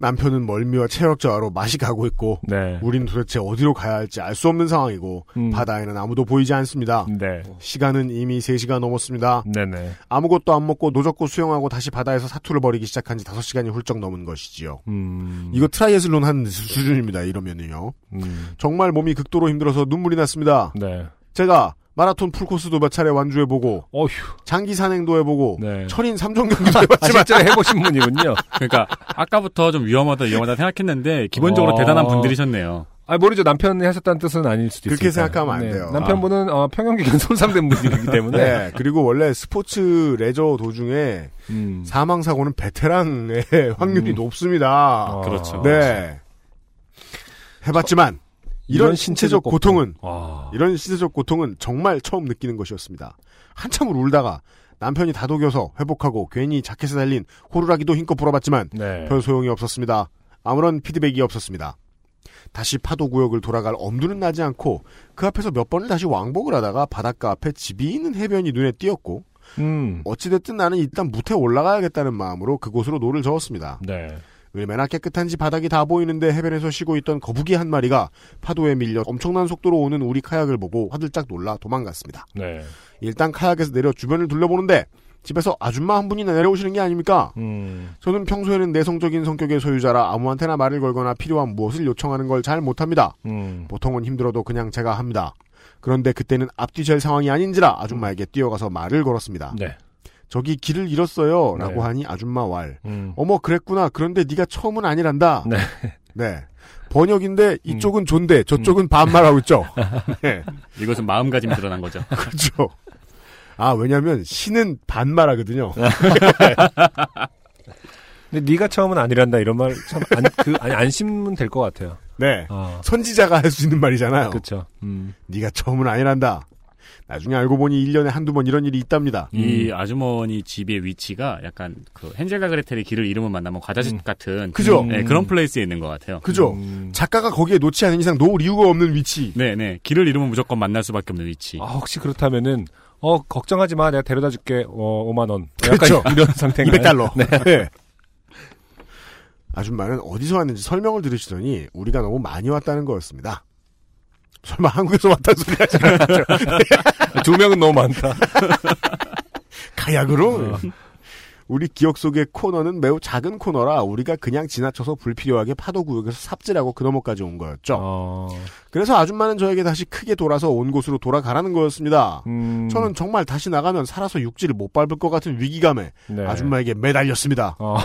S1: 남편은 멀미와 체력 저하로 맛이 가고 있고,
S2: 네.
S1: 우린 도대체 어디로 가야 할지 알 수 없는 상황이고,
S2: 음.
S1: 바다에는 아무도 보이지 않습니다.
S2: 네.
S1: 시간은 이미 3시가 넘었습니다.
S2: 네네.
S1: 아무것도 안 먹고 노젓고 수영하고 다시 바다에서 사투를 벌이기 시작한 지 5시간이 훌쩍 넘은 것이지요.
S2: 음.
S1: 이거 트라이애슬론 한 수- 수준입니다, 이러면은요.
S2: 음.
S1: 정말 몸이 극도로 힘들어서 눈물이 났습니다.
S2: 네.
S1: 제가 마라톤 풀코스도 몇 차례 완주해보고
S2: 어휴.
S1: 장기 산행도 해보고
S2: 네.
S1: 철인 3종 경기도
S2: 아,
S1: 해봤지만
S2: 실제로 해보신 분이군요.
S3: 그러니까 아까부터 좀 위험하다 위험하다 생각했는데 기본적으로
S2: 어.
S3: 대단한 분들이셨네요.
S2: 아 모르죠. 남편이 하셨다는 뜻은 아닐 수도 있어요.
S1: 그렇게 생각하면 안 돼요.
S2: 남편분은 어, 평형기간 손상된 분이기 때문에.
S1: 네, 그리고 원래 스포츠 레저 도중에
S2: 음.
S1: 사망 사고는 베테랑의 확률이 높습니다.
S2: 아,
S3: 그렇죠.
S1: 네. 해봤지만 이런 신체적 고통은
S2: 와.
S1: 이런 신체적 고통은 정말 처음 느끼는 것이었습니다. 한참을 울다가 남편이 다독여서 회복하고 괜히 자켓에 달린 호루라기도 힘껏 불어봤지만
S2: 네.
S1: 별 소용이 없었습니다. 아무런 피드백이 없었습니다. 다시 파도 구역을 돌아갈 엄두는 나지 않고 그 앞에서 몇 번을 다시 왕복을 하다가 바닷가 앞에 집이 있는 해변이 눈에 띄었고
S2: 음.
S1: 어찌됐든 나는 일단 무태 올라가야겠다는 마음으로 그곳으로 노를 저었습니다.
S2: 네.
S1: 얼마나 깨끗한지 바닥이 다 보이는데 해변에서 쉬고 있던 거북이 한 마리가 파도에 밀려 엄청난 속도로 오는 우리 카약을 보고 화들짝 놀라 도망갔습니다.
S2: 네.
S1: 일단 카약에서 내려 주변을 둘러보는데 집에서 아줌마 한 분이 내려오시는 게 아닙니까?
S2: 음.
S1: 저는 평소에는 내성적인 성격의 소유자라 아무한테나 말을 걸거나 필요한 무엇을 요청하는 걸 잘 못합니다.
S2: 음.
S1: 보통은 힘들어도 그냥 제가 합니다. 그런데 그때는 앞뒤 절 상황이 아닌지라 아줌마에게 뛰어가서 말을 걸었습니다.
S2: 네.
S1: 저기 길을 잃었어요. 라고
S2: 네.
S1: 하니 아줌마 왈.
S2: 음.
S1: 어머 그랬구나. 그런데 네가 처음은 아니란다.
S2: 네. 음.
S1: 네. 번역인데 이쪽은 존대, 저쪽은 반말하고 있죠. 네.
S3: 예. 이것은 마음가짐이 드러난 거죠.
S1: 그렇죠. 아 왜냐하면 신은 반말하거든요.
S2: 근데 네가 처음은 아니란다 이런 말 참 안 그 아니 안심은 될 것 같아요.
S1: 네.
S2: 아.
S1: 선지자가 할 수 있는 말이잖아요.
S2: 그렇죠. 음.
S1: 네가 처음은 아니란다. 나중에 알고 보니 1년에 한두 번 이런 일이 있답니다.
S2: 음.
S3: 이 아주머니 집의 위치가 약간 그 헨젤과 그레텔의 길을 잃으면 만나면 과자집
S2: 음.
S3: 같은
S1: 그죠?
S3: 네, 그런 플레이스에 있는 것 같아요. 음.
S1: 그죠? 작가가 거기에 놓지 않은 이상 놓을 이유가 없는 위치.
S3: 네, 네. 길을 잃으면 무조건 만날 수밖에 없는 위치.
S2: 아, 혹시 그렇다면은 어 걱정하지 마 내가 데려다 줄게 어 5만 원 약간
S1: 그렇죠.
S2: 이런 상태가
S1: 200달러.
S2: 네.
S1: 아줌마는 어디서 왔는지 설명을 들으시더니 우리가 너무 많이 왔다는 거였습니다. 설마 한국에서 왔다는 소리 하지 않았죠?
S2: 두 명은 너무 많다. 어.
S1: 가약으로? 우리 기억 속의 코너는 매우 작은 코너라 우리가 그냥 지나쳐서 불필요하게 파도 구역에서 삽질하고 그너머까지 온 거였죠.
S2: 어.
S1: 그래서 아줌마는 저에게 다시 크게 돌아서 온 곳으로 돌아가라는 거였습니다.
S2: 음.
S1: 저는 정말 다시 나가면 살아서 육지를 못 밟을 것 같은 위기감에
S2: 네.
S1: 아줌마에게 매달렸습니다.
S2: 어.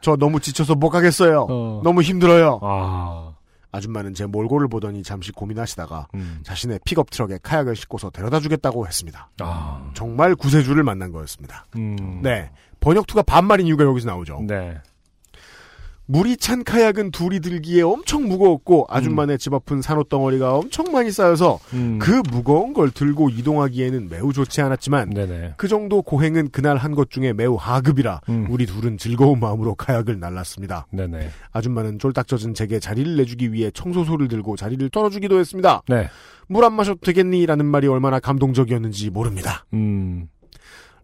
S1: 저 너무 지쳐서 못 가겠어요.
S2: 어.
S1: 너무 힘들어요.
S2: 아.
S1: 아줌마는 제 몰골을 보더니 잠시 고민하시다가
S2: 음.
S1: 자신의 픽업 트럭에 카약을 싣고서 데려다 주겠다고 했습니다.
S2: 아.
S1: 정말 구세주를 만난 거였습니다.
S2: 음.
S1: 네. 번역투가 반말인 이유가 여기서 나오죠.
S2: 네.
S1: 물이 찬 카약은 둘이 들기에 엄청 무거웠고 아줌마네 집 앞은 산호덩어리가 엄청 많이 쌓여서
S2: 음.
S1: 그 무거운 걸 들고 이동하기에는 매우 좋지 않았지만
S2: 네네.
S1: 그 정도 고행은 그날 한 것 중에 매우 하급이라
S2: 음.
S1: 우리 둘은 즐거운 마음으로 카약을 날랐습니다.
S2: 네네.
S1: 아줌마는 쫄딱 젖은 제게 자리를 내주기 위해 청소소를 들고 자리를 털어주기도 했습니다.
S2: 네.
S1: 물 안 마셔도 되겠니? 라는 말이 얼마나 감동적이었는지 모릅니다.
S2: 음.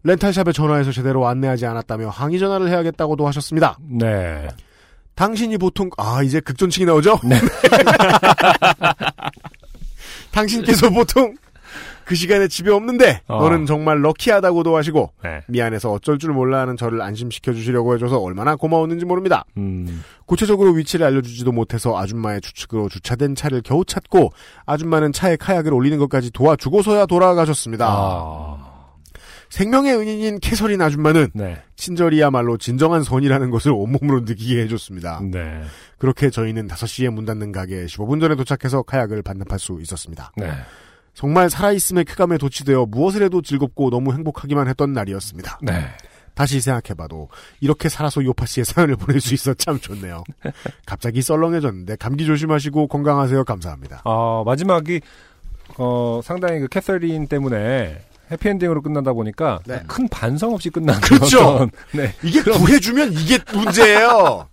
S1: 렌탈샵에 전화해서 제대로 안내하지 않았다며 항의 전화를 해야겠다고도 하셨습니다.
S2: 네.
S1: 당신이 보통 아 이제 극존칭이 나오죠? 네. 당신께서 보통 그 시간에 집에 없는데
S2: 어.
S1: 너는 정말 럭키하다고도 하시고
S2: 네.
S1: 미안해서 어쩔 줄 몰라 하는 저를 안심시켜 주시려고 해줘서 얼마나 고마웠는지 모릅니다.
S2: 음.
S1: 구체적으로 위치를 알려주지도 못해서 아줌마의 추측으로 주차된 차를 겨우 찾고 아줌마는 차에 카약을 올리는 것까지 도와주고서야 돌아가셨습니다. 생명의 은인인 캐서린 아줌마는 친절이야말로 진정한 선이라는 것을 온몸으로 느끼게 해줬습니다.
S2: 네.
S1: 그렇게 저희는 5시에 문 닫는 가게에 15분 전에 도착해서 카약을 반납할 수 있었습니다.
S2: 네.
S1: 정말 살아있음의 쾌감에 도취되어 무엇을 해도 즐겁고 너무 행복하기만 했던 날이었습니다.
S2: 네.
S1: 다시 생각해봐도 이렇게 살아서 요파 씨의 사연을 보낼 수 있어 참 좋네요. 갑자기 썰렁해졌는데 감기 조심하시고 건강하세요. 감사합니다.
S2: 어, 마지막이 어, 상당히 그 캐서린 때문에 해피엔딩으로 끝나다 보니까 큰 반성 없이 끝난
S1: 그렇죠.
S2: 그런- 네.
S1: 네. 이게 구해주면 이게 문제예요.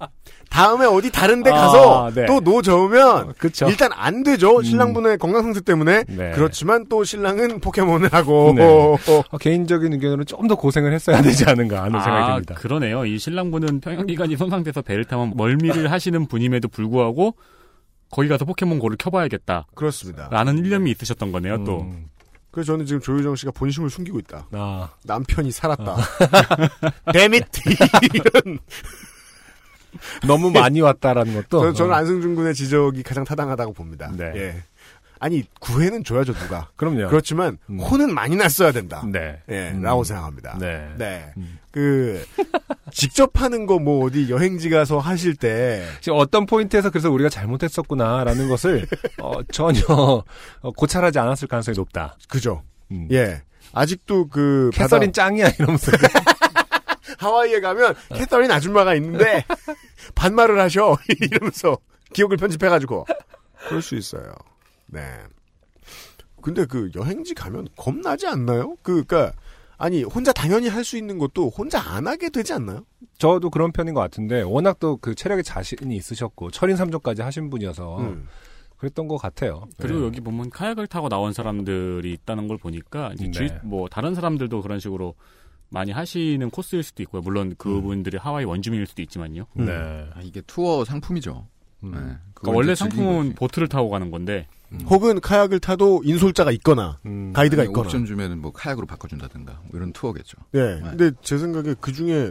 S1: 다음에 어디 다른 데
S2: 아,
S1: 가서
S2: 네. 어,
S1: 또 노 저으면
S2: 그쵸. 음.
S1: 일단 안 되죠. 신랑분의 건강 상태 때문에
S2: 네.
S1: 그렇지만 또 신랑은 포켓몬을 하고
S2: 네. 어, 개인적인 의견으로 좀 더 고생을 했어야 되지 않은가
S1: 아,
S2: 하는 생각이 듭니다.
S3: 아, 그러네요. 이 신랑분은 평형기관이 손상돼서 배를 타면 멀미를 하시는 분임에도 불구하고 거기 가서 포켓몬고를 켜봐야겠다.
S1: 그렇습니다.
S3: 라는 일념이 있으셨던 거네요. 또
S2: 음.
S1: 그래서 저는 지금 조유정 씨가 본심을 숨기고 있다.
S2: 아.
S1: 남편이 살았다. 데밋 이런
S2: 너무 많이 왔다라는 것도
S1: 저는, 저는
S2: 어.
S1: 안승준 군의 지적이 가장 타당하다고 봅니다.
S2: 네.
S1: 예. 아니 구애는 줘야죠 누가.
S2: 그럼요. 음.
S1: 그렇지만 혼은 많이 났어야 된다.
S2: 네.
S1: 예, 라고 생각합니다.
S2: 네.
S1: 네. 그 직접 하는 거 뭐 어디 여행지 가서 하실 때
S2: 지금 어떤 포인트에서 그래서 우리가 잘못했었구나라는 것을 어, 전혀 어, 고찰하지 않았을 가능성이 높다.
S1: 그죠. 예. 아직도 그
S2: 캐서린 짱이야 이러면서
S1: 하와이에 가면 캐서린 아줌마가 있는데 반말을 하셔 이러면서 기억을 편집해가지고 그럴 수 있어요. 네. 근데 그 여행지 가면 겁나지 않나요? 그 그러니까 아니 혼자 당연히 할 수 있는 것도 혼자 안 하게 되지 않나요?
S2: 저도 그런 편인 것 같은데 워낙 또 그 체력에 자신이 있으셨고 철인 3조까지 하신 분이어서
S3: 음.
S2: 그랬던 것 같아요.
S3: 그리고
S2: 네.
S3: 여기 보면 카약을 타고 나온 사람들이 있다는 걸 보니까 이제
S2: 네.
S3: 주위- 뭐 다른 사람들도 그런 식으로 많이 하시는 코스일 수도 있고요. 물론
S1: 음.
S3: 그분들이 하와이 원주민일 수도 있지만요.
S2: 네.
S4: 아, 이게 투어 상품이죠. 네.
S3: 그러니까 원래 상품은 보트를 타고 가는 건데
S4: 음.
S1: 혹은 카약을 타도 인솔자가 있거나 가이드가 있거나
S4: 옵션 주면은 뭐 카약으로 바꿔준다든가 뭐 이런 투어겠죠.
S1: 네. 근데 제 생각에 그 중에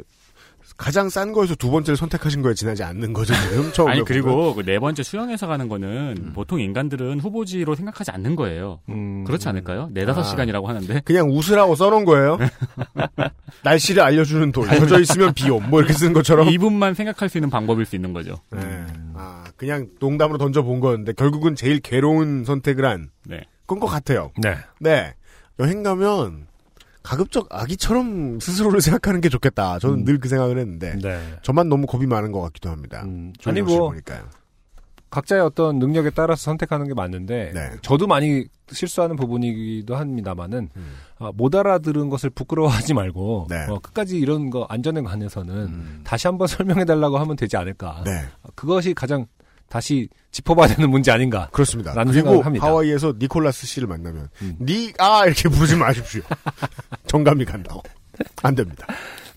S1: 가장 싼 거에서 두 번째를 선택하신 거에 지나지 않는 거죠, 지금. 처음에
S3: 아니
S1: 보면.
S3: 그리고 그네 번째 수영에서 가는 거는
S4: 음.
S3: 보통 인간들은 후보지로 생각하지 않는 거예요. 그렇지 않을까요? 네 다섯
S1: 음. 아.
S3: 시간이라고 하는데
S1: 그냥 웃으라고 써놓은 거예요. 날씨를 알려주는 돌. 젖어 있으면 비옴. 뭐 이렇게 쓰는 것처럼.
S3: 이분만 생각할 수 있는 방법일 수 있는 거죠.
S1: 네. 아, 그냥 농담으로 던져본 건데 결국은 제일 괴로운 선택을 한
S3: 네.
S1: 건 것 같아요.
S2: 네.
S1: 네. 여행 가면 가급적 아기처럼 스스로를 생각하는 게 좋겠다. 저는
S2: 음.
S1: 늘 그 생각을 했는데 저만 너무 겁이 많은 것 같기도 합니다.
S2: 네. 아니
S1: 조용히 씨
S2: 뭐
S1: 보니까요.
S2: 각자의 어떤 능력에 따라서 선택하는 게 맞는데
S1: 네.
S2: 저도 많이 실수하는 부분이기도 합니다만은
S1: 음.
S2: 못 알아들은 것을 부끄러워하지 말고
S1: 네.
S2: 어, 끝까지 이런 거 안전에 관해서는
S1: 음.
S2: 다시 한번 설명해 달라고 하면 되지 않을까.
S1: 네.
S2: 어, 그것이 가장 다시 짚어봐야 되는 문제 아닌가.
S1: 그렇습니다.
S2: 라는
S1: 그리고
S2: 생각을 합니다. 음.
S1: 하와이에서 니콜라스 씨를 만나면 니아 이렇게 부르지 마십시오. 정감이 간다고 안 됩니다.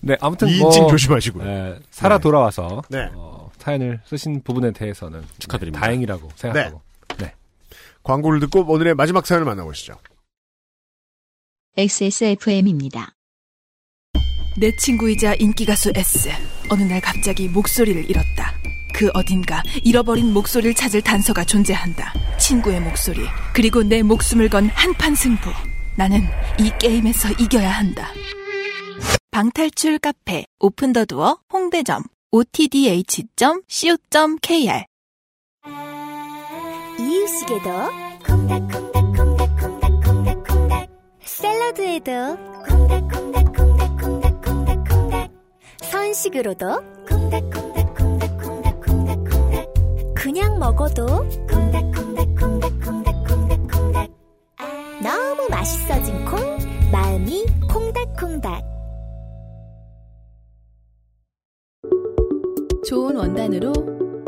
S2: 네, 아무튼
S1: 이인칭
S2: 뭐,
S1: 조심하시고요.
S2: 예, 살아 돌아와서
S1: 네.
S2: 어, 사연을 쓰신 부분에 대해서는 축하드립니다. 다행이라고 생각하고.
S1: 네.
S2: 네.
S1: 광고를 듣고 오늘의 마지막 사연을 만나보시죠.
S5: XSFM입니다.
S6: 내 친구이자 인기가수 S. 어느 날 갑자기 목소리를 잃었다. 그 어딘가 잃어버린 목소리를 찾을 단서가 존재한다. 친구의 목소리, 그리고 내 목숨을 건 한판 승부. 나는 이 게임에서 이겨야 한다.
S17: 방탈출 카페 오픈더두어 홍대점 otdh.co.kr
S14: 이유식에도 콩닥콩닥콩닥콩닥콩닥콩닥 샐러드에도 콩닥콩닥콩닥콩닥콩닥콩닥 선식으로도 콩닥콩닥콩닥콩닥콩닥콩닥 그냥 먹어도 콩닥콩닥콩닥콩닥콩닥콩닥 너무 맛있어진 콩 마음이 콩닥콩닥
S18: 좋은 원단으로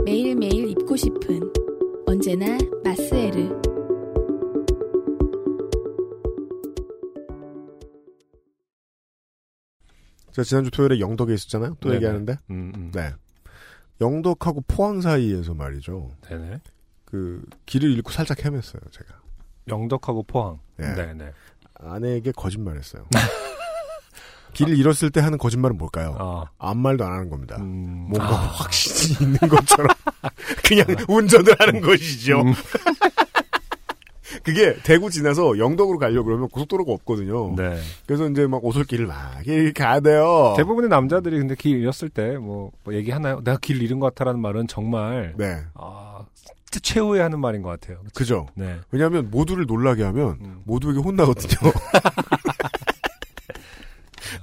S18: 매일매일 입고 싶은 언제나 마스에르
S1: 제가 지난주 토요일에 영덕에 있었잖아요. 또
S2: 네네.
S1: 얘기하는데.
S2: 음, 음.
S1: 네. 영덕하고 포항 사이에서 말이죠.
S2: 네네.
S1: 그 길을 잃고 살짝 헤맸어요, 제가.
S2: 영덕하고 포항.
S1: 네.
S2: 네네.
S1: 아내에게 거짓말했어요. 길을 잃었을 때 하는 거짓말은 뭘까요?
S2: 어.
S1: 아무 말도 안 하는 겁니다.
S2: 음.
S1: 뭔가
S2: 아.
S1: 확신이 있는 것처럼 그냥 운전을 하는 것이죠.
S2: 음.
S1: 그게 대구 지나서 영덕으로 가려고 그러면 고속도로가 없거든요.
S2: 네.
S1: 그래서 이제 막 아, 오솔길을 막 이렇게 가야 돼요.
S2: 대부분의 남자들이 근데 길 잃었을 때 뭐 얘기하나요? 내가 길 잃은 것 같아라는 말은 정말
S1: 네.
S2: 아, 진짜 최후의 하는 말인 것 같아요.
S1: 그죠?
S2: 네. 음.
S1: 왜냐하면 모두를 놀라게 하면 모두에게 혼나거든요.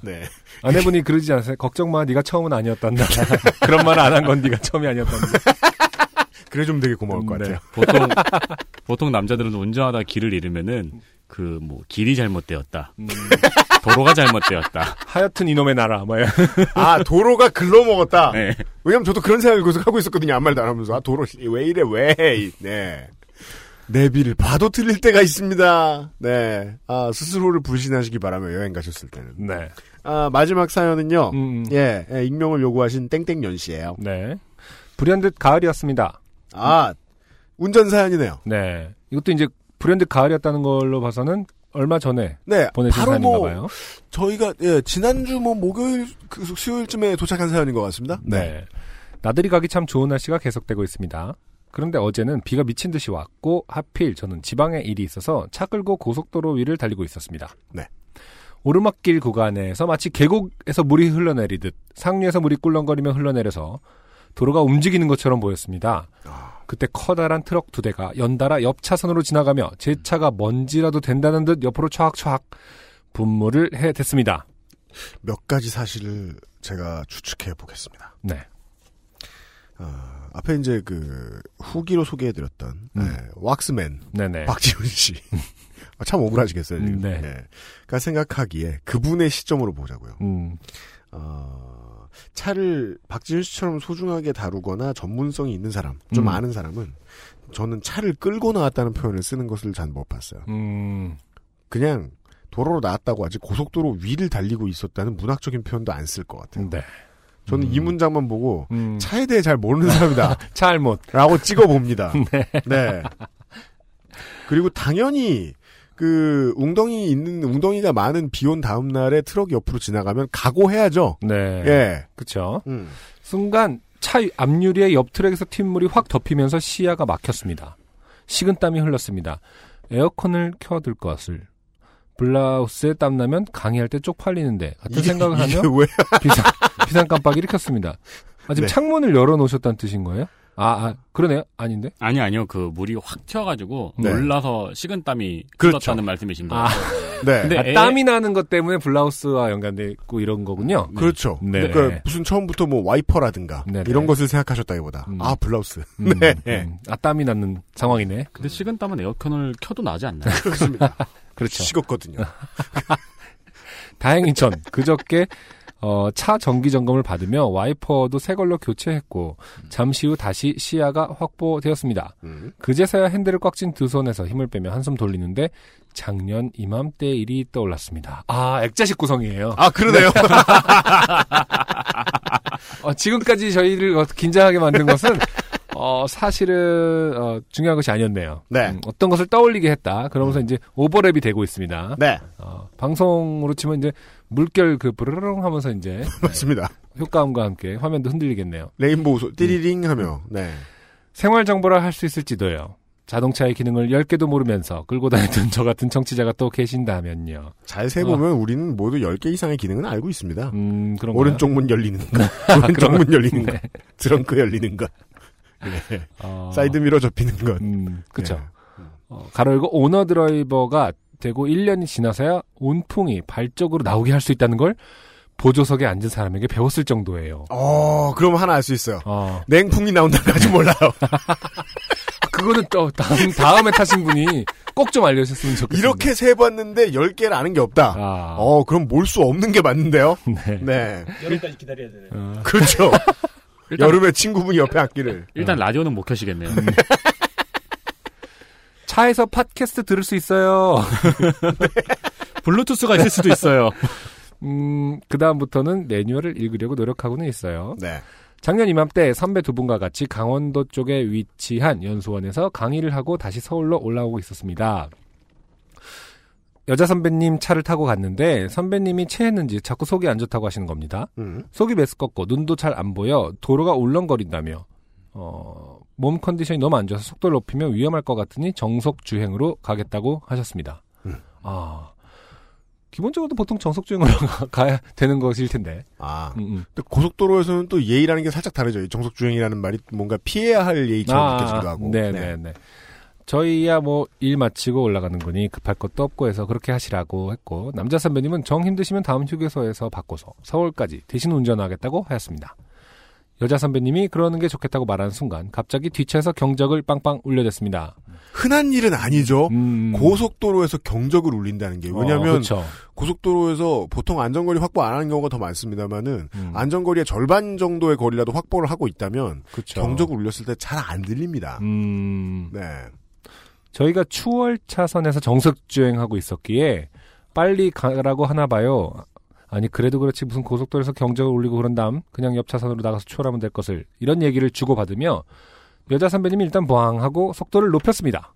S1: 네.
S2: 아내분이 그러지 않으세요? 걱정 마, 네가 처음은 아니었단다. 그런 말 안 한 건 네가 처음이 아니었단다.
S1: 그래 좀 되게 고마울
S2: 음,
S1: 것
S3: 네.
S1: 같아요.
S3: 보통 보통 남자들은 운전하다 길을 잃으면은 그 뭐 길이 잘못되었다.
S2: 음.
S3: 도로가 잘못되었다.
S2: 하여튼 이놈의 나라. 막
S1: 아 도로가 글로 먹었다.
S3: 네.
S1: 왜냐면 저도 그런 생각을 계속 하고 있었거든요. 아무 말도 안 하면서 아 도로 씨, 왜 이래 왜? 네. 내비를 봐도 틀릴 때가 있습니다. 네. 아 스스로를 불신하시기 바라며 여행 가셨을 때는.
S2: 네. 음,
S1: 아 마지막 사연은요. 예, 예, 익명을 요구하신 땡땡연 씨예요.
S2: 네. 불현듯 가을이었습니다.
S1: 아 운전 사연이네요.
S2: 네. 이것도 이제 불현듯 가을이었다는 걸로 봐서는 얼마 전에
S1: 네,
S2: 보내신
S1: 바로
S2: 사연인가
S1: 뭐-
S2: 봐요.
S1: 저희가 예, 지난주 뭐 목요일 그 수요일쯤에 도착한 사연인 것 같습니다.
S2: 네. 나들이 가기 참 좋은 날씨가 계속되고 있습니다. 그런데 어제는 비가 미친 듯이 왔고 하필 저는 지방에 일이 있어서 차 끌고 고속도로 위를 달리고 있었습니다.
S1: 네.
S2: 오르막길 구간에서 마치 계곡에서 물이 흘러내리듯 상류에서 물이 꿀렁거리며 흘러내려서 도로가 움직이는 것처럼 보였습니다.
S1: 아.
S2: 그때 커다란 트럭 두 대가 연달아 옆 차선으로 지나가며 제 차가 먼지라도 된다는 듯 옆으로 촥촥 분무를 해댔습니다.
S1: 몇 가지 사실을 제가 추측해 보겠습니다.
S2: 네.
S1: 아, 앞에 이제 그 후기로 소개해드렸던 네, 왁스맨
S2: 음. 네네.
S1: 박지훈 씨. 아, 참 억울하시겠어요. 지금. 네. 그러니까 생각하기에 그분의 시점으로 보자고요.
S2: 음.
S1: 어, 차를 박지훈 씨처럼 소중하게 다루거나 전문성이 있는 사람, 좀
S2: 음.
S1: 아는 사람은 저는 차를 끌고 나왔다는 표현을 쓰는 것을 잘 못 봤어요.
S2: 음.
S1: 그냥 도로로 나왔다고 하지 고속도로 위를 달리고 있었다는 문학적인 표현도 안 쓸 것 같아요.
S2: 네.
S1: 저는 이 문장만 보고
S2: 음.
S1: 차에 대해 잘 모르는 사람이다.
S2: 잘못.
S1: 라고 찍어봅니다.
S2: 네.
S1: 네. 그리고 당연히 그 웅덩이 있는 웅덩이가 많은 비온 다음 날에 트럭이 옆으로 지나가면 각오해야죠.
S2: 네.
S1: 예.
S2: 그쵸. 순간 차 앞유리의 옆 트랙에서 튄물이 확 덮이면서 시야가 막혔습니다. 식은땀이 흘렀습니다. 에어컨을 켜둘 것을. 블라우스에 땀나면 강의할 때 쪽팔리는데 같은
S1: 이게-
S2: 생각을
S1: 이게
S2: 하며
S1: 왜?
S2: 비상, 비상 깜빡이를 켰습니다. 아, 지금
S3: 네.
S2: 창문을 열어놓으셨다는 뜻인 거예요? 아, 아, 그러네요. 아닌데?
S3: 아니 아니요. 그 물이 확 튀어가지고
S2: 네.
S3: 올라서 식은땀이
S2: 그렇죠.
S3: 흘렀다는 말씀이신 거예요.
S2: 아,
S3: 근데
S1: 네.
S2: 아,
S3: 애-
S2: 땀이 나는 것 때문에 블라우스와 연관돼 있고 이런 거군요.
S1: 그렇죠.
S2: 네.
S1: 그러니까 무슨 처음부터 뭐 와이퍼라든가
S2: 네네. 음.
S1: 이런 것을 생각하셨다기보다 아 블라우스. 네.
S2: 아, 땀이 나는 상황이네.
S3: 근데 식은땀은 에어컨을 켜도 나지 않나요?
S1: 그렇습니다.
S2: 그렇죠.
S1: 식었거든요.
S2: 다행히 전 그저께 어, 차 정기 점검을 받으며 와이퍼도 새 걸로 교체했고 잠시 후 다시 시야가 확보되었습니다. 그제서야 핸들을 꽉 쥔 두 손에서 힘을 빼며 한숨 돌리는데 작년 이맘때 일이 떠올랐습니다. 아 액자식 구성이에요.
S1: 아 그러네요.
S2: 어, 지금까지 저희를 어, 긴장하게 만든 것은 어, 사실은 어, 중요한 것이 아니었네요.
S1: 네. 음.
S2: 음, 어떤 것을 떠올리게 했다. 그러면서 이제 오버랩이 되고 있습니다.
S1: 네.
S2: 어, 방송으로 치면 이제 물결 그 부르릉 하면서 이제 네,
S1: 맞습니다.
S2: 효과음과 함께 화면도 흔들리겠네요. 음.
S1: 레인보우 소 띠리링 하며 네.
S2: 생활 정보라 할 수 있을지도요. 자동차의 기능을 10개도 모르면서 끌고 다니던 저 같은 청취자가 또 계신다면요.
S1: 잘 세보면 우리는 모두 10개 이상의 기능은 알고 있습니다.
S2: 어. 음, 그런가요? 네.
S1: 오른쪽 문 열리는 것, 오른쪽
S2: 아, 그런-
S1: 문 열리는 것,
S2: 네.
S1: 트렁크 열리는 것, 네.
S2: 어. 음,
S1: 사이드 미러 접히는 것. 네.
S2: 그쵸. 어, 가로 열고 오너 드라이버가 되고 1년이 지나서야 온풍이 발적으로 나오게 할 수 있다는 걸 보조석에 앉은 사람에게 배웠을 정도예요.
S1: 어, 그럼 하나 알 수 있어요.
S2: 어.
S1: 냉풍이 나온다는 거 아직 몰라요.
S2: 그거는 또 다음, 다음에 타신 분이 꼭 좀 알려주셨으면 좋겠어요.
S1: 이렇게 세봤는데 10개를 아는 게 없다. 어, 그럼 몰 수 없는 게 맞는데요?
S2: 네.
S12: 여름까지 기다려야 되네.
S1: 그렇죠.
S3: 일단-
S1: 여름에 친구분이 옆에 앉기를. 음.
S3: 일단 라디오는 못 켜시겠네요.
S2: 차에서 팟캐스트 들을 수 있어요.
S3: 블루투스가 있을 수도 있어요.
S2: 음, 그다음부터는 매뉴얼을 읽으려고 노력하고는 있어요.
S1: 네.
S2: 작년 이맘때 선배 두 분과 같이 강원도 쪽에 위치한 연수원에서 강의를 하고 다시 서울로 올라오고 있었습니다. 여자 선배님 차를 타고 갔는데 선배님이 체했는지 자꾸 속이 안 좋다고 하시는 겁니다.
S3: 음.
S2: 속이 메스껍고 눈도 잘 안 보여 도로가 울렁거린다며 어, 몸 컨디션이 너무 안 좋아서 속도를 높이면 위험할 것 같으니 정속 주행으로 가겠다고 하셨습니다. 아 기본적으로 보통 정속 주행으로 가야 되는 것일 텐데.
S1: 아.
S2: 음.
S1: 근데 고속도로에서는 또 예의라는 게 살짝 다르죠. 이 정속주행이라는 말이 뭔가 피해야 할 예의처럼 느껴지기도 하고.
S2: 아, 네네네. 저희야 뭐 일 마치고 올라가는 거니 급할 것도 없고 해서 그렇게 하시라고 했고 남자 선배님은 정 힘드시면 다음 휴게소에서 바꿔서 서울까지 대신 운전하겠다고 하였습니다. 여자 선배님이 그러는 게 좋겠다고 말하는 순간 갑자기 뒤차에서 경적을 빵빵 울려댔습니다.
S1: 흔한 일은 아니죠. 고속도로에서 경적을 울린다는 게 왜냐하면
S2: 어, 음, 그쵸.
S1: 고속도로에서 보통 안전거리 확보 안 하는 경우가 더 많습니다만은
S2: 음.
S1: 안전거리의 절반 정도의 거리라도 확보를 하고 있다면
S2: 그렇죠.
S1: 경적을 울렸을 때 잘 안 들립니다. 네.
S2: 음. 저희가 추월 차선에서 정석 주행하고 있었기에 빨리 가라고 하나 봐요. 아니 그래도 그렇지 무슨 고속도로에서 경적을 울리고 그런 다음 그냥 옆 차선으로 나가서 추월하면 될 것을 이런 얘기를 주고받으며 여자 선배님이 일단 보항 하고 속도를 높였습니다.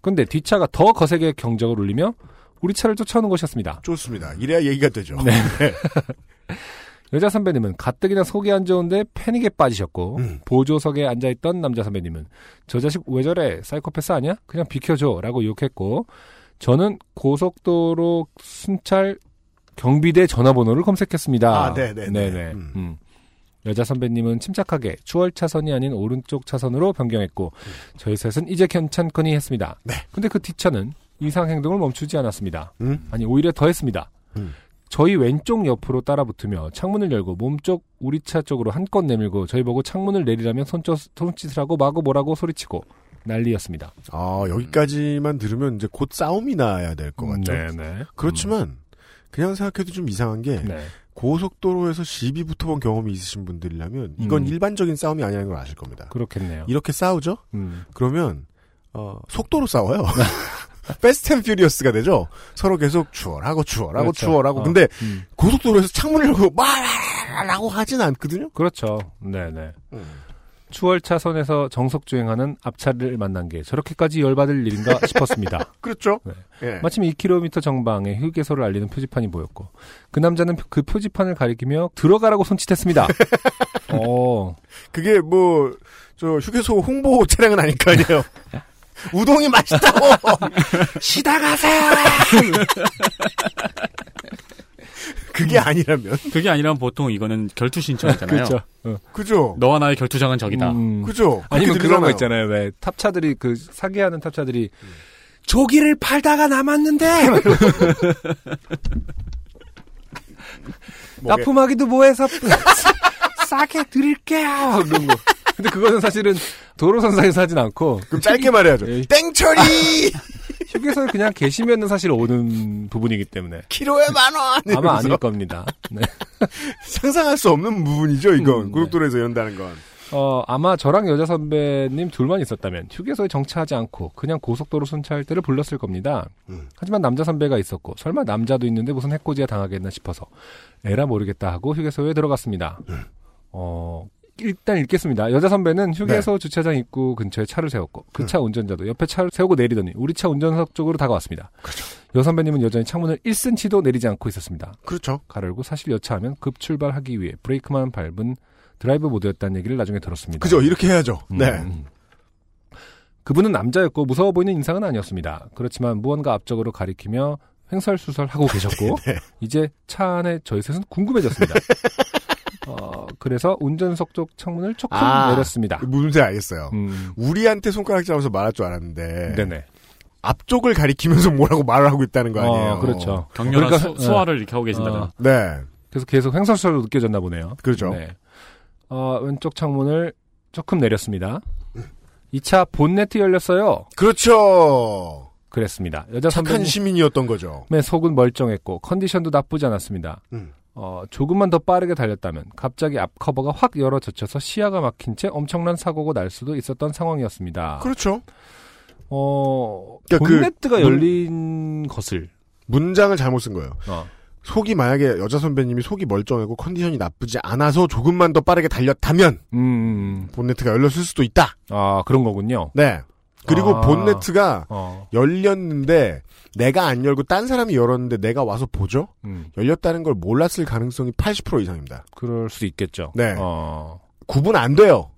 S2: 근데 뒷차가 더 거세게 경적을 울리며 우리 차를 쫓아오는 것이었습니다. 네.
S1: 좋습니다. 이래야 얘기가 되죠. 네.
S2: 여자 선배님은 가뜩이나 속이 안 좋은데 패닉에 빠지셨고
S1: 음.
S2: 보조석에 앉아있던 남자 선배님은 저 자식 왜 저래 사이코패스 아니야? 그냥 비켜줘라고 욕했고 저는 고속도로 순찰 경비대 전화번호를 검색했습니다.
S1: 아, 네네네.
S2: 네네. 음. 여자 선배님은 침착하게 추월 차선이 아닌 오른쪽 차선으로 변경했고
S1: 음.
S2: 저희 셋은 이제 괜찮거니 했습니다.
S1: 네.
S2: 근데 그 뒷차는 이상 행동을 멈추지 않았습니다.
S1: 음?
S2: 아니 오히려 더했습니다. 저희 왼쪽 옆으로 따라 붙으며 창문을 열고 몸쪽 우리 차 쪽으로 한껏 내밀고 저희 보고 창문을 내리라면 손짓, 손짓을 하고 마구 뭐라고 소리치고 난리였습니다.
S1: 아 여기까지만 들으면 이제 곧 싸움이 나야 될 것 같죠.
S2: 음, 네네. 네.
S1: 그렇지만 그냥 생각해도 좀 이상한 게 고속도로에서 시비 붙어본 경험이 있으신 분들이라면 이건
S2: 음.
S1: 일반적인 싸움이 아니라는 걸 아실 겁니다.
S2: 그렇겠네요.
S1: 이렇게 싸우죠?
S2: 음.
S1: 그러면 어, 속도로 싸워요. 패스트 앤 퓨리어스가 되죠. 서로 계속 추월하고 추월하고
S2: 그렇죠.
S1: 추월하고
S2: 어.
S1: 근데
S2: 음.
S1: 고속도로에서 창문 열고 말라고 하진 않거든요.
S2: 그렇죠. 네네.
S1: 음.
S2: 추월 차선에서 정석 주행하는 앞차를 만난 게 저렇게까지 열받을 일인가 싶었습니다. 네.
S1: 그렇죠.
S2: 마침 2km 정방에 휴게소를 알리는 표지판이 보였고 그 남자는 그 표지판을 가리키며 들어가라고 손짓했습니다. 어.
S1: 그게 뭐 저 휴게소 홍보 차량은 아닐 거 아니에요. 우동이 맛있다고 시다 가세요. 그게 아니라면
S3: 그게 아니라면 보통 이거는 결투 신청이잖아요.
S2: 그죠. 어.
S1: 그죠.
S3: 너와 나의 결투장은 저기다.
S4: 음,
S1: 그죠.
S2: 음. 아니면 그런 거 있잖아요. 왜 탑차들이 그 사기하는 탑차들이
S1: 음.
S2: 조기를 팔다가 남았는데
S1: 뭐
S2: 납품하기도 뭐해서 싸게 드릴게요. 그런 거. 근데 그거는 사실은 도로선상에서 하진 않고 예.
S1: 그럼 짧게 말해야죠. 땡처리
S2: 휴게소에 그냥 계시면은 사실 오는 부분이기 때문에
S1: 키로에 만 원.
S2: 아마 아닐
S1: 이러면서.
S2: 겁니다. 네. 음,
S1: 상상할 수 없는 부분이죠. 이건 고속도로에서 이런다는 건.
S2: 어, 아마 저랑 여자 선배님 둘만 있었다면 휴게소에 정차하지 않고 그냥 고속도로 순찰대를 불렀을 겁니다.
S1: 음.
S2: 하지만 남자 선배가 있었고 설마 남자도 있는데 무슨 해코지에 당하겠나 싶어서 에라 모르겠다 하고 휴게소에 들어갔습니다. 어, 일단 읽겠습니다. 여자 선배는
S1: 네.
S2: 휴게소 주차장 입구 근처에 차를 세웠고 그
S1: 음.
S2: 차 운전자도 옆에 차를 세우고 내리더니 우리 차 운전석 쪽으로 다가왔습니다. 여 선배님은 여전히 창문을 1cm도 내리지 않고 있었습니다.
S1: 그렇죠.
S2: 가르고 사실 여차하면 급 출발하기 위해 브레이크만 밟은 드라이브 모드였다는 얘기를 나중에 들었습니다.
S1: 그죠. 이렇게 해야죠. 네.
S2: 어, 음. 그분은 남자였고 무서워 보이는 인상은 아니었습니다. 그렇지만 무언가 앞쪽으로 가리키며 횡설수설하고 계셨고
S1: 네.
S2: 이제 차 안에 저희 셋은 궁금해졌습니다. 어, 그래서 운전석 쪽 창문을 조금 아. 내렸습니다.
S1: 아.
S2: 음.
S1: 무슨 지 알겠어요. 우리한테 손가락 잡아서 말할 줄 알았는데. 앞쪽을 가리키면서 뭐라고 말을 하고 있다는 거 아니에요.
S2: 어, 그렇죠. 어.
S3: 격렬한 수- 수화를 이렇게 하고 계신다거나.
S1: 네.
S2: 그래서 계속 횡설수설로 느껴졌나 보네요.
S1: 그렇죠.
S2: 네. 어, 왼쪽 창문을 조금 내렸습니다. 이 차 본네트 열렸어요.
S1: 그렇죠.
S2: 그랬습니다. 여자
S1: 착한
S2: 선배님.
S1: 시민이었던 거죠.
S2: 네, 속은 멀쩡했고 컨디션도 나쁘지 않았습니다.
S1: 음.
S2: 어, 조금만 더 빠르게 달렸다면 갑자기 앞 커버가 확 열어 젖혀서 시야가 막힌 채 엄청난 사고가 날 수도 있었던 상황이었습니다.
S1: 그렇죠.
S2: 어,
S1: 그러니까 그
S2: 본네트가
S1: 문-
S2: 열린 것을 어.
S1: 문장을 잘못 쓴 거예요. 속이 만약에 여자 선배님이 속이 멀쩡하고 컨디션이 나쁘지 않아서 조금만 더 빠르게 달렸다면 본네트가 열렸을 수도 있다.
S2: 음, 아 그런 거군요.
S1: 네. 그리고
S2: 아.
S1: 본네트가
S2: 어.
S1: 열렸는데 내가 안 열고 딴 사람이 열었는데 내가 와서 보죠.
S2: 음.
S1: 열렸다는 걸 몰랐을 가능성이 80% 이상입니다.
S2: 그럴 수 있겠죠.
S1: 네.
S2: 어.
S1: 구분 안 돼요.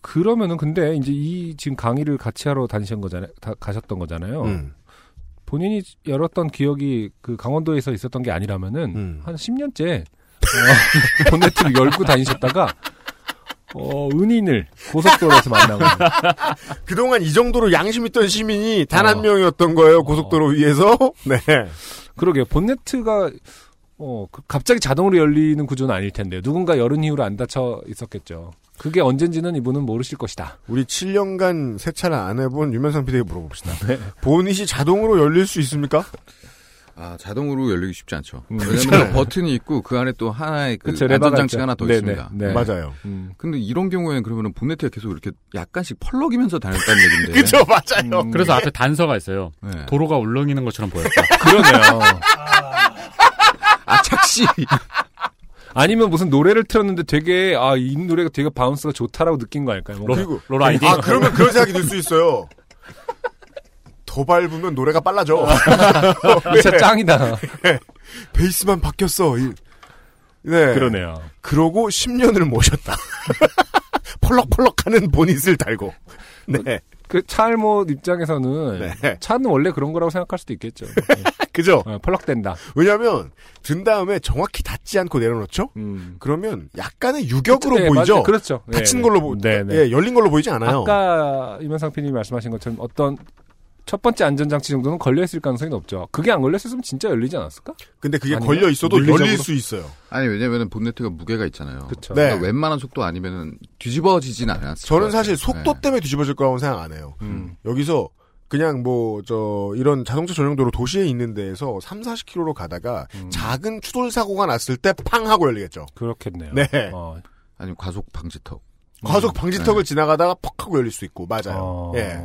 S2: 그러면은 근데 이제 이 지금 강의를 같이 하러 다니신 거잖아요. 다 가셨던 거잖아요.
S1: 음.
S2: 본인이 열었던 기억이 그 강원도에서 있었던 게 아니라면은
S1: 음.
S2: 한 10년째 어, 본네트를 열고 다니셨다가 어, 은인을 고속도로에서 만나고
S1: 그동안 이 정도로 양심 있던 시민이 단
S2: 어.
S1: 한 명이었던 거예요. 고속도로 위에서. 네.
S2: 그러게요. 본네트가 어, 그- 갑자기 자동으로 열리는 구조는 아닐 텐데 누군가 열은 이유로 안 닫혀 있었겠죠. 그게 언젠지는 이분은 모르실 것이다.
S1: 우리 7년간 세차를 안 해본 유면상 PD에게 물어봅시다.
S2: 네.
S1: 본닛이 자동으로 열릴 수 있습니까?
S4: 아, 자동으로 열리기 쉽지 않죠.
S1: 음,
S4: 왜냐면
S1: 그렇잖아요.
S4: 버튼이 있고 그 안에 또 하나의 그
S2: 그쵸, 레버
S4: 안전장치가 하나 더
S2: 네네,
S4: 있습니다. 음.
S2: 네.
S1: 맞아요.
S4: 근데 이런 경우에는 그러면 본네트가 계속 이렇게 약간씩 펄럭이면서 다녔다는 얘기인데.
S1: 그쵸, 맞아요.
S3: 음. 그래서 앞에 단서가 있어요.
S4: 네.
S3: 도로가 울렁이는 것처럼 보였다.
S2: 그러네요.
S4: 아, 착시.
S2: 아니면 무슨 노래를 틀었는데 되게 아 이 노래가 되게 바운스가 좋다라고 느낀 거 아닐까요? 뭔가?
S1: 그리고 아 그러면 그런 생각이 들 수 있어요. 더 밟으면 노래가 빨라져.
S2: 이차 짱이다.
S1: 예. 베이스만 바뀌었어. 이- 네.
S2: 그러네요.
S1: 그러고 10년을 모셨다. 펄럭펄럭하는 본닛을 달고. 네.
S2: 그 찰못 입장에서는 차는 원래 그런 거라고 생각할 수도 있겠죠. 어,
S1: 그죠?
S2: 펄럭된다.
S1: 왜냐하면 든 다음에 정확히 닿지 않고 내려놓죠. 그러면 약간의 유격으로
S2: 네,
S1: 보이죠.
S2: 맞아요. 음. 그렇죠.
S1: 닫힌
S2: 네,
S1: 걸로
S2: 네.
S1: 보,
S2: 네, 네.
S1: 예, 열린 걸로 보이지 않아요.
S2: 아까 이면상 PD님이 말씀하신 것처럼 어떤 첫 번째 안전장치 정도는 걸려있을 가능성이 높죠. 그게 안 걸렸으면 진짜 열리지 않았을까?
S1: 근데
S4: 그게
S1: 걸려 있어도 열릴 수 있어요.
S4: 아니, 왜냐면은 본네트가 무게가 있잖아요.
S2: 그쵸.
S4: 그러니까
S1: 네.
S4: 웬만한 속도 아니면은 뒤집어지진 않았어요.
S1: 저는 사실
S2: 네.
S1: 속도 때문에 뒤집어질 거라고 생각 안 해요.
S2: 음.
S1: 여기서 그냥 뭐 저 이런 자동차 전용도로 도시에 있는 데에서 3, 40km로 가다가 작은 추돌 사고가 났을 때 팡 하고 열리겠죠.
S2: 음. 그렇겠네요. 음.
S1: 네.
S4: 아니면 과속 방지턱.
S1: 과속 방지턱을
S4: 네.
S1: 지나가다가 퍽 하고 열릴 수 있고 맞아요.
S2: 어.
S1: 예.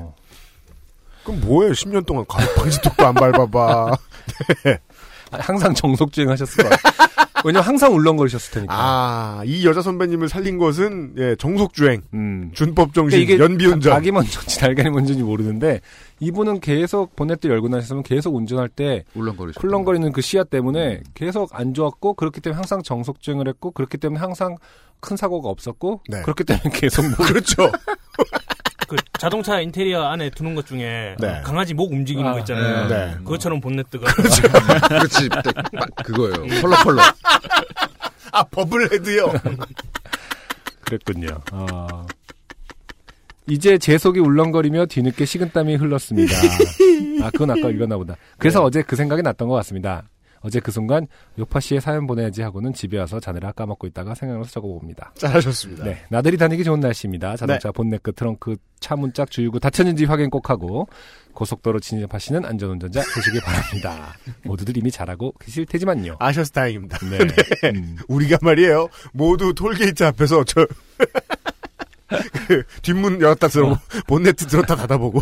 S1: 그럼 뭐예요? 10년 동안 과속 방지턱도 안 밟아봐. 네.
S2: 아, 항상 정속주행 하셨을 것 같아요. 왜냐면 항상 울렁거리셨을 테니까.
S1: 아, 이 여자 선배님을 살린 것은 예, 정속주행,
S2: 음.
S1: 준법 정신,
S2: 그러니까 이게
S1: 연비운전.
S2: 자- 자기 먼저인지 날개는 먼저인지 모르는데 이분은 계속 본넷도 열고 나셨으면 계속 운전할 때
S4: 울렁거리죠.
S2: 쿨렁거리는 그 시야 때문에
S1: 음.
S2: 계속 안 좋았고 그렇기 때문에 항상 정속주행을 했고 그렇기 때문에 항상 큰 사고가 없었고
S1: 네.
S2: 그렇기 때문에 계속 뭐
S1: 그렇죠.
S12: 그 자동차 인테리어 안에 두는 것 중에
S2: 네.
S12: 강아지 목 움직이는
S2: 아,
S12: 거 있잖아요.
S2: 네.
S12: 그것처럼 본네트가
S2: 그렇죠.
S1: 그렇죠.
S4: 그렇지. 딱 그거예요. 펄럭펄럭.
S1: 아, 버블헤드요.
S2: 그랬군요. 아. 이제 제 속이 울렁거리며 뒤늦게 식은땀이 흘렀습니다. 아, 그건 아까 읽었나 보다.
S1: 네.
S2: 그래서 어제 그 생각이 났던 것 같습니다. 어제 그 순간 요파 씨의 사연 보내야지 하고는 집에 와서 자느라 까먹고 있다가 생각나서 적어봅니다.
S1: 잘하셨습니다. 네.
S2: 네, 나들이 다니기 좋은 날씨입니다. 자동차 본넷 끝 트렁크 차 문짝 주유구 닫혔는지 확인 꼭 하고 고속도로 진입하시는 안전운전자 되시길 바랍니다. 모두들 이미 잘하고 계실 테지만요.
S1: 아셔서 다행입니다.
S2: 네.
S1: 네. 우리가 말이에요. 모두 톨게이트 앞에서 저 그 뒷문 열었다 들어보고 본네트 들었다 닫아보고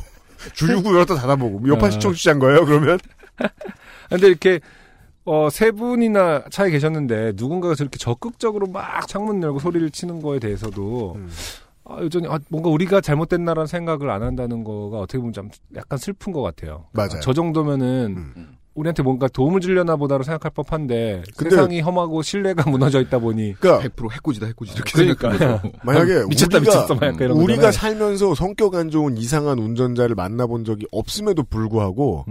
S1: 주유구 열었다 닫아보고 뭐
S2: 아.
S1: 요파 시청 주시한 거예요. 그러면
S2: 근데 이렇게 어, 세 분이나 차에 계셨는데 누군가가 저렇게 적극적으로 막 창문 열고 소리를 치는 거에 대해서도
S1: 음.
S2: 아, 여전히 아, 뭔가 우리가 잘못됐나라는 생각을 안 한다는 거가 어떻게 보면 좀 약간 슬픈 것 같아요.
S1: 맞아요. 음.
S2: 아, 저 정도면은 우리한테 뭔가 도움을 주려나 보다로 생각할 법한데
S1: 근데-
S2: 세상이 험하고 신뢰가 무너져 있다 보니
S1: 그러니까
S4: 100% 해코지다 해코지 이렇게
S2: 그러니까.
S4: 생각하면서
S1: 만약에
S2: 미쳤다,
S1: 우리가
S2: 미쳤어, 막 약간 이런
S1: 우리가
S2: 거잖아요.
S1: 살면서 성격 안 좋은 이상한 운전자를 만나본 적이 없음에도 불구하고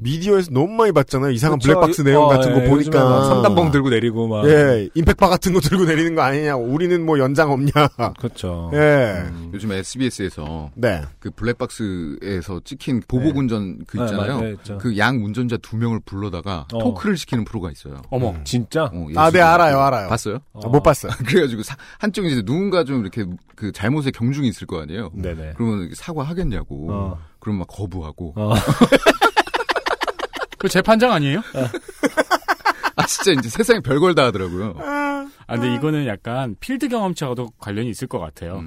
S1: 미디어에서 너무 많이 봤잖아요. 이상한
S2: 음. 그렇죠.
S1: 블랙박스 내용
S2: 어,
S1: 같은 거
S2: 예, 요즘에
S1: 보니까
S2: 막 삼단봉 들고 내리고 막
S1: 예, 임팩바 같은 거 들고 내리는 거 아니냐고. 우리는 뭐 연장 없냐.
S2: 그렇죠.
S1: 예.
S4: 어. 요즘 SBS에서
S1: 네.
S4: 그 블랙박스에서 찍힌 보복
S2: 네.
S4: 운전 그
S2: 네,
S4: 있잖아요.
S2: 맞- 네, 있죠.
S4: 그 양 운전자 두 명을 불러다가
S2: 어.
S4: 토크를 시키는 프로가 있어요.
S2: 어머 진짜
S4: 어,
S1: 아, 네,
S4: 예술가.
S1: 알아요, 알아요.
S4: 봤어요?
S1: 아, 못 봤어요.
S4: 그래가지고 사- 한쪽에 이제 누군가 좀 이렇게 그 잘못의 경중이 있을 거 아니에요.
S2: 네네.
S4: 그러면 사과하겠냐고.
S2: 어.
S4: 그럼 막 거부하고.
S2: 어.
S3: 그 재판장 아니에요?
S4: 아 진짜 이제 세상에 별걸 다 하더라고요.
S3: 아, 근데 이거는 약간 필드 경험치와도 관련이 있을 것 같아요.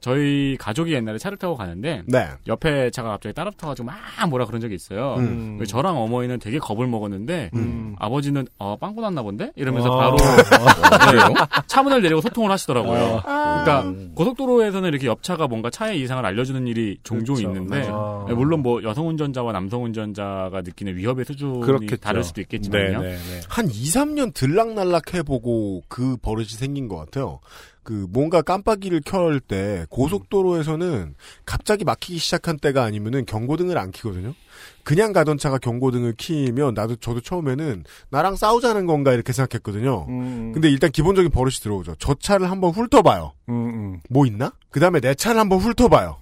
S3: 저희 가족이 옛날에 차를 타고 가는데
S1: 네.
S3: 옆에 차가 갑자기 따라붙어가지고 막 뭐라 그런 적이 있어요.
S1: 음.
S3: 그래서 저랑 어머니는 되게 겁을 먹었는데 아버지는 어, 빵꾸 났나 본데 이러면서
S12: 아.
S3: 바로
S12: 아, 그래요?
S3: 차 문을 내리고 소통을 하시더라고요.
S12: 아.
S3: 그러니까 고속도로에서는 이렇게 옆차가 뭔가 차의 이상을 알려주는 일이 종종 있는데
S2: 맞아.
S3: 네, 물론 뭐 여성 운전자와 남성 운전자가 느끼는 위협의 수준이
S1: 그렇겠죠. 네,
S3: 다를 수도 있겠지만요.
S1: 한 2, 3년 들락날락 해보고 그 버릇이 생긴 것 같아요. 그 뭔가 깜빡이를 켤 때 고속도로에서는 갑자기 막히기 시작한 때가 아니면은 경고등을 안 켜거든요. 그냥 가던 차가 경고등을 켜면 나도 저도 처음에는 나랑 싸우자는 건가 이렇게 생각했거든요.
S3: 음.
S2: 음,
S1: 근데 일단 기본적인 버릇이 들어오죠. 저 차를 한번 훑어봐요.
S2: 음,
S1: 뭐 있나? 그 다음에 내 차를 한번 훑어봐요.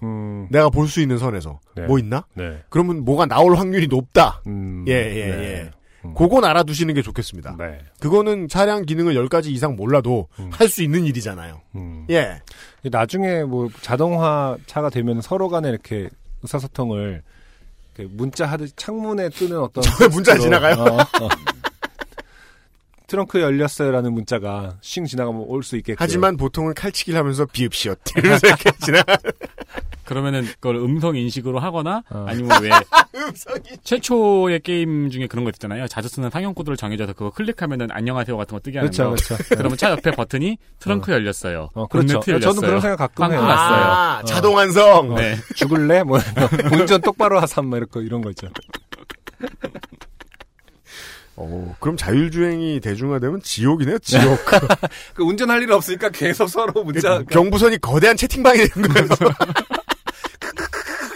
S1: 내가 볼 수 있는 선에서
S2: 네.
S1: 뭐 있나?
S2: 음. 네.
S1: 그러면 뭐가 나올 확률이 높다.
S2: 음,
S1: 예, 예,
S2: 네.
S1: 예. 그건 알아두시는 게 좋겠습니다. 그거는 차량 기능을 10가지 이상 몰라도
S2: 음.
S1: 할 수 있는 일이잖아요. 예.
S2: 나중에 뭐 자동화 차가 되면 서로 간에 이렇게 의사소통을 이렇게 문자 하듯 창문에 뜨는 어떤
S1: 저의 문자
S2: 텍스트로,
S1: 지나가요?
S2: 트렁크 열렸어요라는 문자가 싱 지나가면 올 수 있게
S1: 하지만 보통은 칼치기를 하면서 비읍시옷 이러면서 이렇게 지나
S3: 그러면은 그걸 음성 인식으로 하거나
S2: 어.
S3: 아니면 왜 최초의 게임 중에 그런 거 있잖아요. 자주 쓰는 상용 코드를 정해줘서 그거 클릭하면은 안녕하세요 같은 거 뜨게 하는
S2: 그렇죠,
S3: 거.
S2: 그렇죠.
S3: 러면차 옆에 버튼이 트렁크 열렸어요.
S2: 어, 그렇죠.
S3: 본네트 열렸어요.
S2: 저는 그런 생각 가끔 해요.
S3: 빵꾸 났어요. 네.
S1: 아, 자동 완성.
S2: 어, 죽을래? 뭐 운전 똑바로 하삼 뭐 이렇게 이런 거 있죠.
S1: 어, 그럼 자율주행이 대중화되면 지옥이네요, 지옥.
S2: 그 운전할 일 없으니까 계속 서로 문자
S1: 그러니까 경부선이 거대한 채팅방이 된 거예요.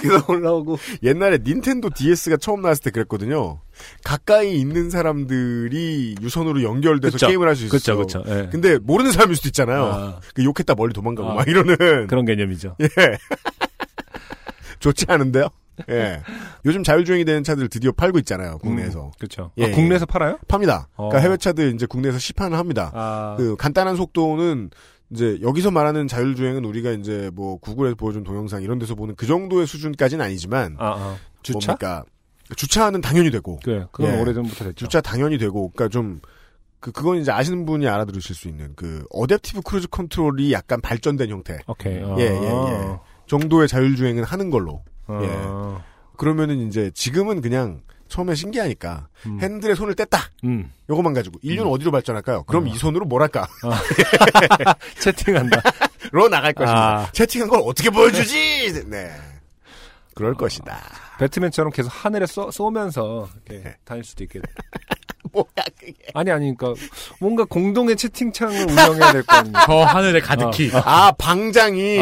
S1: 계속 올라오고. 옛날에 닌텐도 DS가 처음 나왔을 때 그랬거든요. 가까이 있는 사람들이 유선으로 연결돼서
S2: 그쵸.
S1: 게임을 할 수 있었어.
S2: 그쵸, 그쵸, 예.
S1: 근데 모르는 사람일 수도 있잖아요. 그 욕했다 멀리 도망가고
S2: 아,
S1: 막 이러는.
S2: 그런 개념이죠.
S1: 예. 좋지 않은데요? 예. 요즘 자율주행이 되는 차들 드디어 팔고 있잖아요, 국내에서.
S2: 그렇죠.
S1: 예,
S2: 아, 국내에서 팔아요?
S1: 팝니다.
S2: 어.
S1: 그러니까 해외 차들 이제 국내에서 시판을 합니다.
S2: 아.
S1: 그 간단한 속도는 이제 여기서 말하는 자율주행은 우리가 이제 뭐 구글에서 보여준 동영상 이런 데서 보는 그 정도의 수준까지는 아니지만
S2: 주차?
S1: 뭡니까? 주차는 당연히 되고. 예.
S2: 그래, 그건 오래전부터 됐죠.
S1: 주차 당연히 되고, 그러니까 좀. 그 그건 이제 아시는 분이 알아들으실 수 있는 그 어댑티브 크루즈 컨트롤이 약간 발전된 형태.
S2: 오케이.
S1: 예, 예, 예. 정도의 자율주행은 하는 걸로.
S2: 아.
S1: 예. 그러면은 이제 지금은 그냥 처음에 신기하니까 핸들에 손을 뗐다.
S2: 음. 아.
S1: 요거만 가지고 인류는 어디로 발전할까요? 그럼 이 손으로 뭘 할까?
S2: 채팅한다.
S1: 로 나갈 것이다.
S2: 아.
S1: 채팅한 걸 어떻게 보여주지? 네. 그럴 것이다.
S2: 아, 배트맨처럼 계속 하늘에 쏘, 쏘면서 이렇게 다닐 수도 있겠다.
S1: 네. 뭐야 그게?
S2: 아니 아니 그러니까 뭔가 공동의 채팅창을 운영해야 될 거 아니에요.
S3: 저 하늘에
S2: 어.
S3: 가득히.
S1: 아 방장이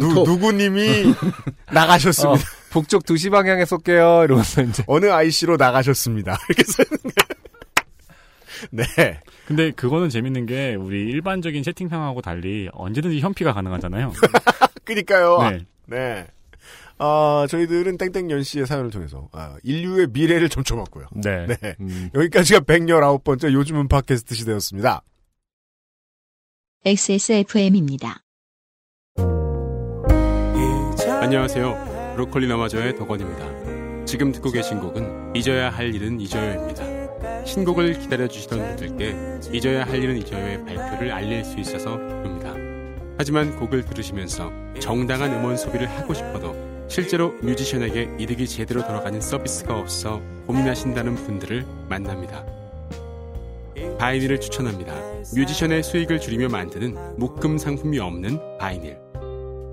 S1: 누, 누구님이 나가셨습니다.
S2: 어, 북쪽 2시 방향에 쏠게요. 이러면서 이제
S1: 어느 IC로 나가셨습니다. 이렇게 네.
S3: 근데 그거는 재밌는 게 우리 일반적인 채팅창하고 달리 언제든지 현피가 가능하잖아요.
S1: 그니까요.
S3: 네.
S1: 네. 아, 저희들은 땡땡연 씨의 사연을 통해서 아, 인류의 미래를 점쳐봤고요.
S2: 네.
S1: 여기까지가 119번째 요즘은 팟캐스트 시대였습니다.
S5: XSFM입니다.
S8: 안녕하세요. 브로콜리 너마저의 덕원입니다. 지금 듣고 계신 곡은 잊어야 할 일은 잊어요입니다. 신곡을 기다려주시던 분들께 잊어야 할 일은 잊어요의 발표를 알릴 수 있어서 기쁩니다. 하지만 곡을 들으시면서 정당한 음원 소비를 하고 싶어도 실제로 뮤지션에게 이득이 제대로 돌아가는 서비스가 없어 고민하신다는 분들을 만납니다. 바이닐을 추천합니다. 뮤지션의 수익을 줄이며 만드는 묶음 상품이 없는 바이닐.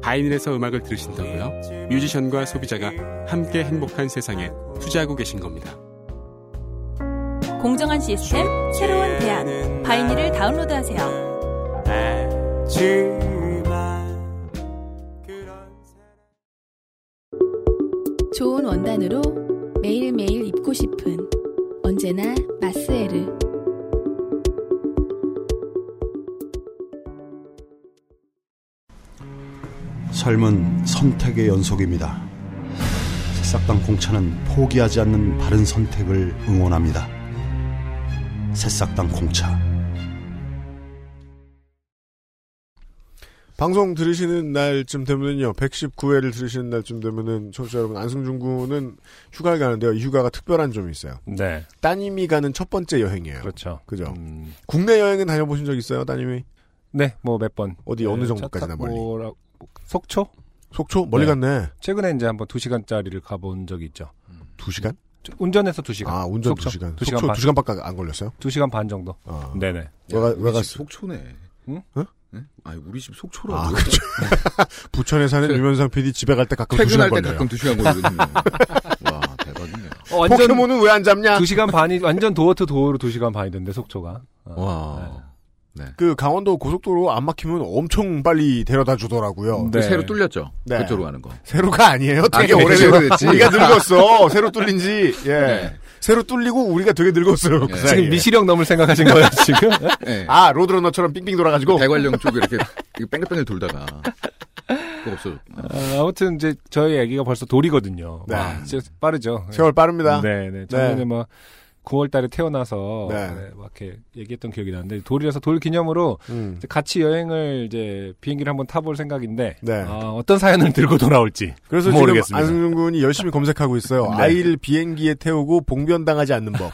S8: 바이닐에서 음악을 들으신다고요? 뮤지션과 소비자가 함께 행복한 세상에 투자하고 계신 겁니다.
S19: 공정한 시스템, 새로운 대안. 바이닐을 다운로드하세요.
S18: 좋은 원단으로 매일매일 입고 싶은 언제나 마스에르
S20: 삶은 선택의 연속입니다. 새싹당 공차는 포기하지 않는 바른 선택을 응원합니다. 새싹당 공차.
S1: 방송 들으시는 날쯤 되면요, 119회를 들으시는 날쯤 되면은, 청취자 여러분, 안승준 군은 휴가를 가는데요. 이 휴가가 특별한 점이 있어요.
S2: 네.
S1: 따님이 가는 첫 번째 여행이에요.
S2: 그렇죠.
S1: 그죠. 국내 여행은 다녀보신 적 있어요, 따님이?
S2: 네, 뭐 몇 번.
S1: 어디, 어느 정도까지나 멀리?
S2: 뭐 속초?
S1: 속초 어, 멀리 갔네.
S2: 최근에 이제 한번 2시간짜리를 가본 적이 있죠.
S1: 2시간?
S2: 운전해서 2시간.
S1: 아, 운전
S2: 속초.
S1: 2시간.
S2: 두
S1: 속초
S2: 반.
S1: 2시간밖에 안 걸렸어요? 어.
S2: 2시간 반 정도. 네네.
S1: 왜 가- 왜
S4: 우리 집
S1: 갔어? 어?
S4: 속초네.
S2: 응?
S4: 네? 아니 우리 집그 속초라고.
S1: 아, 그렇죠. 부천에 사는 유면상 PD 집에 갈 때 가끔 두
S4: 퇴근할
S1: 시간
S4: 때
S1: 걸려요.
S4: 가끔 두 시간 걸리거든요. 와 대박이네요.
S2: 어, 완전-
S1: 포켓몬은 왜 안 잡냐?
S2: 2시간 반이 완전 도어 투 도어로 2시간 반이던데 속초가. 어.
S1: 그 강원도 고속도로 안 막히면 엄청 빨리 데려다 주더라고요.
S2: 네.
S1: 네.
S4: 그 새로 뚫렸죠. 그쪽으로 가는 거.
S1: 새로가 아니에요.
S4: 아,
S1: 되게
S4: 되게
S1: 오래됐지.
S4: 오래됐지.
S1: 우리가 늙었어. 새로 뚫린지. 예.
S4: 네.
S1: 새로 뚫리고 우리가 되게 늙었어요. 그
S4: 네.
S1: 사이에.
S2: 지금 미시령 넘을 생각하신 거예요, 지금?
S4: 네.
S1: 아 로드러너처럼 빙빙 돌아가지고
S4: 대관령 쪽에 이렇게 이렇게 뺑글뺑글 돌다가 그거 없어졌.
S2: 아, 아무튼 이제 저희 아기가 벌써 돌이거든요.
S1: 네.
S2: 와, 진짜 빠르죠.
S1: 세월 빠릅니다.
S2: 네, 네.
S1: 네.
S2: 작년에 뭐 9월 달에 태어나서
S1: 네.
S2: 네, 막 이렇게 얘기했던 기억이 나는데 돌이라서 돌 기념으로
S1: 음.
S2: 이제 같이 여행을 이제 비행기를 한번 타볼 생각인데
S1: 네.
S2: 아, 어떤 사연을 들고 돌아올지
S1: 그래서
S2: 모르겠습니다.
S1: 지금 안승준 군이 열심히 검색하고 있어요.
S2: 네.
S1: 아이를 비행기에 태우고 봉변당하지 않는 법.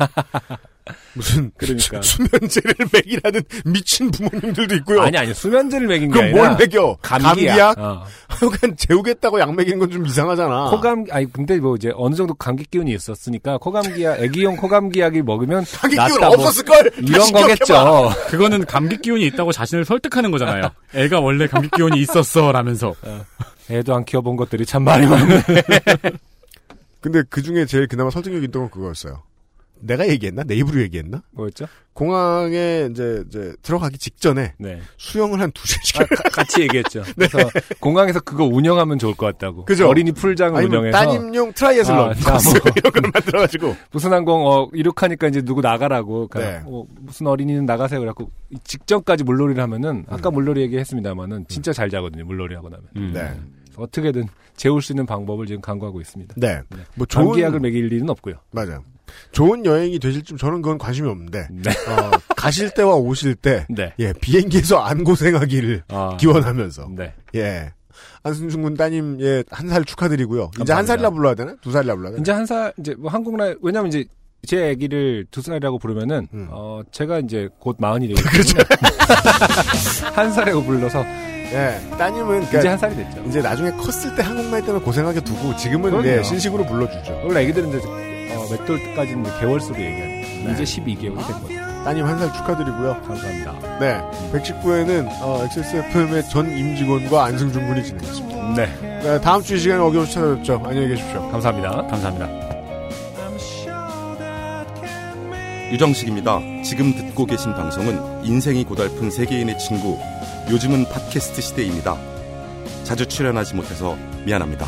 S1: 무슨
S2: 그러니까.
S1: 수면제를 먹이라는 미친 부모님들도 있고요.
S2: 아니 아니 수면제를 먹인 게
S1: 그럼
S2: 아니라
S1: 뭘 먹여?
S2: 감기약.
S1: 감기약?
S2: 어.
S1: 하여간 재우겠다고 약 먹이는 건 좀 이상하잖아.
S2: 코감 아니 근데 뭐 이제 어느 정도 감기 기운이 있었으니까 코감기약 애기용 코감기약을 먹으면
S1: 감기
S2: 낫다
S1: 기운
S2: 뭐
S1: 없었을 걸.
S2: 이런 거겠죠.
S3: 그거는 감기 기운이 있다고 자신을 설득하는 거잖아요. 애가 원래 감기 기운이 있었어 라면서.
S2: 애도 안 키워본 것들이 참 많이 많네.
S1: 근데 그 중에 제일 그나마 설득력 있던 건 그거였어요. 내가 얘기했나? 내 입으로 얘기했나?
S2: 뭐였죠?
S1: 공항에 이제, 이제 들어가기 직전에
S2: 네.
S1: 수영을 한 두세 시간.
S2: 아, 같이 얘기했죠. 그래서 공항에서 그거 운영하면 좋을 것 같다고.
S1: 네. 그죠?
S2: 어린이 풀장을
S1: 아니면
S2: 운영해서
S1: 따님용 트라이애슬론
S2: 아, 자,
S1: 코스
S2: 뭐.
S1: 이런 걸 만들어가지고
S2: 부산 항공 어 이륙하니까 이제 누구 나가라고 그러니까
S1: 네.
S2: 어, 무슨 어린이는 나가세요 그래갖고 이 직전까지 물놀이를
S1: 음.
S2: 하면은 아까 물놀이 얘기했습니다마는 진짜 잘 자거든요 물놀이 하고 나면
S1: 네.
S2: 그래서 어떻게든 재울 수 있는 방법을 지금 강구하고 있습니다.
S1: 네. 뭐 좋은
S2: 감기약을 먹일 일은 없고요.
S1: 맞아요. 좋은 여행이 되실지 저는 그건 관심이 없는데
S2: 네.
S1: 어, 가실 때와 오실 때
S2: 네.
S1: 예, 비행기에서 안 고생하기를
S2: 아.
S1: 기원하면서
S2: 네.
S1: 예. 안승준 군 따님 예, 한 살 축하드리고요. 이제
S2: 감사합니다.
S1: 한 살이라 불러야 되나? 두 살이라 불러야 되나?
S2: 이제 한 살 이제 뭐 한국 나이 왜냐면 이제 제 아기를 두 살이라고 부르면은
S1: 음.
S2: 어 제가 이제 곧 마흔이 되기 때문에 한 살이라고 불러서
S1: 예. 따님은
S2: 음. 이제
S1: 그러니까
S2: 한 살이 됐죠.
S1: 이제 나중에 컸을 때 한국 나이 때문에 고생하게 두고 지금은
S2: 그럼요.
S1: 예, 신식으로 불러주죠.
S2: 원래 애기들은 이제 어, 몇돌 때까지는 이제 개월 수로 얘기하니까 이제 12개월이 된 거죠.
S1: 네. 따님 한 살 축하드리고요.
S2: 감사합니다.
S1: 네. 119회는 XSFM의 전 임직원과 안승준 군이 진행했습니다.
S2: 네,
S1: 네, 다음 주 이 시간에 어김없이 찾아뵙죠. 안녕히 계십시오.
S2: 감사합니다.
S3: 감사합니다.
S21: 유정식입니다. 지금 듣고 계신 방송은 인생이 고달픈 세계인의 친구, 요즘은 팟캐스트 시대입니다. 자주 출연하지 못해서 미안합니다.